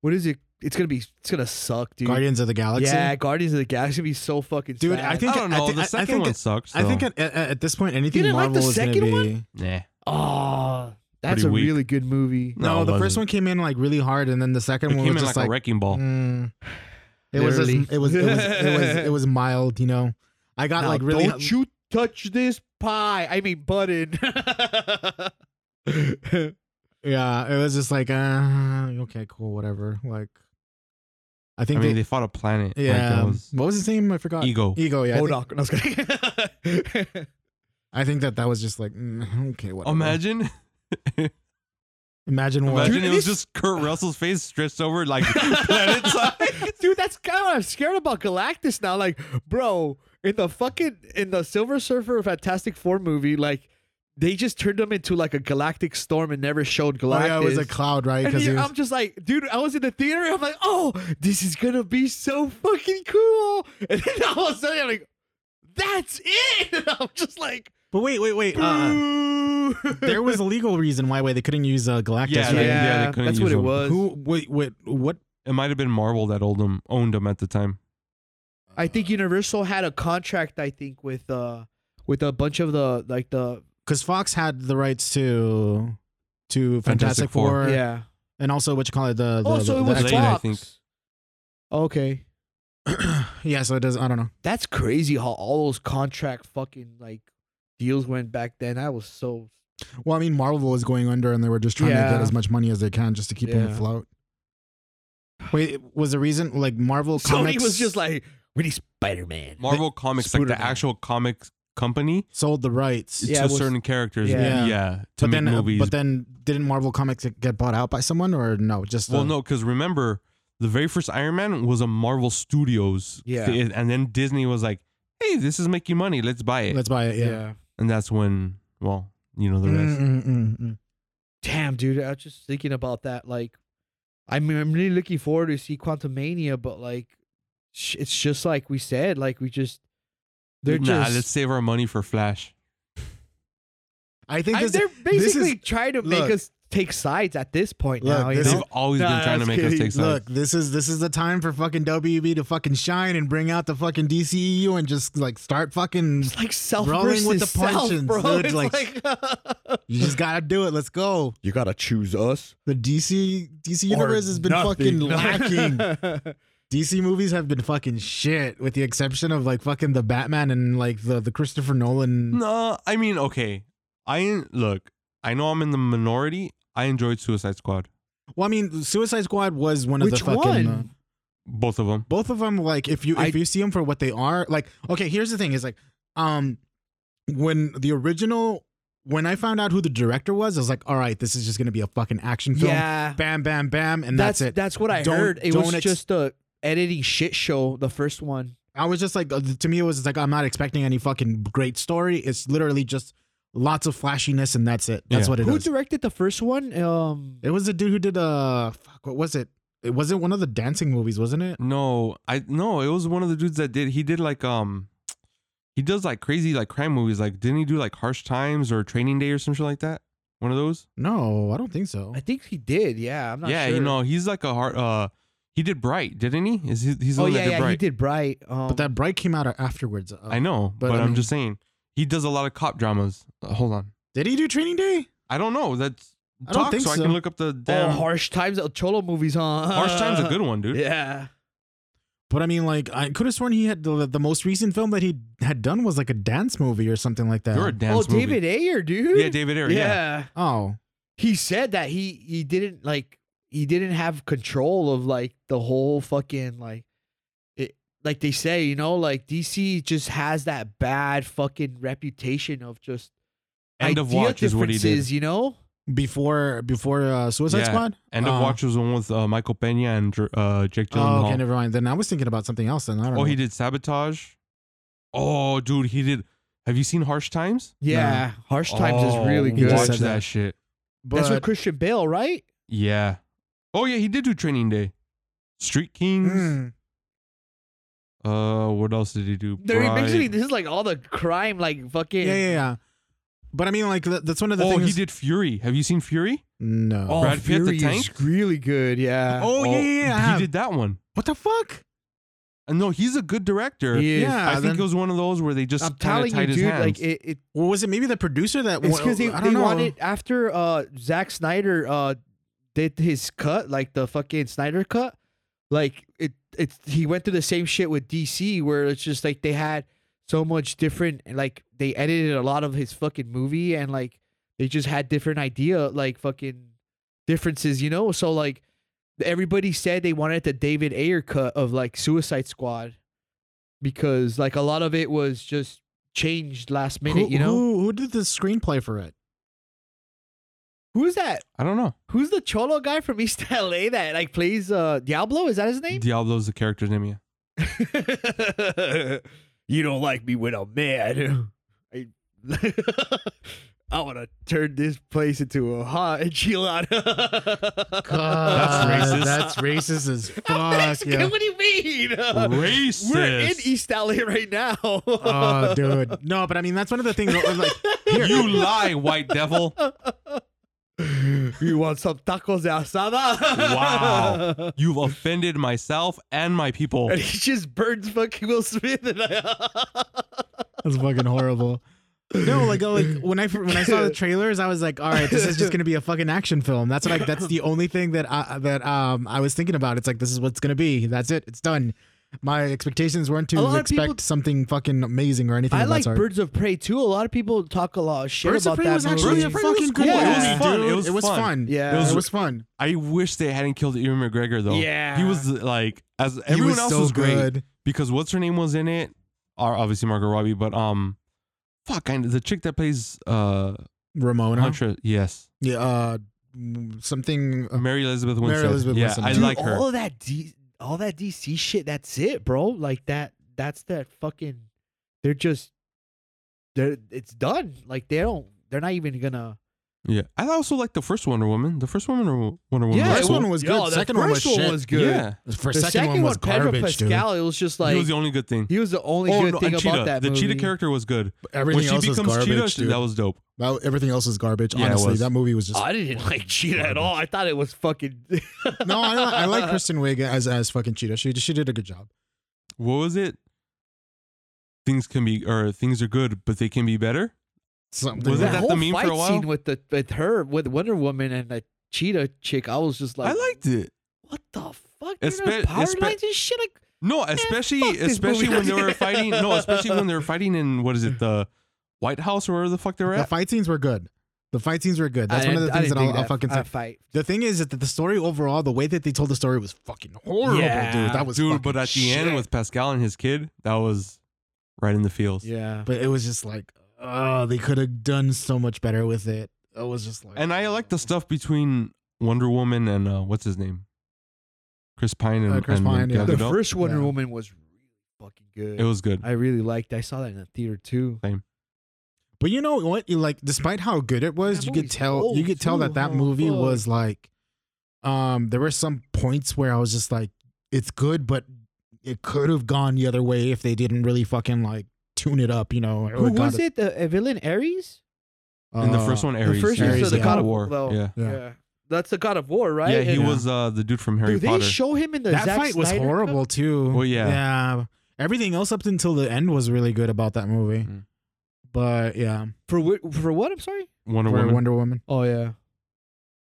A: what is it? It's gonna be. It's gonna suck, dude.
B: Guardians of the Galaxy.
A: yeah, Guardians of the Galaxy be so fucking.
B: Dude,
A: sad.
B: I think-
C: I don't
B: I
C: know.
B: thi- I-
C: the
B: I
C: second
B: think
C: one
B: it-
C: sucks.
B: I think
C: though.
B: at, at, at this point, anything
A: didn't like
B: Marvel
A: the
B: is going to
A: second one?
B: be.
C: Nah.
A: Oh, that's
C: Pretty
A: a
C: weak.
A: really good movie.
C: No,
B: No,
C: it
B: the
C: wasn't.
B: first one came in like really hard, and then the second
C: It
B: one
C: came
B: was
C: in
B: just
C: like,
B: like
C: a wrecking ball.
B: Mm. it was just,
A: Literally.
B: it was it was it was it was mild, you know. I got
A: Now,
B: like really
A: don't you touch this pie. I mean button. (laughs)
B: yeah. It was just like uh, okay, cool, whatever. Like, I
C: I
B: think
C: mean,
B: they,
C: they fought a planet. Like,
B: yeah. um,
C: that was
B: what was his name? I forgot.
C: ego.
B: Ego. Yeah. I
A: Hold
B: think,
A: on. I was kidding. (laughs)
B: I think that that was just like mm, okay, whatever.
C: (laughs) Imagine,
B: imagine what.
C: imagine
A: Dude,
C: it was
A: this-
C: just Kurt Russell's face stretched over like planet size.
A: Dude, that's kind of what I'm scared about Galactus now. Like, bro, in the fucking in the Silver Surfer Fantastic Four movie, like they just turned him into like a galactic storm and never showed
B: Oh
A: Galactus.
B: yeah, it was a cloud,
A: (laughs)
B: right?
A: And
B: Because
A: you-
B: he was,
A: I'm just like, dude, I was in the theater. I'm like, oh, this is gonna be so fucking cool. And then (laughs) all of a sudden, I'm like, that's it. (laughs) And I'm just like,
B: but wait, wait, wait. Uh, (laughs)
A: boo.
B: there was a legal reason why why they couldn't use uh, Galactus.
C: Yeah,
A: yeah,
B: right?
C: they- yeah, they couldn't
A: that's
C: use
A: what it
C: him.
A: was.
B: Who? Wait, wait. What?
C: It might have been Marvel that owned him, owned him at the time.
A: I think Universal had a contract. I think with uh with a bunch of the like the
B: because Fox had the rights to to Fantastic,
C: Fantastic
B: Four.
C: Four.
A: yeah
B: and also what you call it the, the
A: oh, so
B: the-
A: it
B: the
A: was
C: Lane,
B: X-Men.
C: I
A: Fox.
C: think.
A: Okay,
B: (clears throat) yeah, so it does. I don't know.
A: that's crazy how all those contract fucking like deals went back then. I was so
B: Well, I mean, Marvel was going under, and they were just trying to
A: Yeah.
B: get as much money as they can just to keep them
A: Yeah.
B: afloat. Wait, was the reason like Marvel
A: Sony
B: Comics
A: was just like, we need Spider Man.
C: Marvel Comics, like the
A: Spider-Man.
C: actual comics company,
B: sold the rights?
A: Yeah,
C: to
A: it was-
C: certain characters.
A: Yeah.
C: Yeah, to
B: but
C: make
B: then, uh,
C: movies.
B: but then, didn't Marvel Comics get bought out by someone or no? Just uh,
C: well,
B: the-
C: no, because remember, the very first Iron Man was a Marvel Studios.
A: Yeah.
C: thi- and then Disney was like, "Hey, this is making money. Let's buy it."
B: Let's buy it. Yeah.
C: and that's when, well, you know the rest.
B: Mm, mm, mm, mm.
A: Damn, dude. I was just thinking about that. Like, I mean, I'm really looking forward to see Quantum Mania, but like, sh- it's just like we said. Like, we just they're
C: nah,
A: just.
C: let's save our money for Flash.
B: I think
A: I,
B: this,
A: they're
B: this is-
A: basically trying to make
B: look.
A: us take sides at this point
B: Look,
A: now. You
B: this
A: know?
C: They've always
A: Nah,
C: been trying to
A: that's
C: make us
A: kidding.
C: take sides.
B: Look, this is this is the time for fucking WB to fucking shine and bring out the fucking DCEU and just like start fucking.
A: It's like self
B: Rolling with
A: versus
B: the
A: self,
B: punches,
A: bro.
B: dude,
A: It's
B: like-
A: like, (laughs)
B: You just gotta do it. Let's go.
A: you gotta choose us.
B: The DC DC universe has
A: (laughs)
B: been fucking lacking. DC movies have been fucking shit, with the exception of like fucking the Batman and like the the Christopher Nolan.
C: No, I mean, okay. I look. I know I'm in the minority. I enjoyed Suicide Squad,
B: Well, I mean, Suicide Squad was one of
A: Which
B: the fucking. uh,
A: one?
C: both of them.
B: both of them like if you if
A: I-
B: you see them for what they are like okay here's the thing is like um when the original when i found out who the director was i was like all right this is just gonna be a fucking action film
A: Yeah,
B: bam bam bam and
A: that's
B: that's, it
A: That's what I
B: Don't-
A: heard. It was
B: don't ex-
A: just a editing shit show. The first one.
B: i was just like uh, to me it was just like i'm not expecting any fucking great story it's literally just lots of flashiness and that's it that's
C: Yeah.
B: what it is.
A: Who directed the first one? Um,
B: it was the dude who did uh fuck what was it it wasn't one of the dancing movies wasn't it
C: No, I no. It was one of the dudes that did. He did like um, he does like crazy like crime movies. Like didn't he do like Harsh Times or Training Day or some shit like that? One of those.
B: no i don't think so
A: I think he did. Yeah, I'm not
C: yeah,
A: sure.
C: you know he's like a hard. Uh, he did Bright, didn't he? Is he, he's the
A: Oh
C: one
A: yeah,
C: that did
A: yeah,
C: Bright.
A: he did Bright. Um,
B: but that bright came out afterwards uh,
C: I know,
B: But,
C: but,
B: I
C: I'm
B: mean-
C: just saying he does a lot of cop dramas. Uh, hold on,
B: did he do training day
C: I don't know. That's
B: I don't
C: talk,
B: think
C: so,
B: so.
C: I can look up the
A: oh,
C: damn
A: harsh times. El Cholo movies, huh?
C: Harsh Times.
A: (laughs)
C: A good one, dude.
A: Yeah.
B: But I mean, like, I could have sworn he had the, the most recent film that he had done was like a dance movie or something like that.
C: You're a
A: Oh,
C: dance movie.
A: David Ayer, dude.
C: Yeah, David Ayer. yeah.
B: oh,
A: he said that he he didn't like he didn't have control of like the whole fucking like it like they say you know like DC just has that bad fucking reputation of just
C: End
A: idea
C: of Watch is what he did.
A: differences, you know
B: before before uh, Suicide
C: Yeah.
B: Squad.
C: End
B: Uh,
C: of Watch was the one with uh, Michael Pena and Dr- uh, Jake
B: Oh,
C: Gyllenhaal.
B: okay, never mind. Then I was thinking about something else. Then I don't
C: oh,
B: know.
C: he did Sabotage. Oh, dude, he did. Have you seen Harsh Times?
A: yeah harsh times
C: Oh,
A: is really
B: He
A: good
B: just
C: Watch
B: said
C: that.
B: that.
C: shit.
A: that's with
B: But-
A: Christian Bale right
C: Yeah. Oh yeah, he did do Training Day. Street Kings.
B: Mm.
C: Uh, what else did he do?
A: they're
C: Bright.
A: basically this is like all the crime like
B: Yeah,
A: fucking
B: yeah, yeah. But I mean, like, th- that's one of the
C: oh,
B: things.
C: he did Fury. Have you seen Fury?
B: No.
A: oh
C: Brad Pitt, the
A: Fury is
C: tank?
A: really good yeah
B: Oh, yeah, yeah, yeah, I have.
C: He did that one.
B: what the fuck?
C: Uh, No, he's a good director.
A: He is.
B: Yeah,
C: I think
B: then-
C: it was one of those where they just
A: I'm
C: kinda
A: telling you
C: tied his
A: dude
C: hands.
A: like it, it
B: Or was it maybe the producer that?
A: It's
B: wa-
A: because they,
B: I
A: they
B: don't know.
A: wanted after uh Zack Snyder uh did his cut, like the fucking Snyder cut, like it it he went through the same shit with DC where it's just like they had so much different like they edited a lot of his fucking movie and like they just had different idea like fucking differences, you know? So like everybody said they wanted the David Ayer cut of like Suicide Squad because like a lot of it was just changed last minute,
B: who,
A: you know?
B: who, who did the screenplay for it?
A: Who's that?
C: I don't know.
A: Who's the cholo guy from East (laughs) LA that like plays uh Diablo? Is that his name?
C: Diablo's the character's name. Yeah.
A: (laughs) you don't like me when I'm mad. (laughs) I, (laughs) I want to turn this place into a hot (laughs) enchilada. (laughs)
B: God, (laughs)
C: racist.
B: Uh, That's racist (laughs) as
A: I'm
B: fuck.
A: Mexican,
B: yeah.
A: What do you mean? (laughs) (laughs)
C: Racist.
A: We're in East LA right now. (laughs)
B: Oh, dude. No, but I mean, that's one of the things. (laughs) Like, here,
C: You lie,
A: (laughs)
C: white devil.
A: you want some tacos de asada? (laughs)
C: Wow. You've offended myself and my people.
A: And he just burns fucking Will Smith. And I, (laughs)
B: That's fucking horrible. No, like like when I fir- when I saw the trailers, I was like, all right, this is just gonna be a fucking action film. That's what I, that's the only thing that I, that um I was thinking about. It's like this is what's gonna be. That's it. It's done. My expectations weren't
A: A
B: to
A: lot of
B: expect
A: people-
B: something fucking amazing or anything.
A: I
B: of that
A: like
B: sort.
A: Birds of Prey too. A lot of people talk a lot of shit
B: Birds of
A: about
B: Prey
A: that
B: was actually
A: movie.
C: Birds of Prey
B: fucking
C: was
B: good.
A: cool.
B: It
A: Yeah.
B: was fun.
C: It was
B: It was
C: fun.
B: fun.
A: Yeah.
B: it
A: It
B: was,
A: was-
B: fun.
C: I wish they hadn't killed Ewan McGregor though.
A: Yeah.
C: he was like as
B: He
C: everyone
B: was
C: else
B: so
C: was great
B: good.
C: because what's her name was in it. Are obviously Margot Robbie, but um, fuck, I, the chick that plays uh,
B: Ramona.
C: Huntress, yes,
B: Yeah, uh, mm, something. uh,
C: Mary Elizabeth Winstead.
B: Mary Elizabeth
C: yeah,
B: Winstead.
C: I
B: Dude,
C: like her.
A: All that D, all that DC shit. That's it, bro. Like that. That's that fucking. They're just. They're it's done. Like they don't. They're not even gonna.
C: Yeah, I also like the first Wonder Woman. The first Wonder Woman, Wonder Woman.
A: Yeah,
C: was
B: First
C: cool.
B: one was good.
A: Yo, the
B: second one was
A: first one
B: shit.
A: was good.
C: Yeah,
B: The fir-
A: the second,
B: one was
A: one, Pedro
B: garbage, dude.
A: Pascal. It was just like
C: he was the only good thing.
A: only
C: oh,
A: good
C: no,
A: thing
C: and
A: about
C: Cheetah.
A: that.
C: the
A: movie.
C: cheetah character was good.
B: Everything
C: when
B: else
C: she
B: was
C: becomes
B: garbage,
C: cheetah,
B: dude.
C: that was dope.
B: Well, everything else was garbage.
C: Yeah, it
B: honestly,
C: was.
B: that movie was just.
A: I didn't (laughs) like Cheetah at
B: garbage.
A: all. I thought it was fucking.
B: (laughs) no, I, li- I like Kristen Wiig as as fucking Cheetah. She she did a good job.
C: What was it? Things can be, or things are good, but they can be better.
B: Something
C: Was it
A: that,
B: like
C: that
B: that.
C: the
A: whole
C: meme for
A: fight
C: a while?
A: scene with the with her with Wonder Woman and the Cheetah chick. I was just like,
C: I liked it.
A: What the fuck?
C: Espe-
A: There's power
C: espe-
A: lines and shit. Like,
C: No,
A: Eh, fuck
C: especially
A: this
C: especially
A: movie.
C: when they
A: (laughs)
C: were fighting. No, especially when they were fighting in what is it, the White House or wherever the fuck they're
B: The
C: at.
B: fight scenes were good. The fight scenes were good. That's
A: I
B: one of the
A: didn't- I
B: things that
A: didn't
B: I'll,
A: dig
B: I'll fucking
A: uh,
B: say.
A: fight.
B: The thing is that the story overall, the way that they told the story was fucking horrible,
A: Yeah,
B: dude. That was
C: Dude,
B: fucking
C: but at the
B: shit.
C: end with Pascal and his kid, that was right in the feels.
A: Yeah.
B: but it was just like, oh, they could have done so much better with it. It was just like,
C: And I like the stuff between Wonder Woman and uh, what's his name, Chris Pine and
B: Uh, Chris
C: and
B: Pine, yeah.
C: Gal
A: The
C: Gadot.
A: first Wonder
B: Yeah.
A: Woman was really fucking good.
C: It was good.
A: I really liked. I saw that in the theater too.
B: But you know what? You like, despite how good it was,
A: That
B: you could
A: movie's
B: tell. You
A: old,
B: could tell
A: too,
B: that that
A: huh?
B: movie
A: Fuck.
B: was like, um, there were some points where I was just like, it's good, but it could have gone the other way if they didn't really fucking like tune it up, you know?
A: Who was it? The uh, villain Ares.
C: and the
B: uh,
C: first one, Ares.
A: the first
B: yeah.
A: one, so
B: Ares,
A: the
B: yeah.
A: God of
C: War.
A: Well,
C: Yeah.
B: Yeah.
A: That's the God of War, right?
C: Yeah, he
A: And
C: was uh, the dude from Harry
A: Do they
C: Potter.
A: show him in the
B: That
A: Zack
B: fight was
A: Snyder
B: horrible
A: cut?
B: too.
C: Well, yeah.
B: yeah. Everything else up until the end was really good about that movie,
C: Mm.
B: but yeah,
A: For what? For what? I'm sorry.
C: Wonder
B: for
C: Woman.
B: Wonder Woman.
A: Oh yeah.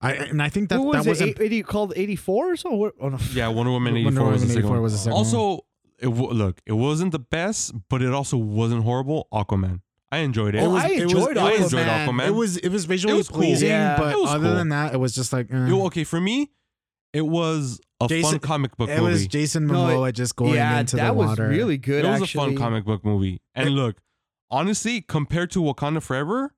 B: I and I think that
A: What was
B: that
A: it?
B: wasn't.
A: Eight- 80, called 84 or something? What- Oh, no.
C: yeah, Wonder Woman eighty
B: Wonder
C: four was the
B: Woman
C: second
B: 84
C: one.
B: was the second one.
C: also, it w- look, it wasn't the best, but it also wasn't horrible. Aquaman, I enjoyed it.
A: Oh,
B: It was-
A: I
B: it was-
A: enjoyed
B: I
A: Aquaman.
C: enjoyed Aquaman.
B: It was it was visually
C: was cool.
B: pleasing,
A: Yeah.
B: but
C: It was
B: other
C: cool.
B: than that, it was just like eh.
C: It- okay for me. It was a
B: Jason-
C: fun comic book
B: it
C: movie.
B: was Jason
A: No, it-
B: Momoa just going
A: yeah,
B: into
A: that
B: the
A: was
B: water.
A: really good.
C: it was
A: actually.
C: a fun comic book movie. And
B: It-
C: look, honestly, compared to Wakanda Forever,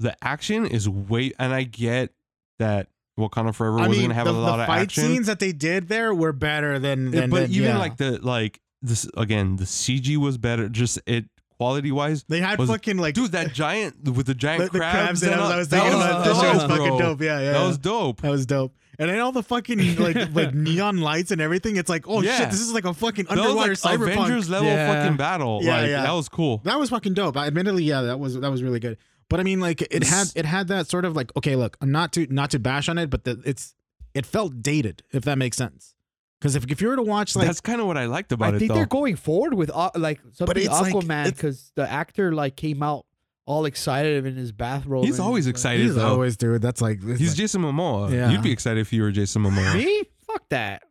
C: the action is way. And I get that Wakanda Forever
B: I
C: wasn't
B: mean,
C: gonna have
B: the,
C: a
B: the
C: lot of
B: fight
C: action,
B: scenes that they did there were better than.
C: Yeah,
B: than
C: but
B: than-
C: even
B: yeah.
C: like the like this again, the CG was better. Just it quality wise,
B: they had
C: was-
B: fucking like (laughs)
C: dude, that giant with the
B: the, the
C: giant crabs.
B: crabs and
C: and
B: I was,
C: all-
B: I was
C: that
B: thinking
C: was
B: about that shit was
C: dope,
B: fucking
C: bro.
B: dope. Yeah, yeah,
C: That
B: yeah.
C: was dope.
B: that was dope. And then all the fucking
C: (laughs)
B: like like neon lights and everything. It's like oh
C: Yeah.
B: shit, this is like a fucking
C: That was
B: underwater
C: like
B: cyberpunk.
C: Avengers level
A: Yeah.
C: fucking battle.
B: Yeah,
C: like
B: yeah.
C: that was cool.
B: That was fucking dope. Admittedly, yeah, that was that was really good. But I mean, like it had it had that sort of like okay, look, not to not to bash on it, but the, it's it felt dated if that makes sense. Because if if you were to watch like
C: That's kind of what I liked about
A: I
C: it
A: think
C: though.
A: they're going forward with uh, like something
B: it's like-
A: Aquaman
B: it's-
A: because the actor like came out all excited in his bathrobe.
C: He's
A: and
C: always
A: like,
C: excited
B: he's
C: though.
B: always dude, that's like
C: He's Jason Momoa.
B: Yeah.
C: You'd be excited if you were Jason Momoa.
A: Me? Fuck that.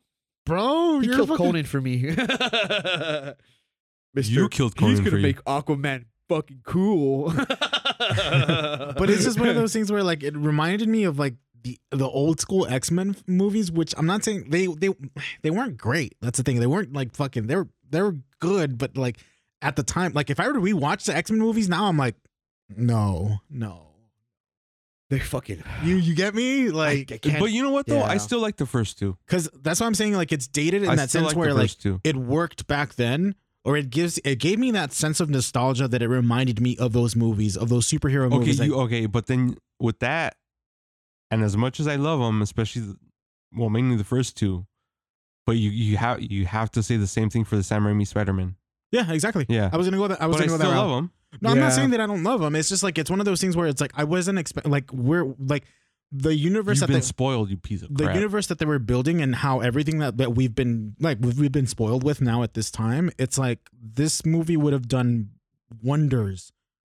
B: bro.
A: He
B: You're
A: killed
B: fucking,
A: Conan for me. (laughs) Mister,
C: You killed Conan
A: He's gonna
C: for you.
A: make Aquaman fucking
C: (laughs)
A: cool.
B: But it's just one of those things where like it reminded me of like the the old school X Men movies, which I'm not saying they they they weren't great. That's the thing. They weren't like fucking. They were they were good, but like at the time, like if I were to rewatch the X Men movies now, I'm like, no, no.
A: They fucking
B: You you get me?
A: I
B: Like
A: can't-
C: But you know what though? I
A: Yeah.
C: still like the first two.
B: because that's what I'm saying. Like it's dated in
C: I
B: that
C: still
B: sense
C: like
B: where
C: the
B: like
C: first two.
B: it worked back then. Or it gives it gave me that sense of nostalgia that it reminded me of those movies, of those superhero
C: Okay,
B: movies. like-
C: you okay? But then with that, and as much as I love them, especially, the, well, mainly the first two, but you you have you have to say the same thing for the Sam Raimi Spider Man.
B: yeah, exactly.
C: Yeah,
B: I was gonna go. That, I was
C: but I
B: gonna go
C: still
B: that route.
C: love them.
B: No, I'm not
A: Yeah.
B: saying that I don't love them. It's just like it's one of those things where it's like I wasn't expect like we're like the universe that
C: You've been
B: they,
C: spoiled, you piece of
B: the
C: crap.
B: universe that they were building and how everything that, that we've been like we've, we've been spoiled with now at this time. It's like this movie would have done wonders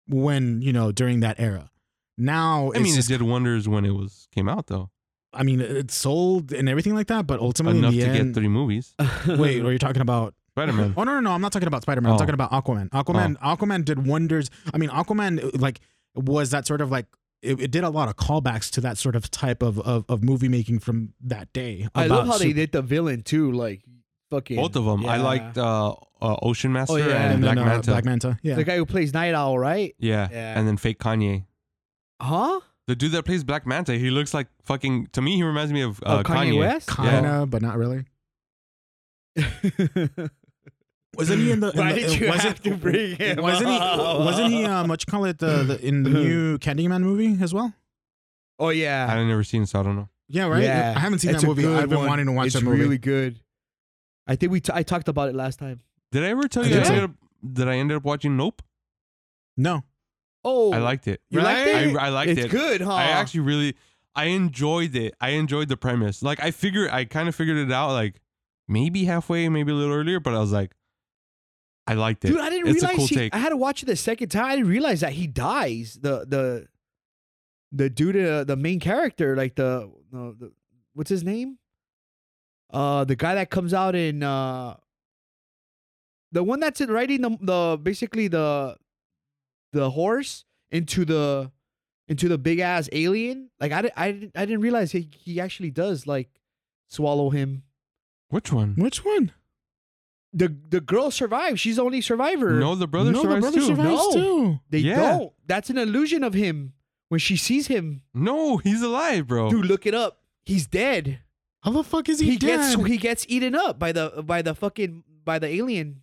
B: when you know during that era. Now,
C: I
B: it's
C: mean, it
B: just-
C: did wonders when it was came out though,
B: I mean, it sold and everything like that, but ultimately,
C: enough
B: in
C: to
B: the
C: get
B: end,
C: three movies.
B: (laughs) wait, are you talking
C: (laughs)
B: about? (laughs)
C: Spider Man.
B: Oh no, no, no! I'm not talking about Spider Man.
C: Oh.
B: I'm talking about Aquaman. Aquaman, Aquaman did wonders. I mean, Aquaman like was that sort of like it, it did a lot of callbacks to that sort of type of of, of movie making from that day.
A: (laughs) I love
B: about
A: how they
B: super-
A: did the villain too, like fucking
C: Both of them. I
A: yeah.
C: liked uh, uh, Ocean Master
A: yeah,
C: and,
B: and
C: Black
B: then, uh,
C: Manta.
B: Black Manta. Yeah,
A: the guy who plays Night Owl, right?
C: yeah.
A: Yeah.
C: and then fake Kanye.
A: Huh?
C: The dude that plays Black Manta, he looks like fucking. To me, he reminds me of, uh,
A: oh, Kanye, West.
B: kinda, but not really. (laughs) Wasn't he in the? in
A: Why
B: the- uh,
A: did you
B: wasn't-
A: have to
B: (laughs)
A: bring him
B: Wasn't he?
A: up?
B: Wasn't he? Um, what you call it? The, the in the
A: (clears throat)
B: new Candyman movie as well.
A: oh yeah.
C: I've never seen, it, so I don't know.
B: Yeah, right.
A: Yeah.
B: I haven't seen
A: It's
B: that
A: a
B: movie.
A: good
B: I've been
A: one.
B: wanting to watch
A: it's
B: that movie.
A: really good. I think we t- I talked about it last time.
C: Did I ever tell
B: I
C: you I
B: think so.
C: ended up, that I ended up watching Nope?
B: no,
A: Oh,
C: I liked it.
A: you liked
C: I,
A: it.
C: I liked
A: it's
C: it.
A: good, huh?
C: I actually really, I enjoyed it. I enjoyed the premise. Like I figured, I kind of figured it out. Like maybe halfway, maybe a little earlier, but I was like, I liked it.
A: dude, I didn't
C: It's a
A: realize
C: cool
A: he,
C: take.
A: I had to watch it the second time. I didn't realize that he dies. The the the dude, uh, the main character, like the, no, the what's his name? Uh, the guy that comes out in uh, the one that's in riding the the basically the the horse into the into the big ass alien. Like I di- I didn't I didn't realize he he actually does like swallow him.
C: Which one?
B: which one?
A: The the girl survives. She's the only survivor.
C: No, the brother
B: no, the
C: survives
B: brother
C: too.
B: survives
A: No.
B: too.
A: They
C: Yeah.
A: don't. That's an illusion of him when she sees him.
C: No, he's alive, bro.
A: Dude, look it up. He's dead.
B: How the fuck is
A: He,
B: he,
A: gets
B: dead?
A: he gets eaten up by the by the fucking by the alien.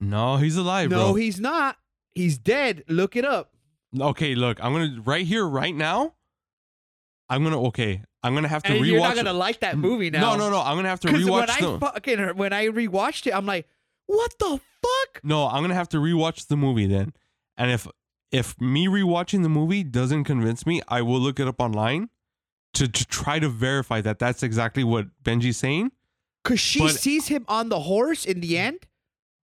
C: No, he's alive,
A: no,
C: bro.
A: he's not. He's dead. Look it up.
C: okay, look, I'm gonna right here, right now. I'm gonna okay. I'm gonna have to
A: And
C: rewatch.
A: you're not gonna like that movie now.
C: No, no, no. I'm gonna have to
A: 'Cause when
C: rewatch
A: I
C: the.
A: fucking when I rewatched it, I'm like, what the fuck?
C: No, I'm gonna have to rewatch the movie then. And if if me rewatching the movie doesn't convince me, I will look it up online to, to try to verify that that's exactly what Benji's saying.
A: Cause she
C: But-
A: sees him on the horse in the end.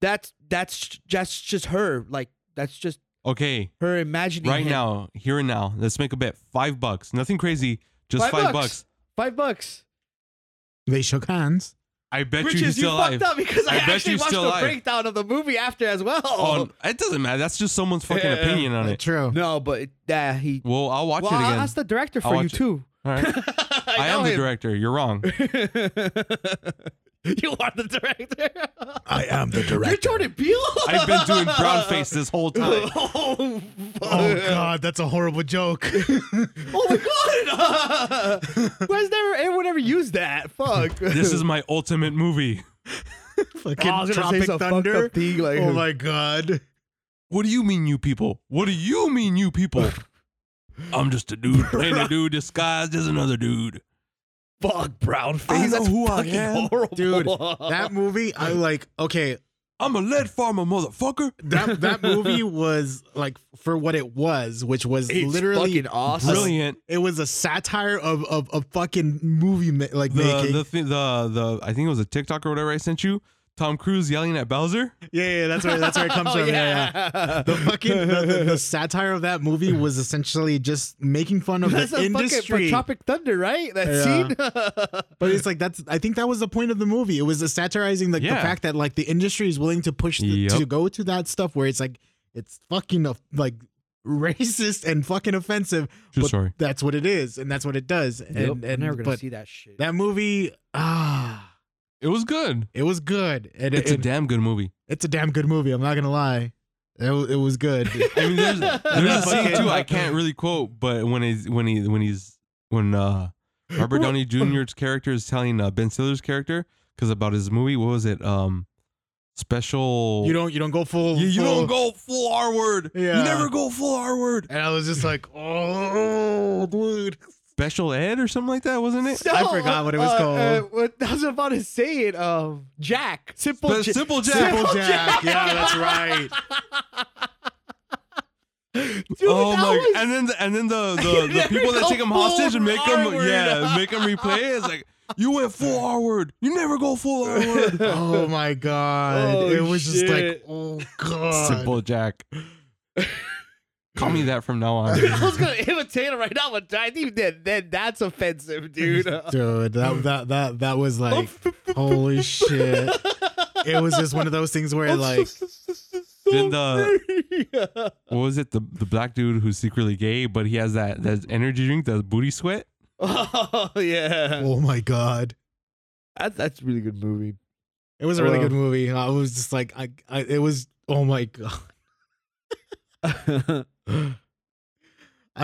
A: That's that's that's just her. Like that's just
C: Okay,
A: her imagining.
C: right
A: him.
C: now, here and now, let's make a bet. Five bucks, nothing crazy, just
A: Five
C: five,
A: bucks.
C: bucks.
A: five bucks.
B: They shook hands.
C: I bet
A: Which
C: you he's
A: is you
C: still alive.
A: fucked up because I,
C: I bet
A: actually
C: he's
A: watched the
C: still alive.
A: breakdown of the movie after as well.
C: Oh, n- it doesn't matter. That's just someone's
A: (laughs)
C: fucking
A: Yeah.
C: opinion on it.
B: True.
A: no, but yeah, he.
C: Well, I'll watch
A: well,
C: it
A: I'll
C: again.
A: ask the director
C: I'll
A: for you
C: watch it.
A: too. (laughs)
C: All right.
A: I,
C: I, am the director. You're wrong.
A: director. you are the director.
B: I am (laughs) the
A: You're Jordan Peele.
C: I've been doing brown face this whole time.
A: (laughs) oh, fuck.
B: Oh god, that's a
A: (laughs)
B: horrible joke.
A: Oh my
C: (laughs)
A: god! Why's never anyone ever used that? Fuck.
C: This
A: (laughs)
C: is my ultimate movie.
B: Fucking
A: I was gonna say
B: Tropic
A: some fucked
B: Thunder.
A: up thing, like-
B: oh my god.
C: What do you mean, you people? What do you mean, you people? I'm just a dude playing a dude disguised as another dude.
A: fuck brown face.
C: know
A: That's
C: who I
A: fucking
C: am.
A: horrible.
B: Dude,
A: (laughs)
B: That movie, I like. Okay,
C: I'm a lead farmer, motherfucker.
B: that that movie was like for what it was, which was
A: It's
B: literally
A: fucking awesome.
C: Brilliant.
B: it was a satire of of, of fucking movie ma- like
C: The
B: making.
C: the, thi- the the I think it was a TikTok or whatever I sent you. Tom Cruise yelling at Bowser.
B: yeah, yeah, that's where that's where it comes
A: (laughs) Oh,
B: from. yeah, yeah. the fucking the, the, the satire of that movie was essentially just making fun of
A: That's
B: the
A: a fucking
B: industry.
A: for Tropic Thunder, right? That
B: Yeah.
A: (laughs) scene.
B: but it's like that's I think that was the point of the movie. It was the satirizing like the
C: Yeah.
B: fact that like the industry is willing to push the,
C: Yep.
B: to go to that stuff where it's like it's fucking uh, like (laughs) racist and fucking offensive.
C: True
B: but
C: story.
B: That's what it is, and that's what it does. And, and but
A: that shit. (laughs)
B: that movie, ah,
C: It was good.
B: it was good. And
C: It's a
B: it,
C: damn good movie.
B: it's a damn good movie. I'm not gonna lie, it, wa- it was
C: (laughs)
B: good.
C: I mean, there's, there's a
B: That's
C: scene
B: fucking-
C: too I can't really quote, but when he's when he when he's when uh Robert Downey Jr.'s character is telling uh, Ben Stiller's character because about his movie, what was it? Um, special.
B: you don't you don't go full.
C: Oh. You, you
B: full,
C: don't go full R word.
B: Yeah.
C: You never go full R word.
B: And I was just
C: (laughs)
B: like, oh, dude.
C: Special ed or something like that, wasn't it?
B: I forgot what it was
A: uh,
B: called.
A: Uh, what, I was about to say it. Um, Jack. Simple.
C: The
A: Ja-
C: Simple Jack.
B: Simple Jack. Yeah, that's right.
A: (laughs) Dude,
C: oh
A: that
C: my!
A: was-
C: And then the, and then the the, the
A: Never
C: people that
A: go
C: take him
A: full
C: hostage and make them
A: R-word.
C: yeah make them replay it. It's like you went full R word. You never go full R word. (laughs)
B: Oh my god.
A: Oh,
B: it was just like,
A: shit.
B: oh god. (laughs)
C: Simple Jack. Call me that from now on.
A: (laughs) I was gonna imitate him right now, but I think that, that that's
B: (laughs)
A: offensive, dude. (laughs)
B: dude. That that that that was like
C: (laughs)
B: holy shit. It was just one of those things where
C: (laughs)
B: like (laughs)
C: Did the- what was it? The the black dude who's secretly gay, but he has that that energy drink, that booty sweat.
A: (laughs) oh yeah,
B: oh my god.
A: that, that's a really good movie. (laughs)
B: It was a really
A: Well-
B: good movie. I was just like I, I it was oh my god.
A: I'm
B: I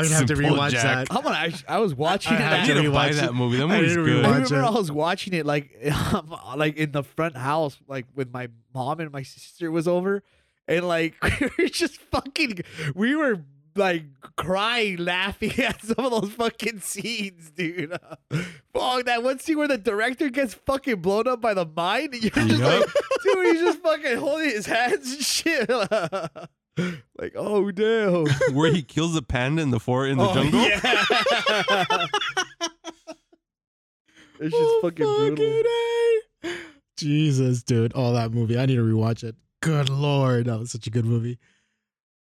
B: would have to
C: Simple
B: rewatch
C: Jack.
B: that.
A: gonna. act- I was watching
B: I
A: it.
B: have
A: at-
C: I
B: to
C: need to
B: rewatch
C: buy
B: it.
C: that movie. That
B: I
C: movie's
B: need to
C: good.
A: I
C: (laughs)
B: rewatch-
A: remember
B: it.
A: I was watching it like (laughs) like in the front house, like when my mom and my sister was over, and like (laughs) we were just fucking, we were like crying, laughing (laughs) at some of those fucking scenes, dude. (laughs) Fuck that one scene where the director gets fucking blown up by the mine. You're just like, (laughs)
B: (laughs)
A: dude, he's just fucking holding his hands and shit. (laughs) like, oh damn.
C: Where he kills the panda in the forest (laughs) in the
A: Oh,
C: jungle.
A: Yeah. (laughs) it's just
B: Oh,
A: fucking brutal.
B: fucking A. Jesus, dude. Oh, that movie. I need to rewatch it. Good lord. That was such a good movie.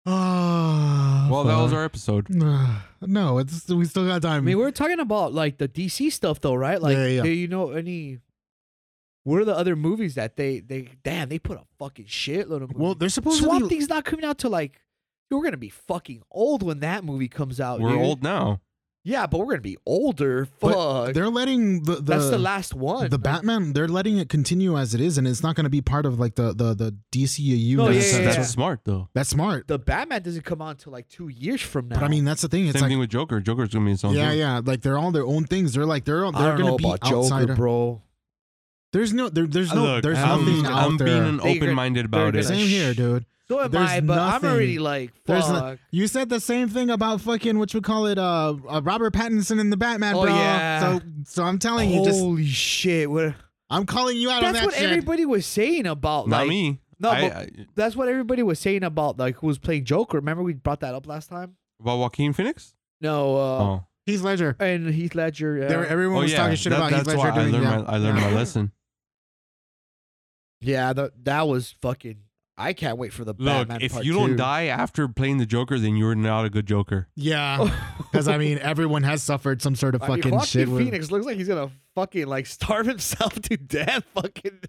B: Oh,
C: Well, that
B: Uh-huh.
C: was our episode.
B: (sighs) No, it's we still got time.
A: I mean, we're talking about like the DC stuff, though, right? Like,
B: Yeah, yeah, yeah.
A: do you know any? What are the other movies that they they damn they put a fucking shitload of movies.
B: well, they're supposed
A: Swamp
B: to be
A: Thing's not coming out till like we're gonna be fucking old when that movie comes out.
C: We're
A: dude.
C: old now.
A: yeah, but we're gonna be older. Fuck,
B: But they're letting the, the
A: that's the last one.
B: the Batman, they're letting it continue as it is, and it's not going to be part of like the the the DCU.
A: Oh,
C: that's
A: yeah,
B: that's,
A: yeah,
C: that's
A: yeah.
C: smart though.
B: that's smart.
A: The Batman doesn't come out till like two years from now.
B: But I mean, that's the thing. It's
C: Same thing
B: like
C: with Joker. Joker's gonna be his own.
B: yeah,
C: thing.
B: yeah, like they're all their own things. They're like they're all
A: I
B: they're
A: don't know
B: going to be
A: about
B: outside.
A: Joker, bro.
B: There's no there, there's no
C: Look,
B: there's
C: I'm,
B: nothing out
C: I'm
B: there.
C: being an
A: They're gonna-
C: open-minded
A: they're
C: about it.
A: gonna-
B: Same here, dude.
A: So am
B: There's
A: I, but
B: nothing-
A: I'm already like
B: there's
A: fuck.
B: no- You said the same thing about fucking what you call it, uh, uh Robert Pattinson in the Batman,
A: Oh,
B: bro.
A: yeah.
B: So, so I'm telling you, just
A: Holy shit! What,
B: I'm calling you out
A: that's
B: on that
A: what
B: shit.
A: everybody was saying about
C: Not
A: like
C: me.
A: No,
C: I,
A: but-
C: I,
A: that's what everybody was saying about like who was playing Joker. Remember we brought that up last time?
C: about Joaquin Phoenix.
A: No, uh,
C: oh,
B: Heath Ledger.
A: and Heath Ledger. Yeah,
B: There, everyone
C: oh
B: was
C: yeah.
B: talking shit
C: That-
B: about
C: that's
B: Heath Ledger.
C: why I
B: doing-
C: learned
B: yeah.
C: my
B: (laughs)
C: I learned (laughs)
B: Yeah.
C: my lesson.
A: yeah, that that was fucking. I can't wait for the
C: Look,
A: Batman
C: if
A: part
C: you
A: (laughs)
C: don't
A: two.
C: die after playing the Joker, then you're not a good Joker.
B: Yeah, because I mean, everyone has suffered some sort of
A: Oh. I mean,
B: fucking
A: Joaquin
B: shit. with-
A: Phoenix looks like he's gonna fucking like starve himself (laughs) to death. Fucking.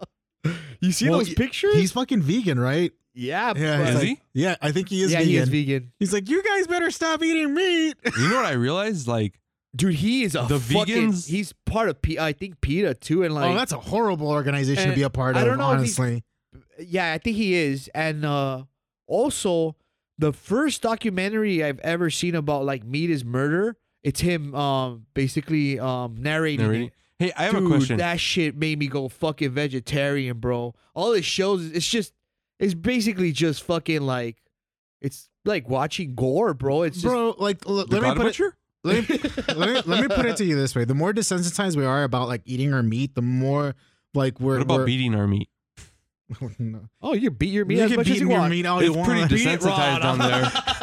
A: (laughs) you see
B: Well,
A: those
B: he-
A: pictures?
B: He's fucking vegan, right?
A: yeah,
B: Yeah, he's
A: but-
C: Is
B: like-
C: he?
B: Yeah, I think he is
A: yeah,
B: vegan.
A: he is vegan.
B: He's like, you guys better stop eating meat.
C: You know what I realized? Like,
A: Dude, he is a
C: The
A: fucking,
C: vegans-
A: He's part of P. I think PETA too, and like
B: oh, that's a horrible organization to
A: And
B: be a part
A: I
B: of.
A: don't know if he's-
B: honestly,
A: yeah, I think he is. And uh also the first documentary I've ever seen about like meat is murder, it's him um basically um narrating,
C: Narrating.
A: it.
C: hey, I have
A: Dude,
C: a question.
A: That shit made me go fucking vegetarian, bro. All it shows is it's just it's basically just fucking like it's like watching gore, bro. It's (laughs) just
B: bro. Like, l-
C: The
B: let me
C: God
B: put it.
C: Butcher?
B: let me, let me let me put it to you this way: the more desensitized we are about like eating our meat, the more like we're.
C: What about
B: (laughs) we're,
C: beating our meat?
B: No.
A: oh, you beat your meat
B: you
A: as
B: can
A: much
B: beat
A: as you
B: your
A: want.
B: meat all you
C: It's
B: want.
C: pretty
A: Beat it raw,
C: desensitized down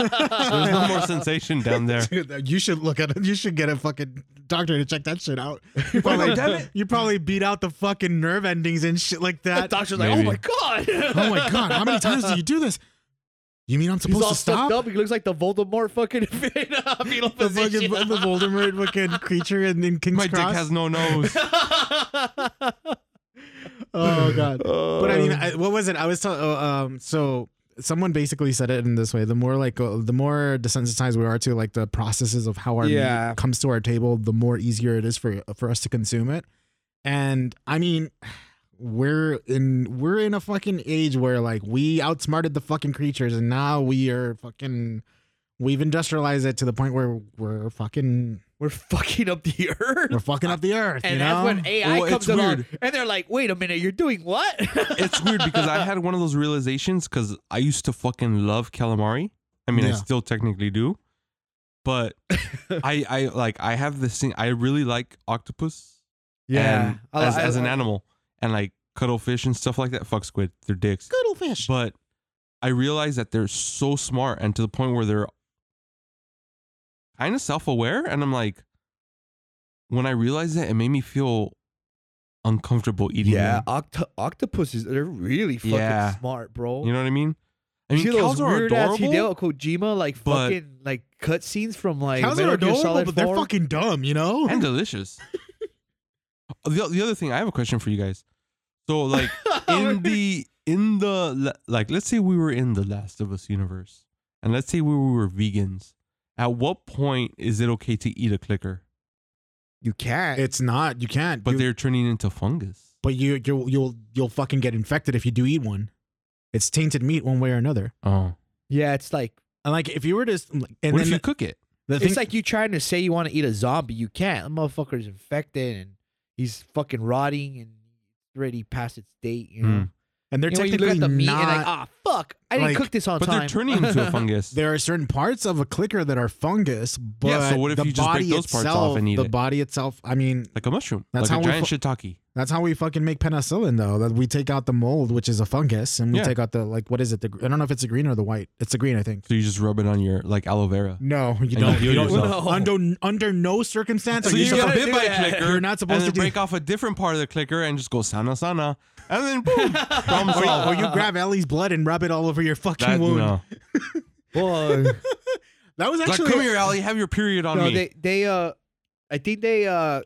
A: (laughs)
C: there. There's no more sensation down
B: (laughs)
C: there.
B: Dude, you should look at it. You should get a fucking doctor to check that shit out. You
C: Well,
B: probably,
C: damn it.
B: you probably beat out the fucking nerve endings and shit like
A: The
B: that.
C: (laughs)
A: doctor's like,
C: Maybe.
A: oh my god. (laughs)
B: oh my god, how many times do you do this? You mean I'm
A: He's
B: supposed
A: all
B: to
A: stuffed
B: stop?
A: up. He looks like the Voldemort fucking (laughs) fetal
B: The
A: position.
B: fucking the Voldemort fucking creature in, in King's
C: (laughs) My dick
B: Cross.
C: has
A: (laughs)
C: no nose.
B: oh
A: (laughs)
B: god. But I mean,
A: Um,
B: I, what was it? I was telling. Oh, um, so someone basically said it in this way: the more like uh, the more desensitized we are to like the processes of how our
A: Yeah.
B: meat comes to our table, the more easier it is for for us to consume it. And I mean, we're in we're in a fucking age where like we outsmarted the fucking creatures, and now we are fucking. We've industrialized it to the point where we're fucking
A: we're fucking up the earth.
C: (laughs)
B: we're fucking up the earth.
A: and
B: you
A: that's
B: know?
A: when AI
C: Well,
A: comes
C: it's
A: along,
C: weird.
A: and they're like, "Wait a minute, you're doing what?" (laughs)
C: it's weird because I had one of those realizations because I used to fucking love calamari. I mean, I
B: Yeah.
C: still technically do, but I, I like I have this thing. I really like octopus. and
A: I-
C: as,
A: I-
C: as an animal and like cuttlefish and stuff like that. Fuck squid, they're dicks.
B: Cuttlefish.
C: But I realize that they're so smart and to the point where they're kind of self-aware, and I'm like, when I realized that, it made me feel uncomfortable eating.
A: yeah,
C: them.
A: oct- octopuses—they're really fucking
C: Yeah.
A: smart, bro.
C: you know what I mean. I I mean,
A: see those
C: cows are
A: weird ass
C: adorable.
A: Hideo Kojima like
C: but-
A: fucking like cutscenes from like
B: Cows are
A: Metal Gear
B: adorable,
A: Solid
B: but they're
A: 4?
B: fucking dumb, you know?
C: and
A: (laughs)
C: delicious. Oh, the, the other thing, I have a question for you guys.
A: (laughs)
C: So, like (laughs) in the in the la- like, let's say we were in the Last of Us universe, and let's say we were vegans. At what point is it okay to eat a clicker?
A: you can't.
B: It's not. You can't.
C: But
B: you,
C: they're turning into fungus.
B: but you you you'll you'll fucking get infected if you do eat one. It's tainted meat one way or another.
C: Oh,
A: yeah, it's like
B: And like if you were to and
C: what
B: then
C: if you cook it?
B: the
A: it's
B: thing,
A: like you trying to say you want to eat a zombie. You can't. That motherfucker's infected and he's fucking rotting and already past its date. You know.
C: Hmm.
B: and they're
A: And when you
B: technically
A: look at the meat and
B: not.
C: oh
A: like, ah, fuck, I didn't
B: like-
A: cook this on
C: But
A: time.
C: they're turning
A: (laughs)
B: (laughs)
C: into a fungus.
B: there are certain parts of a clicker that are fungus, but
C: Yeah, so what if
B: the
C: you just break
B: body
C: those parts off
B: itself-
C: and eat
B: the
C: it?
B: body itself? I mean,
C: like a mushroom.
B: That's
C: like
B: how
C: a
B: we
C: giant shiitake.
B: that's how we fucking make penicillin, though. That we take out the mold, which is a fungus, and we
C: Yeah.
B: take out the like what is it? The gr- I don't know if it's the green or the white. It's the green, I think.
C: So you just rub it on your like aloe vera.
B: No, you
C: you
B: don't.
C: heal
B: You don't
A: yourself. No.
B: Under under no circumstance.
C: So
B: are you
C: you
A: you're
C: got
B: supposed-
A: gonna
C: bit
A: do
C: by a
A: that.
C: clicker.
B: You're not supposed
C: and then
B: to do-
C: break off a different part of the clicker and just go sana sana, and
B: (laughs)
C: then boom, (laughs) problem
B: or,
C: solved.
B: you, or
C: (laughs)
B: you grab Ellie's blood and rub it all over your fucking
C: That-
B: wound.
C: no.
A: Boy.
B: That was
C: Like,
B: actually
C: come here, Allie. Have your period on
A: no,
C: me.
A: they they uh, I think they uh,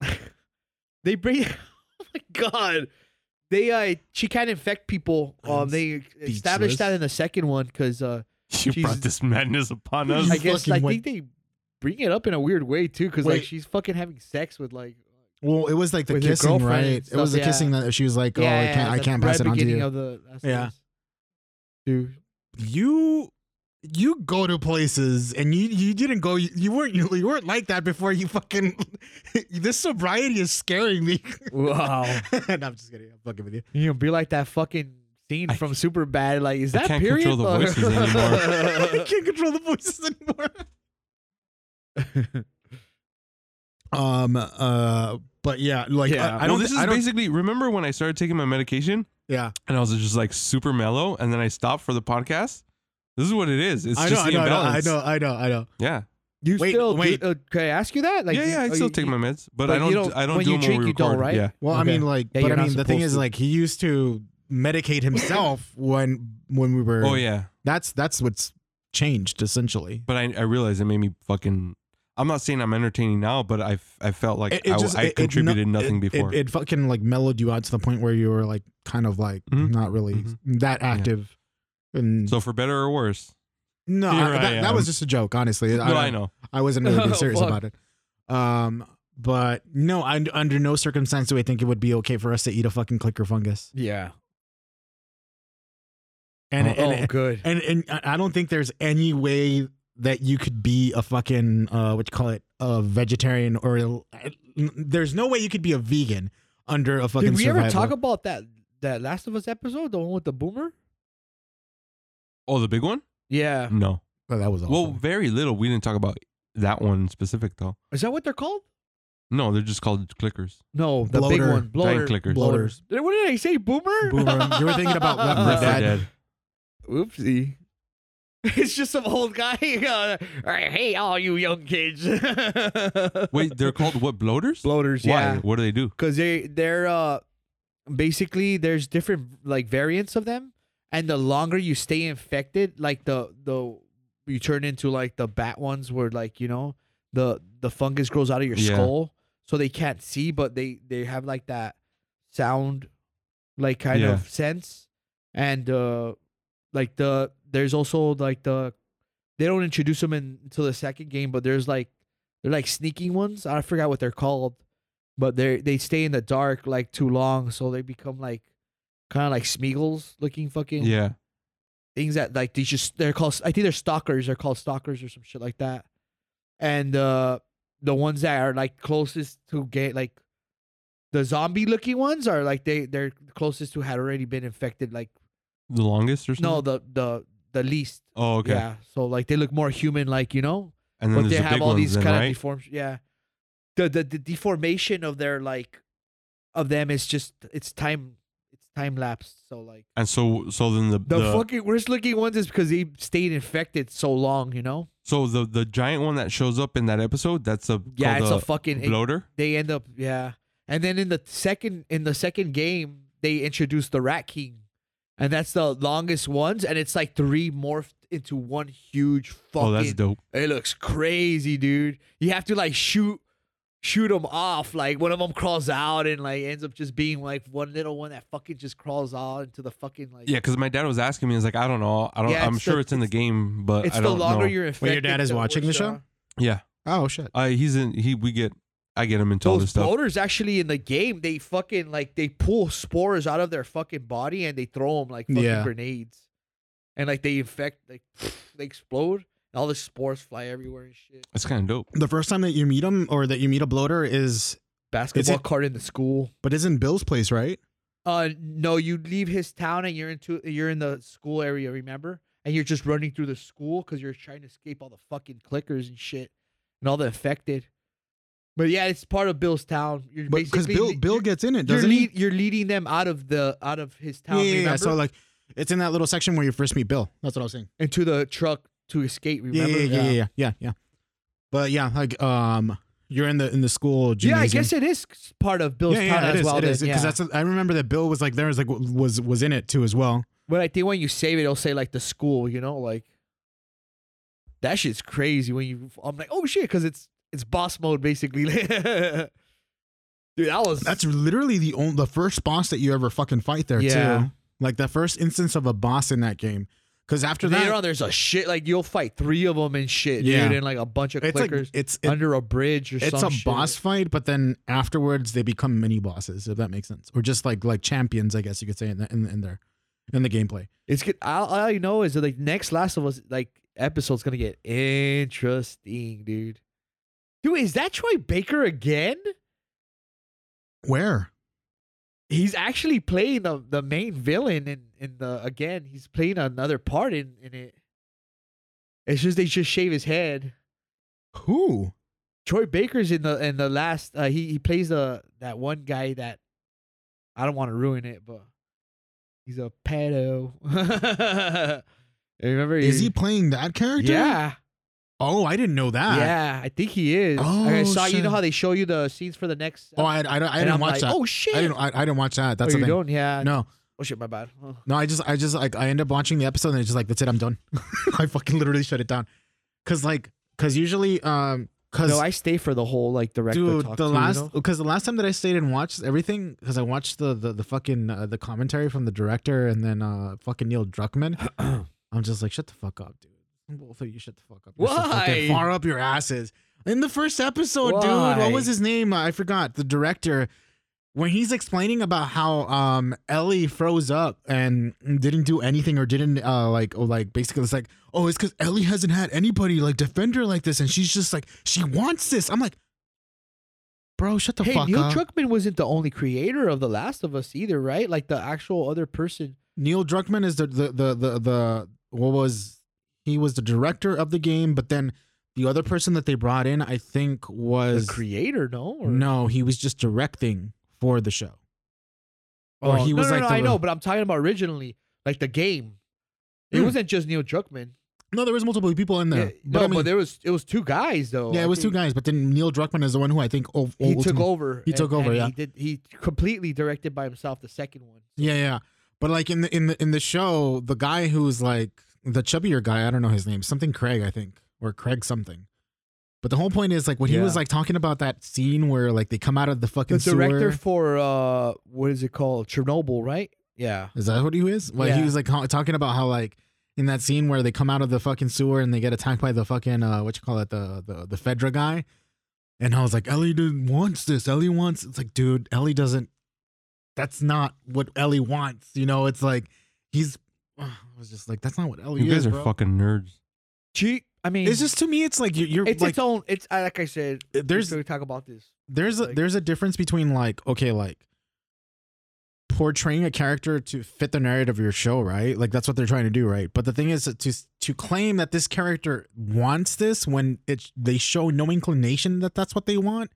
A: (laughs) they bring. (laughs) oh my god, they uh, she can't infect people. Um,
B: I'm
A: they established that in the second one because uh,
C: (laughs) you
A: Jesus.
C: brought this madness upon us.
A: I
B: You
A: guess
B: fucking
A: I
B: went-
A: think they bring it up in a weird way too because like
B: Wait.
A: she's fucking having sex with like.
B: Well, it was like the
A: With your
B: kissing,
A: girlfriend
B: right?
A: and
B: it
A: stuff,
B: was the
A: yeah.
B: kissing that she was like, "Oh, I can't, I
A: the
B: can't
A: right
B: pass it on to
A: beginning
B: you."
A: Of the, that's
B: Yeah.
A: nice. Dude,
B: you you go to places and you you didn't go. You, you weren't you, you weren't like that before. You fucking (laughs) this sobriety is scaring me.
C: (laughs) Oh.
A: wow.
B: (laughs) no, I'm just kidding. I'm fucking with you.
A: You know, be like that fucking scene
C: I
A: from Super Bad. Like, is
C: I
A: that
C: can't
A: period?
C: control the
A: or-
C: voices
B: (laughs) I can't control the voices anymore. Um. Uh. But yeah, like
A: Yeah.
B: I, I don't.
C: well, this
B: thi-
C: is
B: I don't-
C: basically. Remember when I started taking my medication
B: yeah.
C: and I was just like super mellow, and then I stopped for the podcast. This is what it is. It's
B: I know.
C: just
B: I
C: the
B: know, I know. I
C: imbalance.
B: know. I know. I know.
C: Yeah,
A: (laughs) you
B: Wait,
A: still
B: wait.
A: Do, uh, can I ask you that? Like,
C: yeah, yeah. I
A: oh,
C: still
A: you-
C: take
A: you-
C: my meds, but,
A: but
C: I
A: you
C: don't.
A: don't-
C: I don't
A: when
C: do
A: you
C: them
A: drink,
C: when we
A: you don't,
C: record.
A: right?
C: Yeah.
B: Well, I
A: Okay.
B: mean, like,
A: Yeah,
B: but
A: you're
B: I
A: not
B: mean, the thing
A: supposed
B: is,
A: to.
B: like, he used to
A: (laughs)
B: medicate himself when when we were.
C: Oh yeah.
B: That's that's what's changed essentially.
C: But I, I realized it made me fucking. I'm not saying I'm entertaining now, but I f- I felt like
B: It- it
C: I,
B: just-
C: I
B: it- it no-
C: contributed nothing
B: it- it-
C: before.
B: It, fucking like mellowed you out to the point where you were like kind of like
C: Mhm.
B: not really
C: Mhm.
B: that active. And
C: so for better or worse,
B: no, I-
C: here I
B: that, that
C: am.
B: was just a joke, honestly.
C: no, I know.
B: I wasn't really
C: (laughs)
B: being
A: Oh,
B: serious
A: fuck.
B: about it. Um, but no, I, under no circumstance do I think it would be okay for us to eat a fucking clicker fungus.
A: Yeah.
B: And,
C: Oh.
B: and,
A: oh, good.
B: And and I I don't think there's any way that you could be a fucking uh, what you call it a vegetarian or a- there's no way you could be a vegan under a fucking.
A: Did we ever
B: survival.
A: talk about that that Last of Us episode, the one with the boomer?
C: Oh, the big one?
A: Yeah.
C: No.
B: Oh, that was awful.
C: Well, very little. We didn't talk about that one specific though.
A: Is that what they're called?
C: No, they're just called clickers.
A: No, the big
B: Bloater.
A: one, bloater.
C: Giant clickers.
B: Bloater.
A: Bloaters. Did- What did I say? Boomer.
B: Boomer. You were
A: (laughs)
B: thinking about Left
C: Left
B: Uh,
C: 4 Dead.
A: Oopsie. It's just some old guy. (laughs) Uh, hey, all you young kids. (laughs)
C: Wait, they're called what? Bloaters?
A: bloaters.
C: Why?
A: Yeah.
C: What do they do?
A: because they they're uh basically there's different like variants of them and the longer you stay infected like the the you turn into like the bat ones where like you know the the fungus grows out of your
C: Yeah.
A: skull so they can't see but they they have like that sound like kind
C: Yeah.
A: of sense and uh like the there's also like the they don't introduce them in, until the second game but there's like they're like sneaking ones i forgot what they're called but they they stay in the dark like too long, so they become like kind of like Smeagol's looking fucking
C: Yeah.
A: things that like they just they're called I think they're stalkers. They're called stalkers or some shit like that. And uh the ones that are like closest to get like the zombie looking ones are like they they're closest to had already been infected. Like
C: The longest or something?
A: no the the the least.
C: Oh, Mm-hmm. okay.
A: Yeah. So like they look more human like, you know?
C: And then
A: but they
C: there's the
A: have
C: big
A: all
C: ones
A: these
C: then,
A: kind
C: right?
A: of deform yeah the, the the deformation of their like of them is just it's time it's time lapsed so like
C: and so so then the,
A: the,
C: the,
A: fucking worst looking ones is because they stayed infected so long you know
C: so the the giant one that shows up in that episode, that's a
A: yeah
C: called
A: it's a fucking it-
C: bloater.
A: they end up yeah and then in the second in the second game they introduced the rat king
C: Oh,
A: and that's the longest ones, and it's like three morphed into one huge fucking.
C: oh, that's dope.
A: It looks crazy, dude. You have to like shoot shoot them off. Like one of them crawls out and like ends up just being like one little one that fucking just crawls out into the fucking like.
C: Yeah, because my dad was asking me, he's like, I don't know, I don't.
A: Yeah,
C: I'm
A: it's
C: sure
A: the-
C: it's in the game, but
A: It's
C: I
A: the
C: don't
A: longer
C: know.
A: you're infected.
B: dad is watching the
A: worse you
B: show?
A: are.
C: yeah,
B: Oh shit.
C: uh, he's in. He we get. I get him into all this
A: Those
C: stuff.
A: bloaters actually in the game, they fucking like they pull spores out of their fucking body and they throw them like fucking
B: Yeah.
A: grenades, and like they infect, like (sniffs) they explode, and all the spores fly everywhere and shit.
C: It's kind of dope.
B: The first time that you meet him or that you meet a bloater is,
A: Basketball card in the school.
B: but is in Bill's place, right?
A: Uh, no, you leave his town and you're into you're in the school area. Remember, and you're just running through the school because you're trying to escape all the fucking clickers and shit and all the infected. But yeah, it's part of Bill's town. You're
B: But because
A: basically
B: Bill
A: le-
B: Bill
A: you're-
B: gets in it,
A: you're,
B: doesn't he?
A: lead, you're leading them out of the out of his town.
B: yeah, yeah, yeah.
A: remember?
B: So like, it's in that little section where you first meet Bill. That's what I was saying.
A: into the truck to escape.
B: Yeah,
A: Remember?
B: yeah, yeah, yeah, yeah, yeah, yeah. But yeah, like um, you're in the in the school.
A: Yeah, I
B: gymnasium.
A: guess it is part of Bill's
B: yeah,
A: town
B: yeah, it
A: as
B: is,
A: well.
B: it
A: then,
B: is.
A: yeah.
B: Because that's I remember that Bill was like there was like w- was was in it too as well.
A: But I think when you save it, it'll say like the school, you know, like that shit's crazy. When you, I'm like, oh shit, because it's it's boss mode basically. (laughs) Dude, that was
B: That's literally the only the first boss that you ever fucking fight there
A: Yeah.
B: too. Like the first instance of a boss in that game. Because after
A: later
B: that,
A: on. There's a shit like you'll fight three of them and shit,
B: Yeah.
A: dude, and like a bunch of
B: it's like
A: clickers
B: it's it-
A: under a bridge or
B: it's
A: some
B: a
A: shit.
B: boss fight, but then afterwards they become mini bosses, if that makes sense, or just like like champions, I guess you could say in the, in, in there, in the gameplay.
A: It's good. All, all I know is that like next Last of Us like episode's gonna get interesting, dude. Dude, is that Troy Baker again?
B: Where?
A: he's actually playing the, the main villain in, in the again he's playing another part in, in it it's just they just shave his head
B: Who?
A: troy baker's in the in the last uh, he, he plays the that one guy that i don't want to ruin it but he's a pedo (laughs) remember
B: Is he playing that character?
A: yeah
B: Oh, I didn't know that.
A: yeah i think he is i
B: Oh,
A: saw you know
B: shit.
A: how they show you the scenes for the next
B: Oh, I, I, I
A: and
B: didn't
A: I'm
B: watch
A: like,
B: that.
A: oh shit
B: I didn't I, I didn't watch that. That's
A: oh,
B: the
A: you
B: thing.
A: don't yeah
B: No,
A: oh shit my bad Oh.
B: no, I just I just like I end up watching the episode and it's just like that's it. I'm done. (laughs) I fucking literally shut it down. Cause like cause usually um cause
A: No, I stay for the whole like director
B: dude
A: talk.
B: the
A: too, you
B: last
A: know?
B: because the last time that I stayed and watched everything because I watched the the, the fucking uh, the commentary from the director and then uh fucking Neil Druckmann.
A: (clears throat)
B: I'm just like shut the fuck up, dude. Both of you shut the fuck up. You're so
A: Why?
B: fucking far up your asses. In the first episode, dude,
A: Why?
B: what was his name? I forgot. The director when he's explaining about how um Ellie froze up and didn't do anything or didn't uh like or like basically it's like oh it's because Ellie hasn't had anybody like defend her like this and she's just like she wants this I'm like bro shut the
A: hey,
B: fuck
A: Neil
B: up
A: Druckmann wasn't the only creator of The Last of Us either, right? Like the actual other person.
B: Neil Druckmann is the the the the, the what was he was the director of the game but then the other person that they brought in I think was
A: The creator, no? Or-
B: no he was just directing for the show or
A: Oh,
B: he
A: no,
B: was
A: no,
B: like
A: no,
B: the,
A: I know, but I'm talking about originally, like the game. It
B: Hmm.
A: wasn't just Neil Druckmann.
B: no there was multiple people in there
A: Yeah, no,
B: but I mean,
A: but there was it was two guys though.
B: Yeah,
A: I
B: it was two
A: think.
B: guys, but then Neil Druckmann is the one who I think oh,
A: He took over.
B: He took over, yeah.
A: He did. He completely directed by himself the second one.
B: Yeah, yeah. But like in the in the in the show, the guy who's like the chubbier guy, I don't know his name, something Craig, I think, or Craig something. But the whole point is like when he was
A: Yeah.
B: like talking about that scene where like they come out of the fucking
A: The director
B: sewer.
A: for uh, what is it called? Chernobyl, right? Yeah.
B: Is that what he is? Well, he
A: Yeah.
B: was like ho- talking about how like in that scene where they come out of the fucking sewer and they get attacked by the fucking uh, what you call it the the the Fedra guy, and I was like Ellie didn't wants this. Ellie wants. It's like dude, Ellie doesn't. That's not what Ellie wants. You know, it's like he's. (sighs) I was just like, that's not what Ellie
C: You
B: is,
C: guys are
B: Oh, bro.
C: fucking nerds.
A: She. I mean,
B: It's just to me, it's like you're, you're
A: it's
B: like
A: its own. It's I- like I said.
B: there's
A: we talk about this.
B: there's a
A: Like-
B: there's a difference between like okay like portraying a character to fit the narrative of your show right like that's what they're trying to do right but the thing is that to to claim that this character wants this when it they show no inclination that that's what they want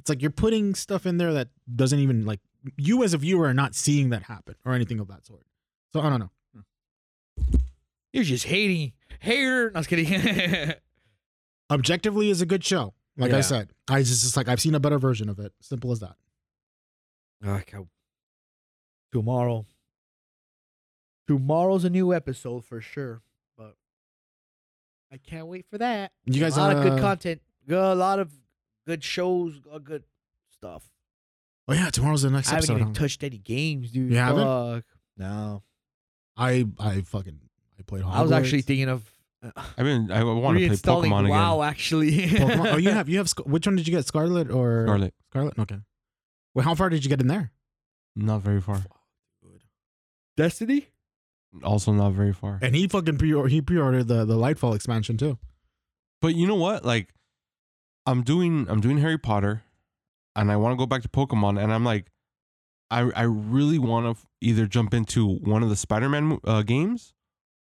B: it's like you're putting stuff in there that doesn't even like you as a viewer are not seeing that happen or anything of that sort so i don't know
A: You're just hating hater. No, I was kidding. (laughs)
B: objectively is a good show like i
A: Yeah.
B: said i just, just like i've seen a better version of it simple as that
A: Tomorrow, Tomorrow's a new episode for sure, but I can't wait for that.
B: You guys
A: a lot of
B: uh,
A: good content, go- a lot of good shows, a lot of good stuff.
B: Oh yeah, tomorrow's the next
A: I haven't
B: episode.
A: even touched any games, dude.
B: You haven't?
A: Fuck. No,
B: I I fucking I played. Hogwarts.
A: I was actually thinking of uh,
C: I mean, I want to play
A: reinstalling
C: Pokemon
A: WoW.
C: again.
A: Actually,
B: (laughs) Pokemon.
A: (laughs)
B: Oh, you have you have Sc- which one did you get? Scarlet or
C: Scarlet,
B: Scarlet. Okay. Wait, how far did you get in there?
C: not very far.
A: Destiny.
C: Also, not very far.
B: And he fucking pre he pre-ordered the the Lightfall expansion too.
C: But you know what? Like, I'm doing I'm doing Harry Potter, and I want to go back to Pokemon, and I'm like, I I really want to f- either jump into one of the Spider-Man mo- uh, games,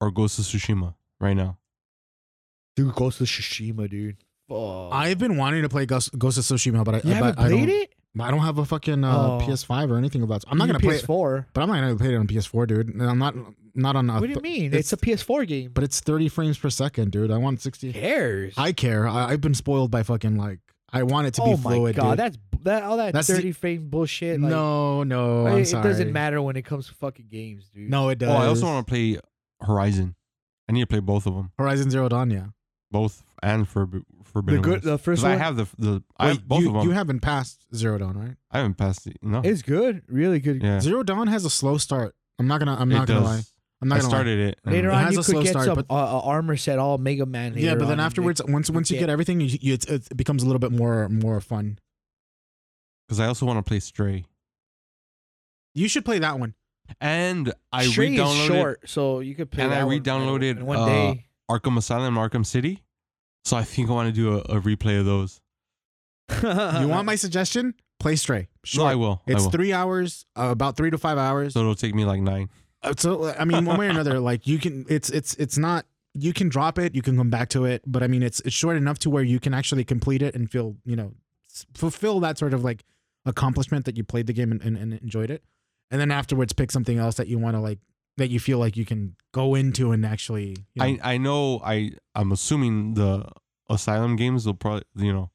C: or Ghost of Tsushima right now.
A: Dude, Ghost of Tsushima, dude. Fuck.
B: I've been wanting to play Ghost, Ghost of Tsushima, but I
A: You
B: I,
A: haven't
B: but I
A: played
B: don't,
A: it?
B: I don't have a fucking uh,
A: Oh.
B: PS5 or anything about. I'm not
A: Your
B: gonna play it,
A: PS4.
B: but I'm not gonna play it on PS4, dude. And I'm not not on. A,
A: what do you mean? It's, a PS4 game.
B: But it's 30 frames per second, dude. I want 60.
A: Who cares?
B: I care. I, I've been spoiled by fucking like I want it to
A: oh
B: be
A: my
B: fluid,
A: god,
B: dude.
A: that's that all that
B: That's the-
A: thirty frame bullshit. Like,
B: no, no,
A: I-
B: I'm
A: it
B: sorry.
A: doesn't matter when it comes to fucking games, dude.
B: No, it does.
C: Oh, I also want to play Horizon. I need to play both of them,
B: Horizon Zero Dawn. Yeah,
C: both and for
A: the
C: Forbidden
A: good,
C: West.
A: the
C: 'Cause
A: first
C: I
A: one
C: have the the I have
B: Wait,
C: both
B: you,
C: of them.
B: You haven't passed Zero Dawn, right?
C: I haven't passed it. No,
A: is good, really good.
C: yeah,
B: Zero Dawn has a slow start. I'm not gonna. I'm
C: it
B: not
C: does.
B: gonna lie. I'm not
C: I
B: gonna lie.
C: started it. and-
A: Later
B: It
A: on,
B: has
A: you
B: a
A: could
B: slow
A: get
B: start,
A: some
B: but-
A: uh, uh, armor set, all Mega Man.
B: yeah,
A: later
B: but then
A: on,
B: afterwards, once once you
A: get-
B: get everything, you, you, it's, it becomes a little bit more more fun.
C: because I also want to play Stray.
B: You should play that one.
C: And I
A: Like, Stray is
C: re-downloaded
A: short, so you could play.
C: and I
A: that one in-
C: re-downloaded,
A: in one
C: uh,
A: day.
C: Arkham Asylum, and Arkham City. So I think I want to do a, a replay of those.
B: uh, (laughs) You
A: Uh-huh.
B: want my suggestion? Play Stray. Sure,
C: No, I will. I
B: It's
C: will.
B: three hours, uh, about three to five hours.
C: So it'll take me like nine.
B: Uh, So I mean, one way
A: (laughs)
B: or another, like you can, it's it's it's not. You can drop it, you can come back to it, but I mean, it's it's short enough to where you can actually complete it and feel, you know, s- fulfill that sort of like accomplishment that you played the game and, and, and enjoyed it, and then afterwards pick something else that you want to like that you feel like you can go into and actually. You know,
C: I I know I I'm assuming the Asylum games will probably you know,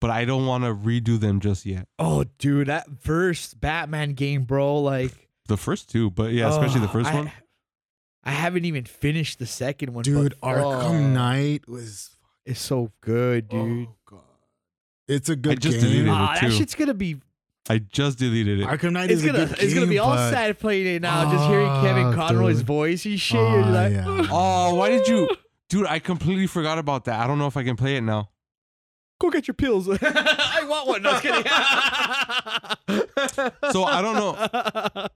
C: but I don't want to redo them just yet.
A: (laughs) Oh, dude, that first Batman game, bro. Like,
C: The first two, but yeah, especially the
A: oh,
C: first
A: I-
C: one.
A: I haven't even finished the second one, but oh.
B: dude, Arkham
A: fuck,
B: Knight was,
A: It's so good, dude.
B: oh, God. it's a good
C: just
B: game.
C: deleted it.
A: Ah, that
C: too.
A: shit's gonna be
C: I just deleted it.
B: Arkham Knight
A: it's
B: is a
A: gonna
B: good
A: it's gonna be
B: game,
A: all
B: but-
A: sad playing it now. just hearing
B: Ah,
A: Kevin Conroy's
B: dude.
A: voice and shit.
B: Ah,
A: you're like,
B: yeah.
A: (laughs)
C: Oh, why
B: (laughs)
C: did you, dude? I completely forgot about that. I don't know if I can play it now.
A: go get your
C: (laughs)
A: pills? (laughs) I want one. No, I was (laughs) kidding.
C: So I don't
A: know.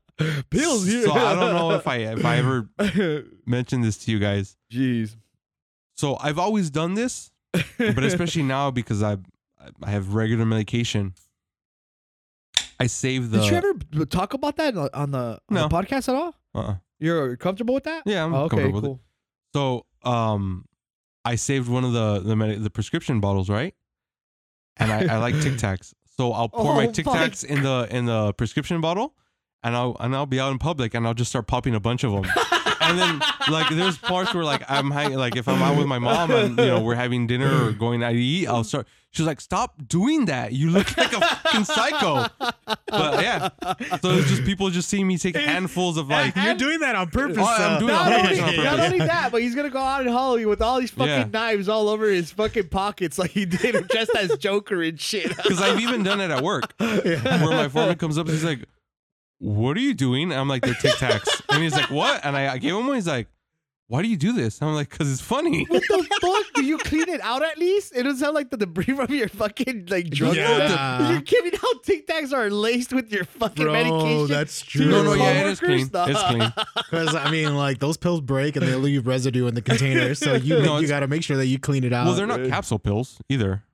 A: Pills. Here.
C: So I don't
B: (laughs)
C: know if I if I ever
A: (laughs)
C: mentioned this to you guys.
A: Jeez.
C: So I've always done this,
A: (laughs)
C: but especially now because I I have regular medication. I save the.
A: Did you ever b- talk about that on- on the, on
C: No.
A: the podcast at all?
C: Uh-uh.
A: You're comfortable with that?
C: Yeah, I'm
A: Oh, okay,
C: comfortable with
A: cool.
C: it. So um, I saved one of the the medi- the prescription bottles, right? And I,
A: (laughs)
C: I like Tic Tacs, so I'll pour
A: Oh
C: my
A: my
C: Tic Tacs in the in the prescription bottle, and I'll and I'll be out in public, and I'll just start popping a bunch of them. (laughs) and then like there's parts where like I'm hanging like if I'm out with my mom and you know we're having dinner or going out to eat, I'll start. She's like, "Stop doing that! You look like a fucking psycho." But yeah, so it's just people just seeing me take handfuls of
A: (laughs)
C: like.
B: You're doing that on purpose.
C: Oh, I'm
B: uh,
C: doing
A: (laughs)
C: it (laughs)
A: Not
C: on
A: only,
C: purpose, on
A: not
C: purpose.
A: only that, but he's gonna go out in Hollywood with all these fucking
C: Yeah.
A: knives all over his fucking pockets, like he did (laughs) just as Joker and shit. (laughs)
C: Because I've even done it at work, where my foreman comes up, and he's like, "What are you doing?" And I'm like, "They're Tic Tacs," and he's like, "What?" And I, I gave him one. He's like, "Why do you do this?" And I'm like, "Cause it's funny."
A: What the fuck? Did you clean it out at least? It doesn't sound like the debris from your fucking like drug.
B: Yeah.
A: dealer. You're giving out Tic Tacs are laced with your fucking medication.
B: that's
A: Dude,
C: No, no,
A: it's
C: yeah, it is clean.
A: coworkers, though.
C: It's clean.
B: Because I mean, like those pills break and they
A: (laughs)
B: leave residue in the container, so you
C: No,
B: you
C: it's-
B: got to make sure that you clean it out.
C: Well, they're not capsule pills either.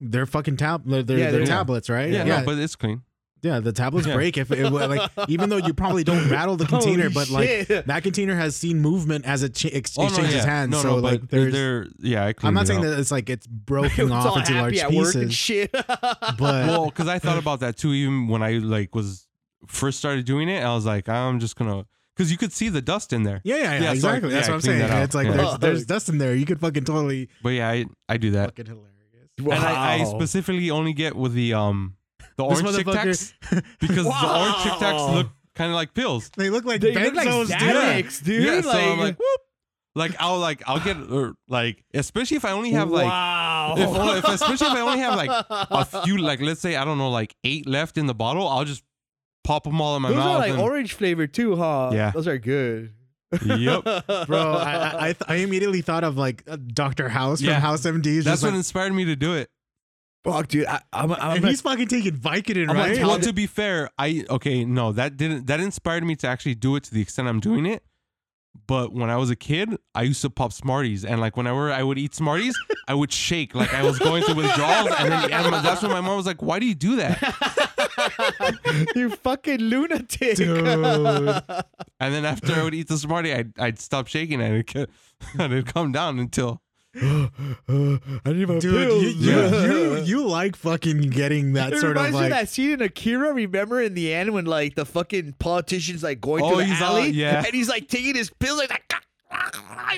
B: They're fucking tab. They're, they're,
A: Yeah,
B: they're
A: they're-
B: tablets, right?
C: Yeah,
B: yeah,
C: no, but it's clean.
B: yeah, the tablets
C: Yeah.
B: break if it wa- like
C: (laughs)
B: even though you probably don't rattle the
A: (laughs) Holy
B: container, but
A: (laughs)
B: like
A: shit.
B: that container has seen movement as it ch- ex- exchanges
C: yeah.
B: hands.
C: Oh, No,
B: so
C: no, but
B: like
C: they're,
B: there's.
C: they're- yeah. I
B: I'm
C: cleaned
B: not
C: it
B: saying
C: out.
B: that it's like
A: (laughs) it's
B: it's broken
A: all
B: off into
A: happy
B: large
A: at work and
B: pieces,
A: shit. (laughs)
B: but
C: well, because I thought about that too. Even when I like was first started doing it, I was like, I'm just gonna because you could see the dust in there.
B: yeah, yeah, yeah,
C: Yeah, so I-
B: exactly.
C: yeah,
B: That's
C: I
B: what I'm
C: cleaned
B: saying.
C: that out.
B: It's like
C: Yeah.
B: there's, there's dust in there. You could fucking totally
C: But yeah, I, I do that.
B: fucking hilarious.
A: wow.
C: And I, I specifically only get with the um the
B: This
C: orange
B: (laughs)
C: Tic
B: motherfucker-
C: Tacs because the orange Tic Tacs
A: Wow.
C: look kind of like pills.
B: They look like
A: They look like
B: benzos, dude.
A: Xanax, dude.
C: yeah,
A: like,
C: so I'm like, whoop. Like I'll like I'll get or, like especially if I only have like
A: wow.
C: if- well, if- especially if I only have, like, a few like let's say I don't know like eight left in the bottle, I'll just pop them all in my
A: Those
C: mouth.
A: are like
C: and-
A: orange flavored too, huh?
C: Yeah.
A: Those are good. (laughs)
B: (laughs) (laughs)
C: Yep.
B: Bro, I, I, I, th- I immediately thought of like uh, Dr. House from
C: Yeah.
B: House MD. That's
C: That's
B: just
C: what
B: like,
C: inspired me to do it.
A: Fuck, dude. I, I'm, I'm
C: (laughs)
B: and
A: not-
B: he's fucking taking Vicodin,
C: I'm
B: right?
C: like, well, to be fair, I okay, no, that didn't that inspired me to actually do it to the extent I'm doing it. But when I was a kid, I used to pop Smarties, and like whenever I would eat Smarties, I would shake like I was going through withdrawals, and then and my, that's when my mom was like, "Why do you do that?"
A: (laughs) you fucking lunatic.
B: Dude. (laughs)
C: And then after I would eat the Smartie, I'd I'd stop shaking, and it'd, ca- (laughs) and it'd come down until
A: I need my
B: Dude, you,
A: pills.
B: you,
C: Yeah.
B: (laughs) you, you like fucking getting that
A: it
B: sort of
A: reminds me
B: like.
A: of that scene in Akira. Remember in the end when like the fucking politician's like going
C: Oh,
A: through
C: he's
A: the
C: all-
A: alley,
C: yeah.
A: and he's like taking his pills like, (laughs) that,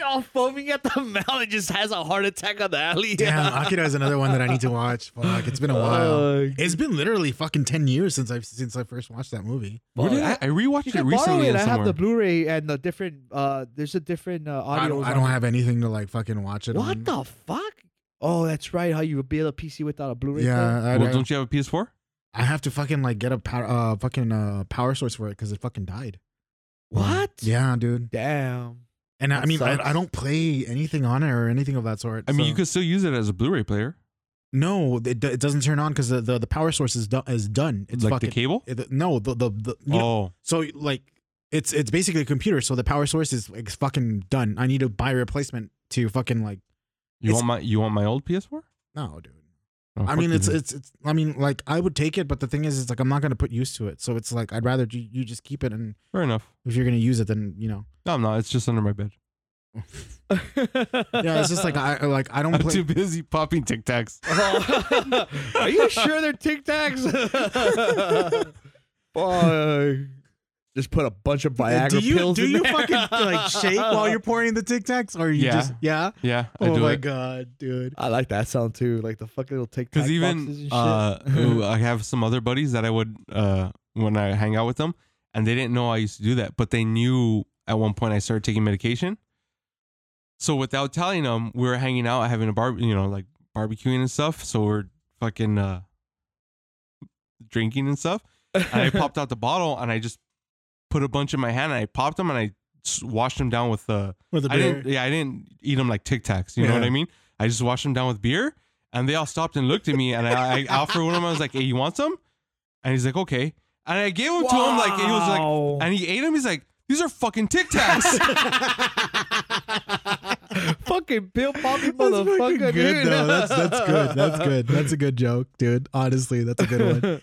A: all foaming at the (laughs) mouth, and just has a heart attack on the alley.
B: (laughs) Damn,
A: (laughs)
B: Akira is another one that I need to watch. Fuck, it's been a while.
A: Uh,
B: It's been literally fucking ten years since I've since I first watched that movie.
C: Where did I,
A: Fuck.
C: I rewatched
A: you
C: it
A: can borrow
C: recently.
A: it.
C: on
A: I have the
C: somewhere.
A: Blu-ray and the different. uh There's a different uh, audio.
B: I don't, I don't have anything to like fucking watch it. on.
A: What the fuck? Oh, that's right. How you build a PC without a Blu-ray? player.
B: Yeah, I,
C: Well,
B: I-
C: don't you have a PS4?
B: I have to fucking like get a power, uh, fucking uh, power source for it because it fucking died.
A: What?
B: Yeah, dude.
A: Damn. (laughs)
B: And I, I
A: That
B: mean, I,
A: sucks.
B: I don't play anything on it or anything of that sort.
C: I mean,
B: so-
C: you could still use it as a Blu-ray player,
B: No, it, do- it doesn't turn on because the, the the power source is done. Is done. It's
C: like
B: fucking,
C: the cable.
B: it- no, the the, the you
C: oh,
B: know, so like it's it's basically a computer. So the power source is like fucking done. I need to buy a replacement to fucking like
C: you
B: it's-
C: want my you want my old PS4?
B: no, dude.
C: Oh,
B: I
C: fuck
B: mean,
C: you
B: it's
C: then.
B: it's it's. I mean, like I would take it, but the thing is, it's like I'm not gonna put use to it. So it's like I'd rather you, you just keep it, and
C: fair enough.
B: if you're gonna use it, then you know.
C: No, I'm not. It's just under my bed.
B: Yeah, it's just like I I- like I don't
C: I'm
B: play.
C: too busy popping
B: (laughs)
C: Tic Tacs.
A: Oh. Are you sure they're Tic Tacs? (laughs) Boy. Just put a bunch of Viagra
B: do you
A: pills
B: do
A: in
B: you
A: there.
B: fucking like shake while
A: (laughs)
B: you're pouring the Tic Tacs, or you
C: Yeah.
B: just yeah?
C: Yeah, I
B: Oh
C: do
B: my
C: it.
B: god, dude.
A: I like that sound too, like the fucking little Tic Tac
C: Because
A: boxes and
C: even uh,
B: (laughs)
A: shit.
C: ooh, I have some other buddies that I would uh, when I hang out with them, and they didn't know I used to do that, but they knew at one point I started taking medication. So without telling them, we were hanging out, having a bar, you know, like barbecuing and stuff. So we're fucking uh, drinking and stuff. and
B: (laughs)
C: I popped out the bottle and I just put a bunch in my hand and I popped them and I s- washed them down with uh,
B: With a
C: I
B: beer.
C: (laughs) didn't, yeah, I didn't eat them like Tic Tacs. You know what
B: Yeah.
C: I mean? I just washed them down with beer, and they all stopped and looked at me, and I, I offered one of them. I was like, "Hey, you want some?" And he's like, "Okay." And I gave them to him like he was like,
A: Wow.
C: and he ate them. He's like, "These are fucking Tic Tacs."
A: (laughs) fucking Bill Bobby
B: (laughs) That's fucking
A: motherfucker,
B: good
A: dude.
B: though. That's that's good. That's good. That's a good joke, dude. Honestly, that's a
A: (laughs)
B: good one.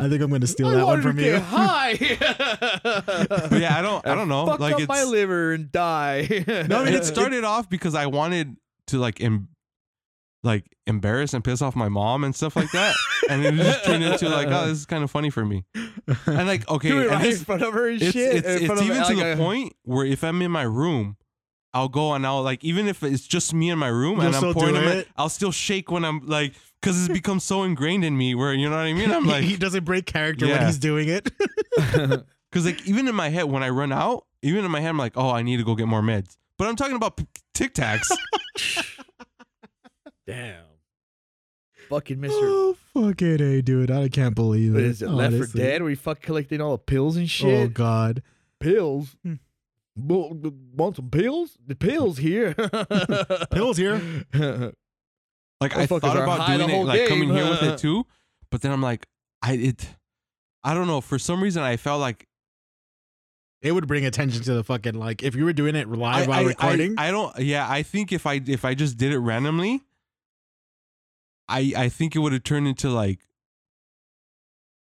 B: I think I'm gonna steal
A: I
B: that
A: wanted
B: one from
A: to get
B: (laughs) you.
A: high.
C: but yeah, I don't, I don't know.
A: Fuck
C: like
A: up
C: it's,
A: my liver and die.
B: No, I
A: (laughs)
B: mean,
C: it started off because I wanted to like em- like embarrass and piss off my mom and stuff like that, and it just turned into like, oh, this is kind of funny for me. And
A: (laughs)
C: like, okay,
A: Do it
C: and
A: right
C: this-
A: in front of her and
C: it's,
A: shit.
C: It's,
A: in
C: it's
A: front of
C: even to
A: like
C: the
A: a- (laughs)
C: point where if I'm in my room, I'll go and I'll like even if it's just me in my room
B: You'll
C: and I'm
B: still
C: pouring
B: do
C: them, in,
B: it?
C: I'll still shake when I'm like because it's become so ingrained in me where you know what I
A: (laughs)
C: mean. I'm
B: he, he
C: like
B: doesn't break character when
C: Yeah.
B: he's doing it. (laughs)
C: because like even in my head when I run out, even in my head I'm like oh I need to go get more meds. But I'm talking about p- Tic
A: (laughs)
C: Tacs.
A: Damn. Fucking Mr.
B: oh fucking a, dude! I can't believe
A: What
B: it.
A: is it? Left for
B: Honestly.
A: Dead, where you fuck collecting all the pills and
B: Oh
A: shit.
B: god.
A: pills.
B: Hmm.
A: Well, w- Want some pills? The pills here. (laughs)
B: Pills here.
C: like I
A: Motherfuckers
C: thought
A: are
C: about
A: high the
C: doing it
A: whole
C: like coming
A: game.
C: here
A: (laughs)
C: with it too, but then I'm like I it I don't know for some reason I felt like
B: It would bring attention to the fucking like if you were doing it live while recording.
C: I, don't. Yeah, I think if I if I just did it randomly, I I think it would have turned into like.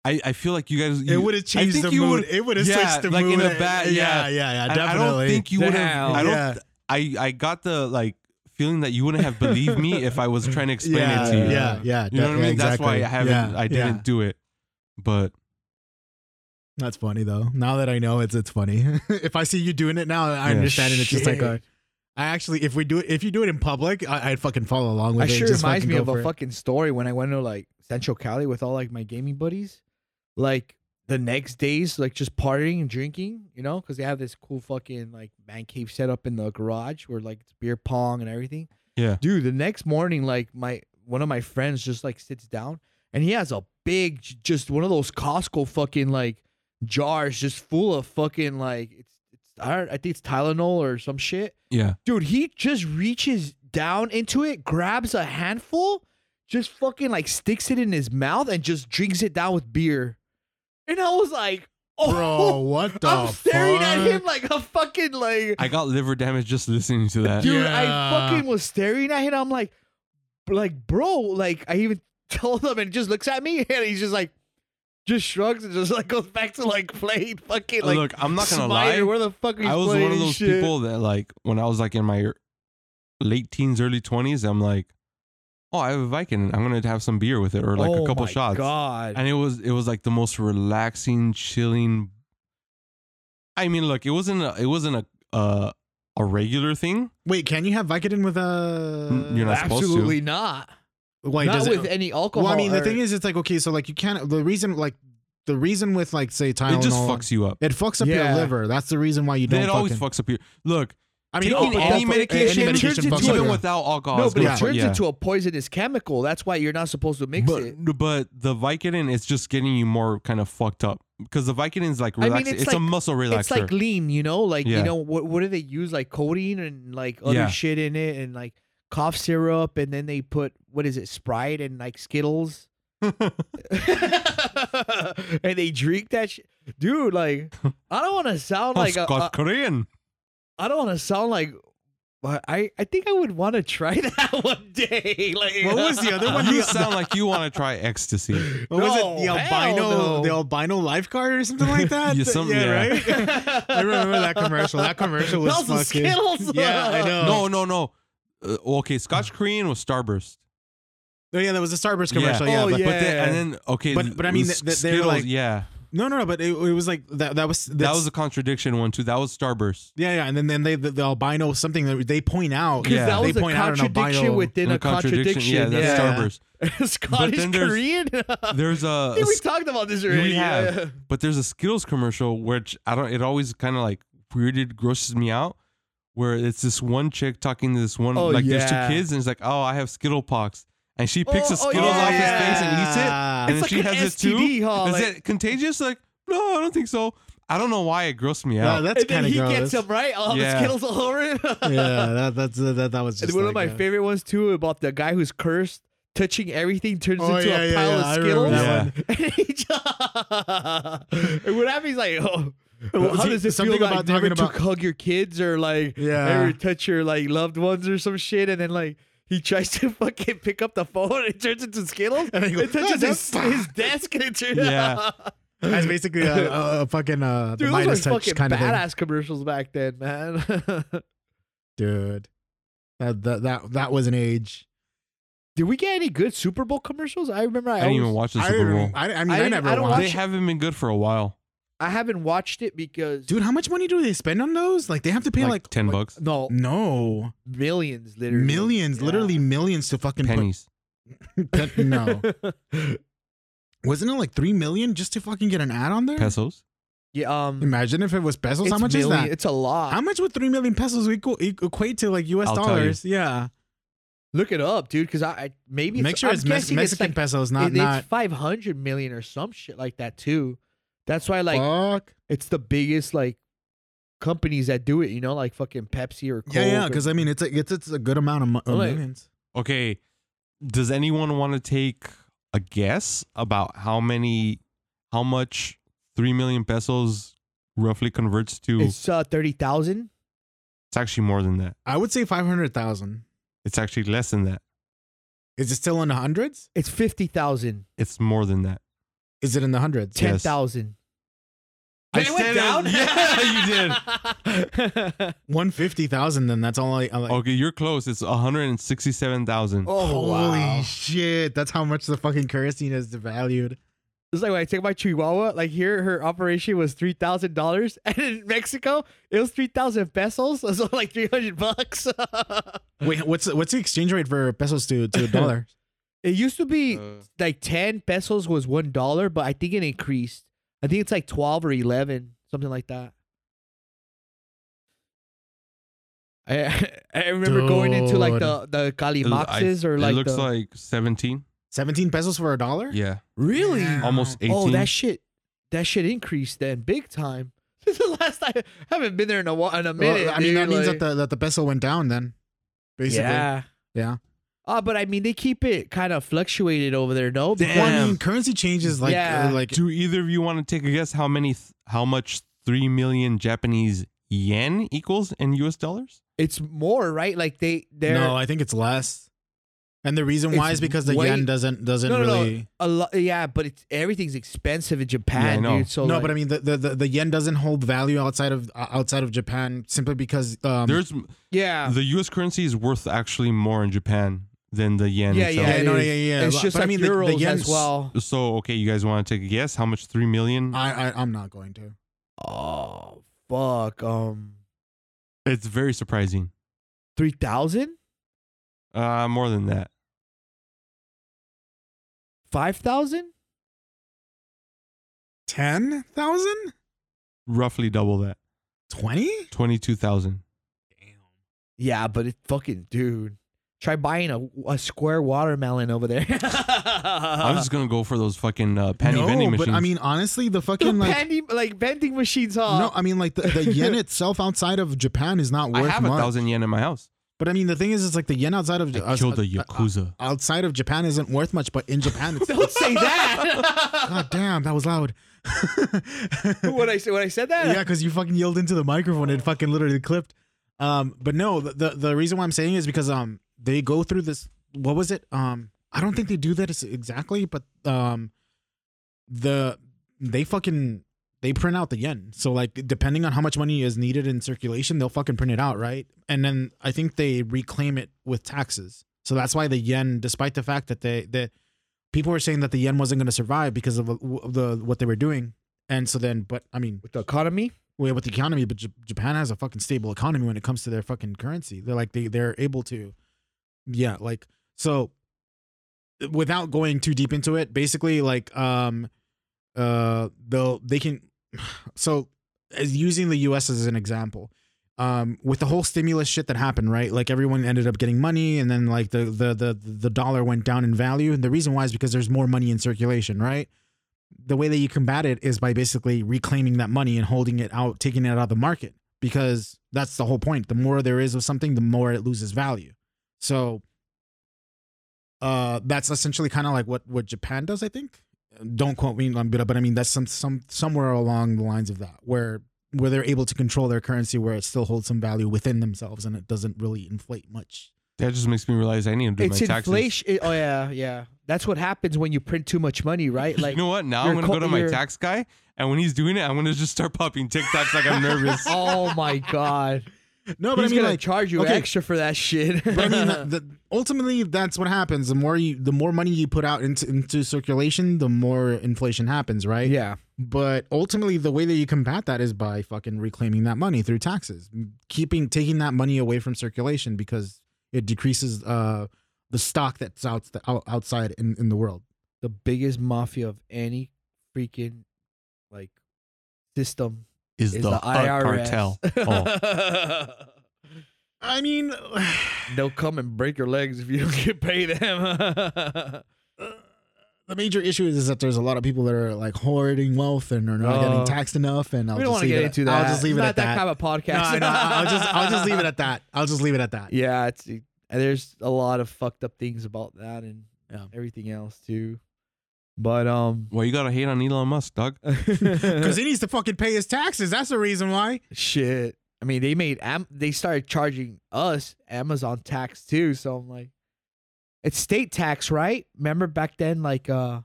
C: I I feel like you guys. You,
B: it would have
C: I
B: changed
C: think
B: the
C: you
B: mood.
C: would-
B: It would have
C: yeah,
B: switched the
C: like in
B: mood.
C: a bad-
B: yeah, yeah,
C: I,
B: yeah,
C: I
B: definitely.
C: don't think you would have.
A: Damn.
C: I don't.
B: Yeah.
C: I I got the like feeling that you wouldn't have believed me if I was trying to explain
B: yeah,
C: it to you.
B: Yeah, yeah.
C: You know what I
B: yeah,
C: mean? That's why I
B: exactly.
C: haven't.
B: Yeah,
C: I didn't
B: yeah.
C: do it. But
B: That's funny though. Now that I know, it's it's funny. (laughs) if I see you doing it now, I
C: Yeah.
B: understand it. It's just like
A: Shit.
B: a. I actually, if we do it, if you do it in public, I, I'd fucking follow along with
A: I
B: it.
A: sure
B: just
A: reminds
B: fucking
A: me
B: go
A: of
B: for
A: a
B: it.
A: fucking story when I went to like Central Cali with all like my gaming buddies. Like the next days, like just partying and drinking, you know, because they have this cool fucking like man cave set up in the garage where like it's beer pong and everything.
C: Yeah.
A: Dude, the next morning, like my one of my friends just like sits down and he has a big, j- just one of those Costco fucking like jars just full of fucking like it's it's I, don't- I think it's Tylenol or some shit.
C: Yeah.
A: Dude, he just reaches down into it, grabs a handful, just fucking like sticks it in his mouth and just drinks it down with beer. And I was like, oh,
B: Bro, what
A: (laughs)
B: the
A: I'm staring
B: fuck?
A: at him like a fucking like
C: I got liver damage just
B: (laughs)
C: listening to that.
A: dude.
B: Yeah.
A: I fucking was staring at him. I'm like, like bro, like I even (laughs) told him and he just looks at me (laughs) and he's just like, just shrugs and just like goes back to like playing fucking like.
C: Look, I'm not gonna
A: Smiter,
C: lie.
A: Where the fuck are you
C: I was
A: playing
C: one of
A: and
C: those
A: shit?
C: people that like when I was like in my late teens, early twenties, I'm like, oh, I have a Viking. I'm gonna have some beer with it or like
A: Oh
C: a couple
A: my
C: shots.
A: God.
C: And it was it was like the most relaxing, chilling. I mean, look, it wasn't a, it wasn't a uh, a regular thing.
B: Wait, can you have Vicodin with a?
C: N- you're not supposed to.
A: Absolutely not.
B: Why
A: not
B: does
A: with
B: it?
A: any alcohol.
B: Well, I mean, the
A: or-
B: thing is, it's like okay, so like you can't. The reason, like the reason with like say Tylenol,
C: It just fucks you up.
B: It fucks up
A: Yeah.
B: your liver. That's the reason why you don't.
C: It always
B: fucking,
C: fucks up your look.
B: I
C: I mean,
A: oh,
C: taking
A: but
B: all-
A: that
C: any
A: fu-
C: medication,
A: any
B: medication
A: turns
B: fucks
A: into
B: up
C: even
B: your-
A: a-
C: without alcohol,
A: no,
C: it's
A: but
C: gonna
A: it
B: Yeah.
C: fuck-
A: turns
C: yeah.
A: into a poisonous chemical. That's why you're not supposed to mix
C: but,
A: it.
C: But the Vicodin is just getting you more kind of fucked up because the Vicodin is like
A: I mean,
C: relaxing.
A: it's
C: it's a
A: like-
C: muscle relaxer.
A: It's like lean, you know, like you
C: Yeah.
A: know what? What do they use? Like codeine and like other
C: Yeah.
A: shit in it, and like cough syrup, and then they put what is it, Sprite and like
B: (laughs)
A: Skittles, (laughs) and they drink that shit, dude. Like I don't want to
B: (laughs)
A: sound (laughs)
B: Oh,
A: like a,
C: Scott
A: a, (laughs)
C: Korean.
A: I don't want to sound like. but I, I think I would want to try (laughs) that one day. Like
B: What was the
A: (laughs)
B: other one?
C: You sound like you want to try ecstasy.
B: What was it? The
A: No, hell
B: albino,
A: no.
B: the albino lifeguard or something like that.
C: Yeah, some- yeah.
B: right.
C: (laughs)
B: I remember that commercial. That commercial was
A: Those are
B: fucking.
A: Skittles.
B: Yeah, I know.
C: No, no, no. Uh, okay, Scotch Korean was Starburst.
B: Oh yeah, that was a Starburst
C: Yeah.
B: commercial. Yeah,
A: Oh,
B: but,
A: yeah.
C: But then, and then okay,
B: But- but I mean, th- th- they're
C: Skittles,
B: like-
C: yeah,
B: no, no, no. But it, it was like that. That was
C: that was a contradiction one too. That was Starburst.
B: yeah, yeah. And then, then they the, the albino something that they point out.
A: Because
C: Yeah.
A: that
B: they
A: was a
B: point out an
A: contradiction
B: albino-
A: within
C: The
A: a contradiction.
C: yeah, that's
B: yeah.
C: Starburst.
A: (laughs) Scottish
C: then (laughs) there's-
A: Korean.
C: There's
A: (laughs)
C: a,
A: I
C: a
A: think we talked about this already.
C: We have.
A: yeah.
C: but there's a Skittles commercial which I don't. It always kind of like weirded, grosses me out. Where it's this one chick talking to this one,
A: Oh,
C: like
A: yeah.
C: there's two kids, and it's like, oh, I have Skittle pox, and she picks
A: Oh,
C: a
A: oh,
C: Skittle off his face and eats it,
B: Yeah.
C: and
A: It's
C: then she
A: like an
C: has it
A: STD,
C: too.
A: huh?
C: Is
A: Oh, Like-
C: it contagious? Like, no, I don't think so. I don't know why it grossed me
B: Yeah,
C: out.
B: that's
A: and then
B: kind of
A: he gets him right. All the
C: Yeah.
A: Skittles all over him.
B: (laughs) yeah, that, that's that, that was
A: and
B: just
A: one
B: like
A: of my
B: a-
A: favorite ones too about the guy who's cursed, touching everything turns
B: Oh,
A: into
B: yeah,
A: a
B: yeah,
A: pile
B: yeah, I
A: of
B: remember
A: Skittles.
C: that
A: and he just, (laughs) and what happens? He's like, oh.
B: Well,
A: How
B: see,
A: does it feel
B: something
A: like
B: about
A: never
B: talking
A: to
B: about-
A: hug your kids or like
B: Yeah.
A: never touch your like loved ones or some shit? And then like he tries to (laughs) fucking pick up the phone and it turns into Skittles.
B: And then he
A: it
B: goes,
A: touches his,
B: "Ah,
A: his desk and it turns. (laughs)
C: Yeah.
B: That's basically a, a, a fucking uh,
A: Dude, those
B: the
A: were
B: Midas touch
A: fucking
B: kind of thing.
A: badass commercials back then, man. (laughs)
B: dude. That, that that that was an age.
A: Did we get any good Super Bowl commercials? I remember I,
C: I didn't
A: always-
C: even watch the
B: I,
C: Super Bowl.
B: don't- I, I mean,
A: I
B: I,
A: didn't-
B: never
A: I don't
B: watched.
C: they
A: watch-
C: haven't been good for a while.
A: I haven't watched it because
B: Dude, how much money do they spend on those? Like they have to pay
C: Like,
B: like,
C: ten
B: like-
C: bucks,
A: no
B: No,
A: millions, literally
B: millions,
A: Yeah.
B: literally millions to fucking put-
C: pennies.
B: (laughs) Pe- no, wasn't it like three million just to fucking get an ad on there?
C: pesos.
A: (laughs) yeah, um,
B: Imagine if it was pesos. how
A: it's
B: much
A: million-
B: is that?
A: It's a lot.
B: How much would three million pesos equal, equ- equate to like U.S.
C: I'll tell you.
B: dollars? Yeah,
A: Look it up, dude, because I, I maybe
B: make
A: it's,
B: sure
A: I'm
B: it's, Mex-
A: guessing
B: Mexican
A: it's like,
B: pesos, not
A: it-
B: not
A: it's five hundred million or some shit like that too. That's why like
B: fuck.
A: it's the biggest like companies that do it. You know, like fucking Pepsi or Coke
B: Yeah, yeah,
A: or-
B: because I mean, it's a, it's it's a good amount of, mo- of
A: Like-
B: millions.
C: Okay, does anyone want to take a guess about how many, how much three million pesos roughly converts to? It's,
A: it's uh, thirty thousand.
C: actually more than that.
B: I would say five hundred thousand.
C: It's actually less than that.
B: Is it still in the hundreds?
A: It's fifty thousand.
C: It's more than that.
B: Is it in the hundreds?
A: Ten
C: Yes.
A: thousand.
C: I said it-
A: Yeah, you
B: (laughs)
A: did.
B: One fifty thousand. Then that's all I. I like,
C: Okay, you're close. It's one hundred and sixty-seven thousand.
A: (laughs) oh,
B: Holy shit! That's how much the fucking currency is
A: (laughs)
B: devalued.
A: It's like when I take my chihuahua, like here her operation was three thousand dollars, (laughs) and in Mexico it was three thousand pesos, (laughs) so like three hundred bucks. (laughs)
B: Wait, what's what's the exchange rate for pesos
A: (laughs)
B: to to a dollar?
A: it used to be
C: Uh,
A: like ten pesos was one dollar, but I think it increased. I think it's like twelve or eleven, something like that. I (laughs) I remember going into like the the
C: It l- I-
A: Calimaxes or like
C: it looks
A: the
C: like 17.
B: 17 pesos for a dollar?
C: Yeah.
A: really
B: Yeah.
C: Almost 18.
A: oh that shit that shit increased then big time. (laughs) This is the last time I haven't been there in a while, in a
B: Well,
A: minute.
B: I mean,
A: dude,
B: that means
A: like-
B: that the, that the peso went down then, basically.
A: Yeah.
B: Yeah.
A: Oh, but I mean, they keep it kind of fluctuated over there, no?
C: Damn.
A: Because-
B: Well, I mean, currency changes like
A: Yeah.
B: uh, like
C: Do either of you want to take a guess how many, th- how much 3 million Japanese yen equals in US dollars?
A: It's more, right? Like they, they're
B: no, I think it's less. And the reason why
A: It's
B: is because the
A: way-
B: yen doesn't doesn't
A: No, no, no.
B: really.
A: a lot. Yeah, but it's everything's expensive in Japan,
C: Yeah, I know.
A: dude. So
B: No, but I mean the, the, the, the yen doesn't hold value outside of uh, outside of Japan simply because um,
C: There's
A: yeah,
C: the US currency is worth actually more in Japan than the yen
A: Yeah,
C: itself.
A: yeah,
B: yeah, no,
A: it
B: yeah,
A: is.
B: yeah.
A: it's
B: but
A: just
B: I
A: like
B: mean, the- the
A: euros as
B: yen's-
A: well.
C: So, okay, you guys want to take a guess how much 3 million?
B: I, I I'm not going to.
A: Oh fuck, um,
C: it's very surprising.
A: three thousand,
C: Uh, more than that.
A: five thousand.
B: Ten thousand?
C: Roughly double that.
B: Twenty?
C: 22,000.
A: Yeah, but it fucking dude. Try buying a, a square watermelon over
B: (laughs)
A: there. Uh, (laughs)
C: I'm just going to go for those fucking uh, penny
B: no,
C: vending machines.
B: but I mean honestly, the
A: The
B: fucking like
A: penny- like vending machines, huh?
B: no, I mean like the, the yen itself outside of Japan is not
C: I
B: worth
C: have a
B: much.
C: thousand yen in my house.
B: But I mean the thing is, it's like the yen outside of
C: I
B: outs-
C: killed a
B: uh,
C: yakuza.
B: outside of Japan isn't worth much, but in
A: (laughs)
B: Japan
A: (laughs)
B: it's
A: Don't
B: (laughs)
A: say that.
B: God damn, that was loud. (laughs)
A: when I said when I said that,
B: yeah, because you fucking yelled into the microphone and it fucking literally clipped. Um, but no, the, the the reason why I'm saying is because um they go through this. What was it? Um, I don't think they do that ex- exactly, but um, the they fucking they print out the yen. So like depending on how much money is needed in circulation, they'll fucking print it out, right? And then I think they reclaim it with taxes. So that's why the yen, despite the fact that they that people were saying that the yen wasn't going to survive because of uh, w- the what they were doing. And so then, but I mean,
A: with the economy.
B: well, with the economy, but J- Japan has a fucking stable economy when it comes to their fucking currency. They're like they they're able to, yeah, like so. Without going too deep into it, basically, like um, uh, they'll they can, (sighs) so as using the U.S. as an example, um, with the whole stimulus shit that happened, right? Like everyone ended up getting money, and then like the the the the dollar went down in value, and the reason why is because there's more money in circulation, right? the way that you combat it is by basically reclaiming that money and holding it out, taking it out of the market, because that's the whole point. The more there is of something, the more it loses value. So uh, that's essentially kind of like what, what Japan does, I think. Don't quote me on but but I mean that's some some somewhere along the lines of that where where they're able to control their currency where it still holds some value within themselves and it doesn't really inflate much.
C: That just makes me realize I need to do
A: it's
C: my taxes.
A: inflation. it- oh yeah, yeah. That's what happens when you print too much money, right? Like,
C: you know what? Now
A: your
C: I'm gonna
A: co-
C: go to my
A: your-
C: tax guy, and when he's doing it, I'm gonna just start popping TikToks like I'm nervous.
A: oh my god,
B: (laughs) No,
A: he's gonna charge you
B: okay.
A: extra for that shit.
B: but
A: (laughs)
B: I mean, the, the, ultimately, that's what happens. The more you, the more money you put out into, into circulation, the more inflation happens, right?
A: yeah,
B: But ultimately, the way that you combat that is by fucking reclaiming that money through taxes, m- keeping taking that money away from circulation because it decreases uh, the stock that's out, out outside in, in the world.
A: the biggest mafia of any freaking like system (laughs)
C: Is,
A: is, the, IRS. (laughs)
C: cartel? Oh,
B: I mean, (sighs)
A: They'll come and break your legs if you don't get pay (laughs) them.
B: the major issue is, is that there's a lot of people that are like hoarding wealth and are not
A: Oh.
B: getting taxed enough. And I'll
A: we don't want
B: just
A: to
B: leave
A: get
B: it-
A: into that.
B: I'll just leave
A: Not
B: it at that.
A: kind of podcast.
B: No, no, I'll just I'll just
A: (laughs)
B: leave it at that. I'll just leave it at that.
A: yeah, it's it- there's a lot of fucked up things about that and
B: Yeah.
A: everything else too. But um, (laughs)
C: well, you gotta hate on Elon Musk, dog.
B: Because he needs to fucking pay his taxes. That's the reason why.
A: shit. I mean, they made Am- they started charging us Amazon tax too. So I'm like, it's state tax, right? Remember back then, like, uh,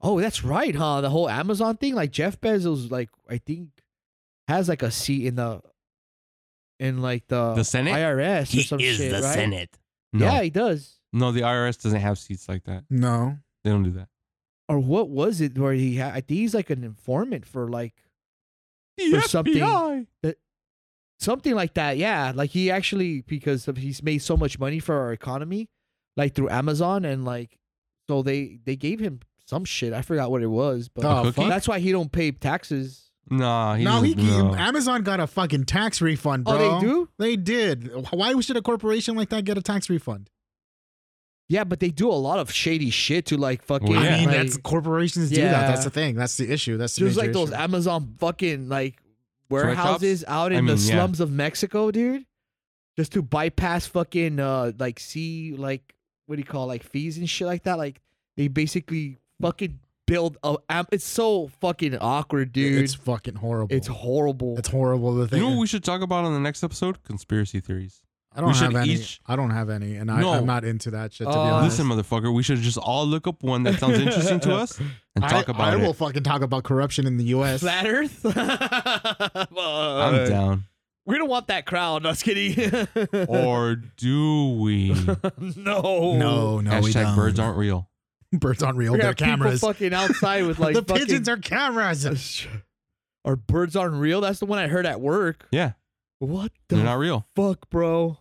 A: oh, that's right, huh? The whole Amazon thing, like Jeff Bezos, like I think has like a seat in the in like the,
C: The Senate?
A: IRS or some shit, right?
C: No,
A: Yeah, he does.
C: no, the IRS doesn't have seats like that.
B: No.
C: They don't do that.
A: or what was it where he had? I think he's like an informant for like
C: The
A: something- something like that. Yeah, like he actually because of, he's made so much money for our economy, like through Amazon and like so they they gave him some shit. I forgot what it was, but
B: Oh,
C: cookie?
B: fuck.
A: that's why he don't pay taxes.
C: Nah, he
B: no, he,
C: doesn't- no.
B: Amazon got a fucking tax refund, bro.
A: Oh, they do?
B: They did. Why should a corporation like that get a tax refund?
A: Yeah, but they do a lot of shady shit to like fucking.
C: Well, yeah.
B: I mean,
A: like-
B: that's corporations do that.
A: Yeah.
B: That's the thing. That's the issue. That's the
A: Just
B: major
A: like those
B: issue.
A: Amazon fucking like
C: cops?
A: warehouses out in
C: I
A: the
C: mean, yeah.
A: slums of Mexico, dude. Just to bypass fucking uh like see like what do you call like fees and shit like that. Like they basically fucking build a am- it's so fucking awkward, dude.
B: It's
A: It's,
B: fucking horrible.
A: horrible.
B: It's horrible. The
C: You
B: thing.
C: know what we should talk about on the next episode? Conspiracy theories.
B: I don't
C: we should
B: have any.
C: each-
B: I don't have any, and I,
C: No.
B: I'm not into that shit. To
A: Uh,
B: be honest,
C: Listen, motherfucker, we should just all look up one that sounds interesting to us and
B: (laughs)
C: talk
B: I,
C: about
B: I
C: it.
B: will fucking talk about corruption in the
A: (laughs)
B: U.S.
A: Flat Earth.
C: I'm
A: I'm
C: down.
A: We don't want that crowd. No, just kidding.
C: Or do we?
A: (laughs) no,
B: no, no, we
C: Hashtag
B: don't.
C: birds aren't real.
B: (laughs) birds aren't real.
A: We
B: They're
A: got people
B: cameras.
A: fucking outside with like
B: (laughs) the
A: fucking-
B: pigeons are cameras.
A: Or birds aren't real. That's the one I heard at work.
C: Yeah,
A: What the
C: they're not real.
A: fuck, bro?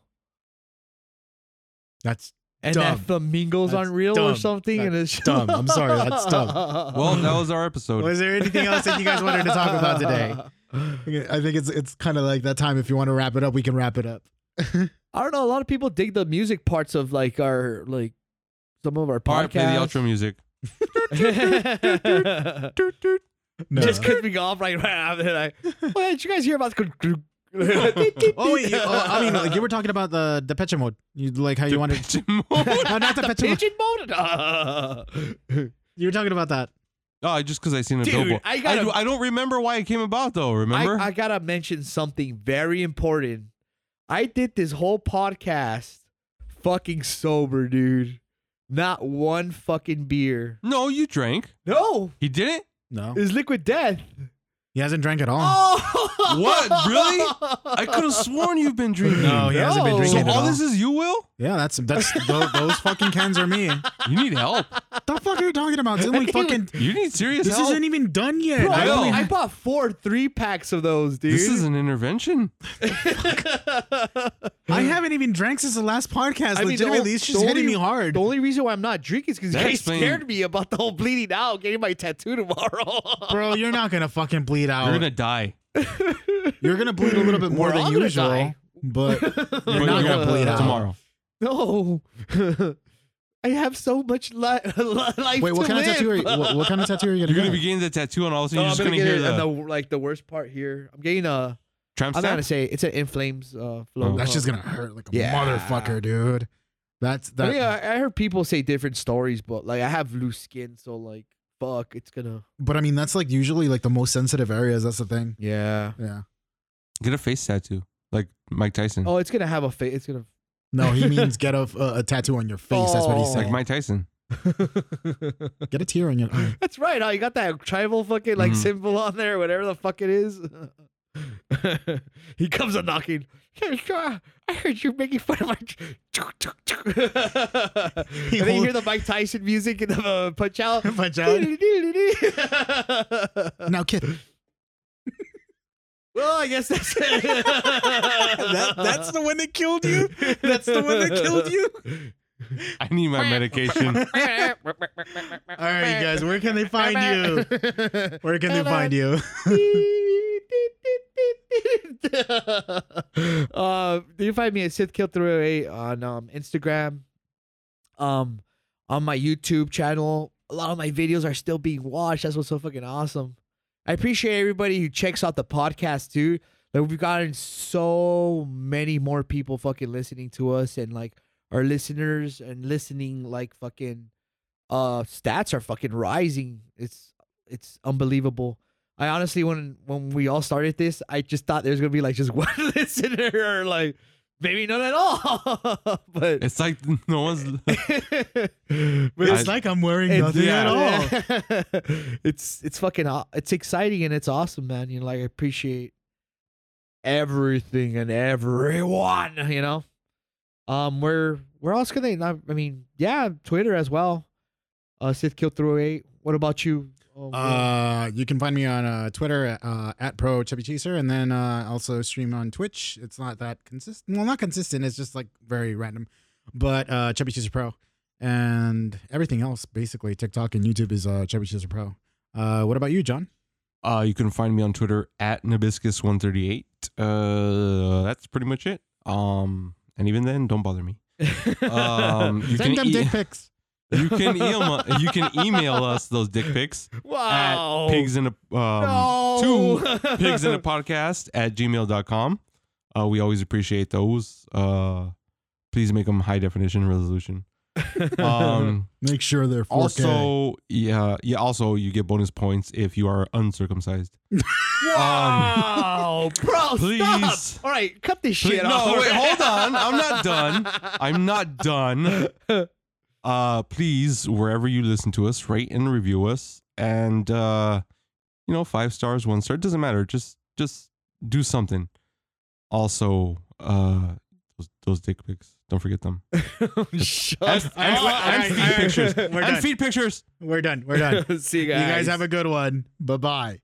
B: That's
A: And
B: Dumb.
A: that flamingos
B: That's
A: aren't real or
B: dumb.
A: something. and it's (laughs)
B: dumb. I'm sorry, that's dumb.
C: Well, that was our episode.
B: Was there anything else that you guys wanted to talk (laughs) about today? I think it's it's kind of like that time. If you want to wrap it up, we can wrap it up.
A: I don't know. A lot of people dig the music parts of like our like some of our
C: All right, play the
A: podcasts.
C: outro music.
A: (laughs)
B: No.
A: Just cut me off right right after that. Well, did you guys hear (laughs) about?
B: (laughs) oh wait, you- oh, I
A: (laughs)
B: mean, like, you were talking about the the Pecha mode. You like how Oh, you
C: (laughs)
B: wanted. (laughs) No, not the
A: the
B: Pecha
A: pigeon
B: mode.
A: mode. (laughs)
B: (laughs)
A: Uh,
B: You were talking about that.
C: Oh, just because I seen a
A: Dude,
C: billboard.
A: I gotta-
C: do- I don't remember why it came about though.
A: I,
C: Remember?
A: I gotta mention something very important. I did this whole podcast fucking sober, dude. Not one fucking beer.
C: no, you drank.
A: No,
C: He didn't.
B: No,
A: it's liquid death.
B: he hasn't drank at all.
A: Oh,
C: What? Really?
A: (laughs)
C: I could have sworn you've been drinking.
B: Oh, No, he hasn't been
A: No.
C: so
B: drinking
C: all,
B: at all.
C: this is you, Will?
B: yeah, that's that's those, those fucking cans are (laughs) me.
C: You need help.
B: The fuck are you talking about? Didn't we fucking?
C: You need serious
B: This
C: help.
B: isn't even done yet.
A: Bro,
B: I
A: I,
C: know.
B: only-
A: I bought four three packs of those, dude.
C: this is an intervention.
B: I haven't even drank since the last podcast.
A: I mean, the
B: Legitimately,
A: ol-
B: it's
A: the
B: just hitting
A: only-
B: me hard.
A: the only reason why I'm not drinking is because you
C: That
A: guys
C: explain-
A: scared me about the whole bleeding out, getting my tattoo tomorrow. (laughs)
B: Bro, you're not gonna fucking bleed out. (laughs)
C: You're gonna die.
B: bleed a
A: (laughs)
B: little bit more
A: We're all
B: than
A: gonna
B: usual,
A: die. (laughs)
B: but
C: But
B: not
C: you're
B: gonna bleed out.
C: tomorrow.
A: No. (laughs) I have so much li- (laughs) life.
B: wait, what
A: to
B: kind
A: live.
B: of tattoo? Are you, what, what kind of tattoo are you
C: You're
B: gonna
C: gonna
B: get?
C: be getting the tattoo, and all of a
A: No,
C: sudden you're
A: I'm
C: just gonna
A: gonna get
C: hear
A: it
C: the
A: on the like the worst part here. I'm getting a.
C: tramp
A: I'm not
C: stamp.
A: gonna say it's an in flames uh, flow.
C: Oh.
B: That's just gonna hurt like a
A: Yeah.
B: motherfucker, dude. That's
A: I
B: that.
A: mean, I, I heard people say different stories, but like I have loose skin, so like fuck, it's gonna.
B: But I mean, that's like usually like the most sensitive areas. That's the thing.
A: Yeah.
B: Yeah.
C: Get a face tattoo, like Mike Tyson.
A: Oh, it's gonna have a face. It's gonna. (laughs)
B: No, he means get a, a, a tattoo on your face. That's what he
A: Oh.
B: said.
C: Like Mike Tyson.
B: Get a tear on your
A: (laughs)
B: eye.
A: That's right. Huh? You got that tribal fucking like
B: Mm-hmm.
C: Mhm.
A: symbol on there, whatever the fuck it is. (laughs) he comes a knocking. Hey, Shaw, I heard you're making fun of my. (laughs) and then you hear the Mike Tyson music and the uh, punch out.
B: Punch out. (laughs)
A: (laughs) well,
B: Now, kid.
A: I guess that's (laughs) it.
B: the one that killed (laughs)
A: you? That's the one that killed
B: you.
C: I need my medication.
B: All right, you guys. Where can they find you? Where can they find you?
A: (laughs) uh, you can find me at SithKill308 on um, Instagram, um, on my YouTube channel. A lot of my videos are still being watched. That's what's so fucking awesome. I appreciate everybody who checks out the podcast too. Like we've gotten so many more people fucking listening to us, and like our listeners and listening like fucking uh stats are fucking rising. It's it's unbelievable. I honestly, when when we all started this, I just thought there's gonna be like just (laughs) one listener or like maybe none at all. (laughs) but
C: it's like no one's.
A: (laughs) but
B: It's
C: I-
B: like I'm wearing
A: it's-
B: nothing
C: yeah.
B: at all.
A: (laughs) it's it's fucking aw- it's exciting and it's awesome, man. You know, like I appreciate everything and everyone. You know, um, where where else can they? Not, I mean, yeah, Twitter as well. Uh, Sithkill through eight. What about you? Oh,
B: Uh, you can find me on uh, Twitter uh, at pro chubby chaser, and then uh, also stream on Twitch. It's not that consistent. Well, not consistent. It's just like very random, but uh, chubby chaser pro. and everything else basically TikTok and YouTube is uh, Chubby Chaser Pro. Uh, what about you, John?
C: Uh, you can find me on Twitter at Nabiscus138. Uh, that's pretty much it. Um, and even then, don't bother me.
A: (laughs)
C: Um, you
B: Send
C: can
B: them
C: e-
B: dick pics.
C: You can email you can email us those dick pics
A: wow.
C: at pigs in a um,
A: Oh. no.
C: pigs
A: (laughs)
C: in a podcast at gmail.com. Uh, we always appreciate those. Uh, please make them high definition resolution. Um,
B: Make sure they're 4K.
C: also, yeah, yeah. Also, you get bonus points if you are uncircumcised. Um,
B: Oh,
C: (laughs)
A: wow, bro,
C: please-
A: stop! All right, cut this
C: Please-
A: shit
C: no,
A: off.
C: wait, hold on.
A: (laughs)
C: I'm not done. I'm not done. Uh, please, wherever you listen to us, rate and review us, and uh, you know, five stars, one star, it doesn't matter. Just, just do something. Also, uh, those, those dick pics, don't forget them.
A: Shut
C: And,
A: up.
B: all right,
C: and, and
B: all right,
C: feed
B: all right.
C: pictures.
B: We're
C: and
B: done.
C: feed pictures.
B: We're done. We're done.
A: See you
B: You guys have a good one. Bye bye.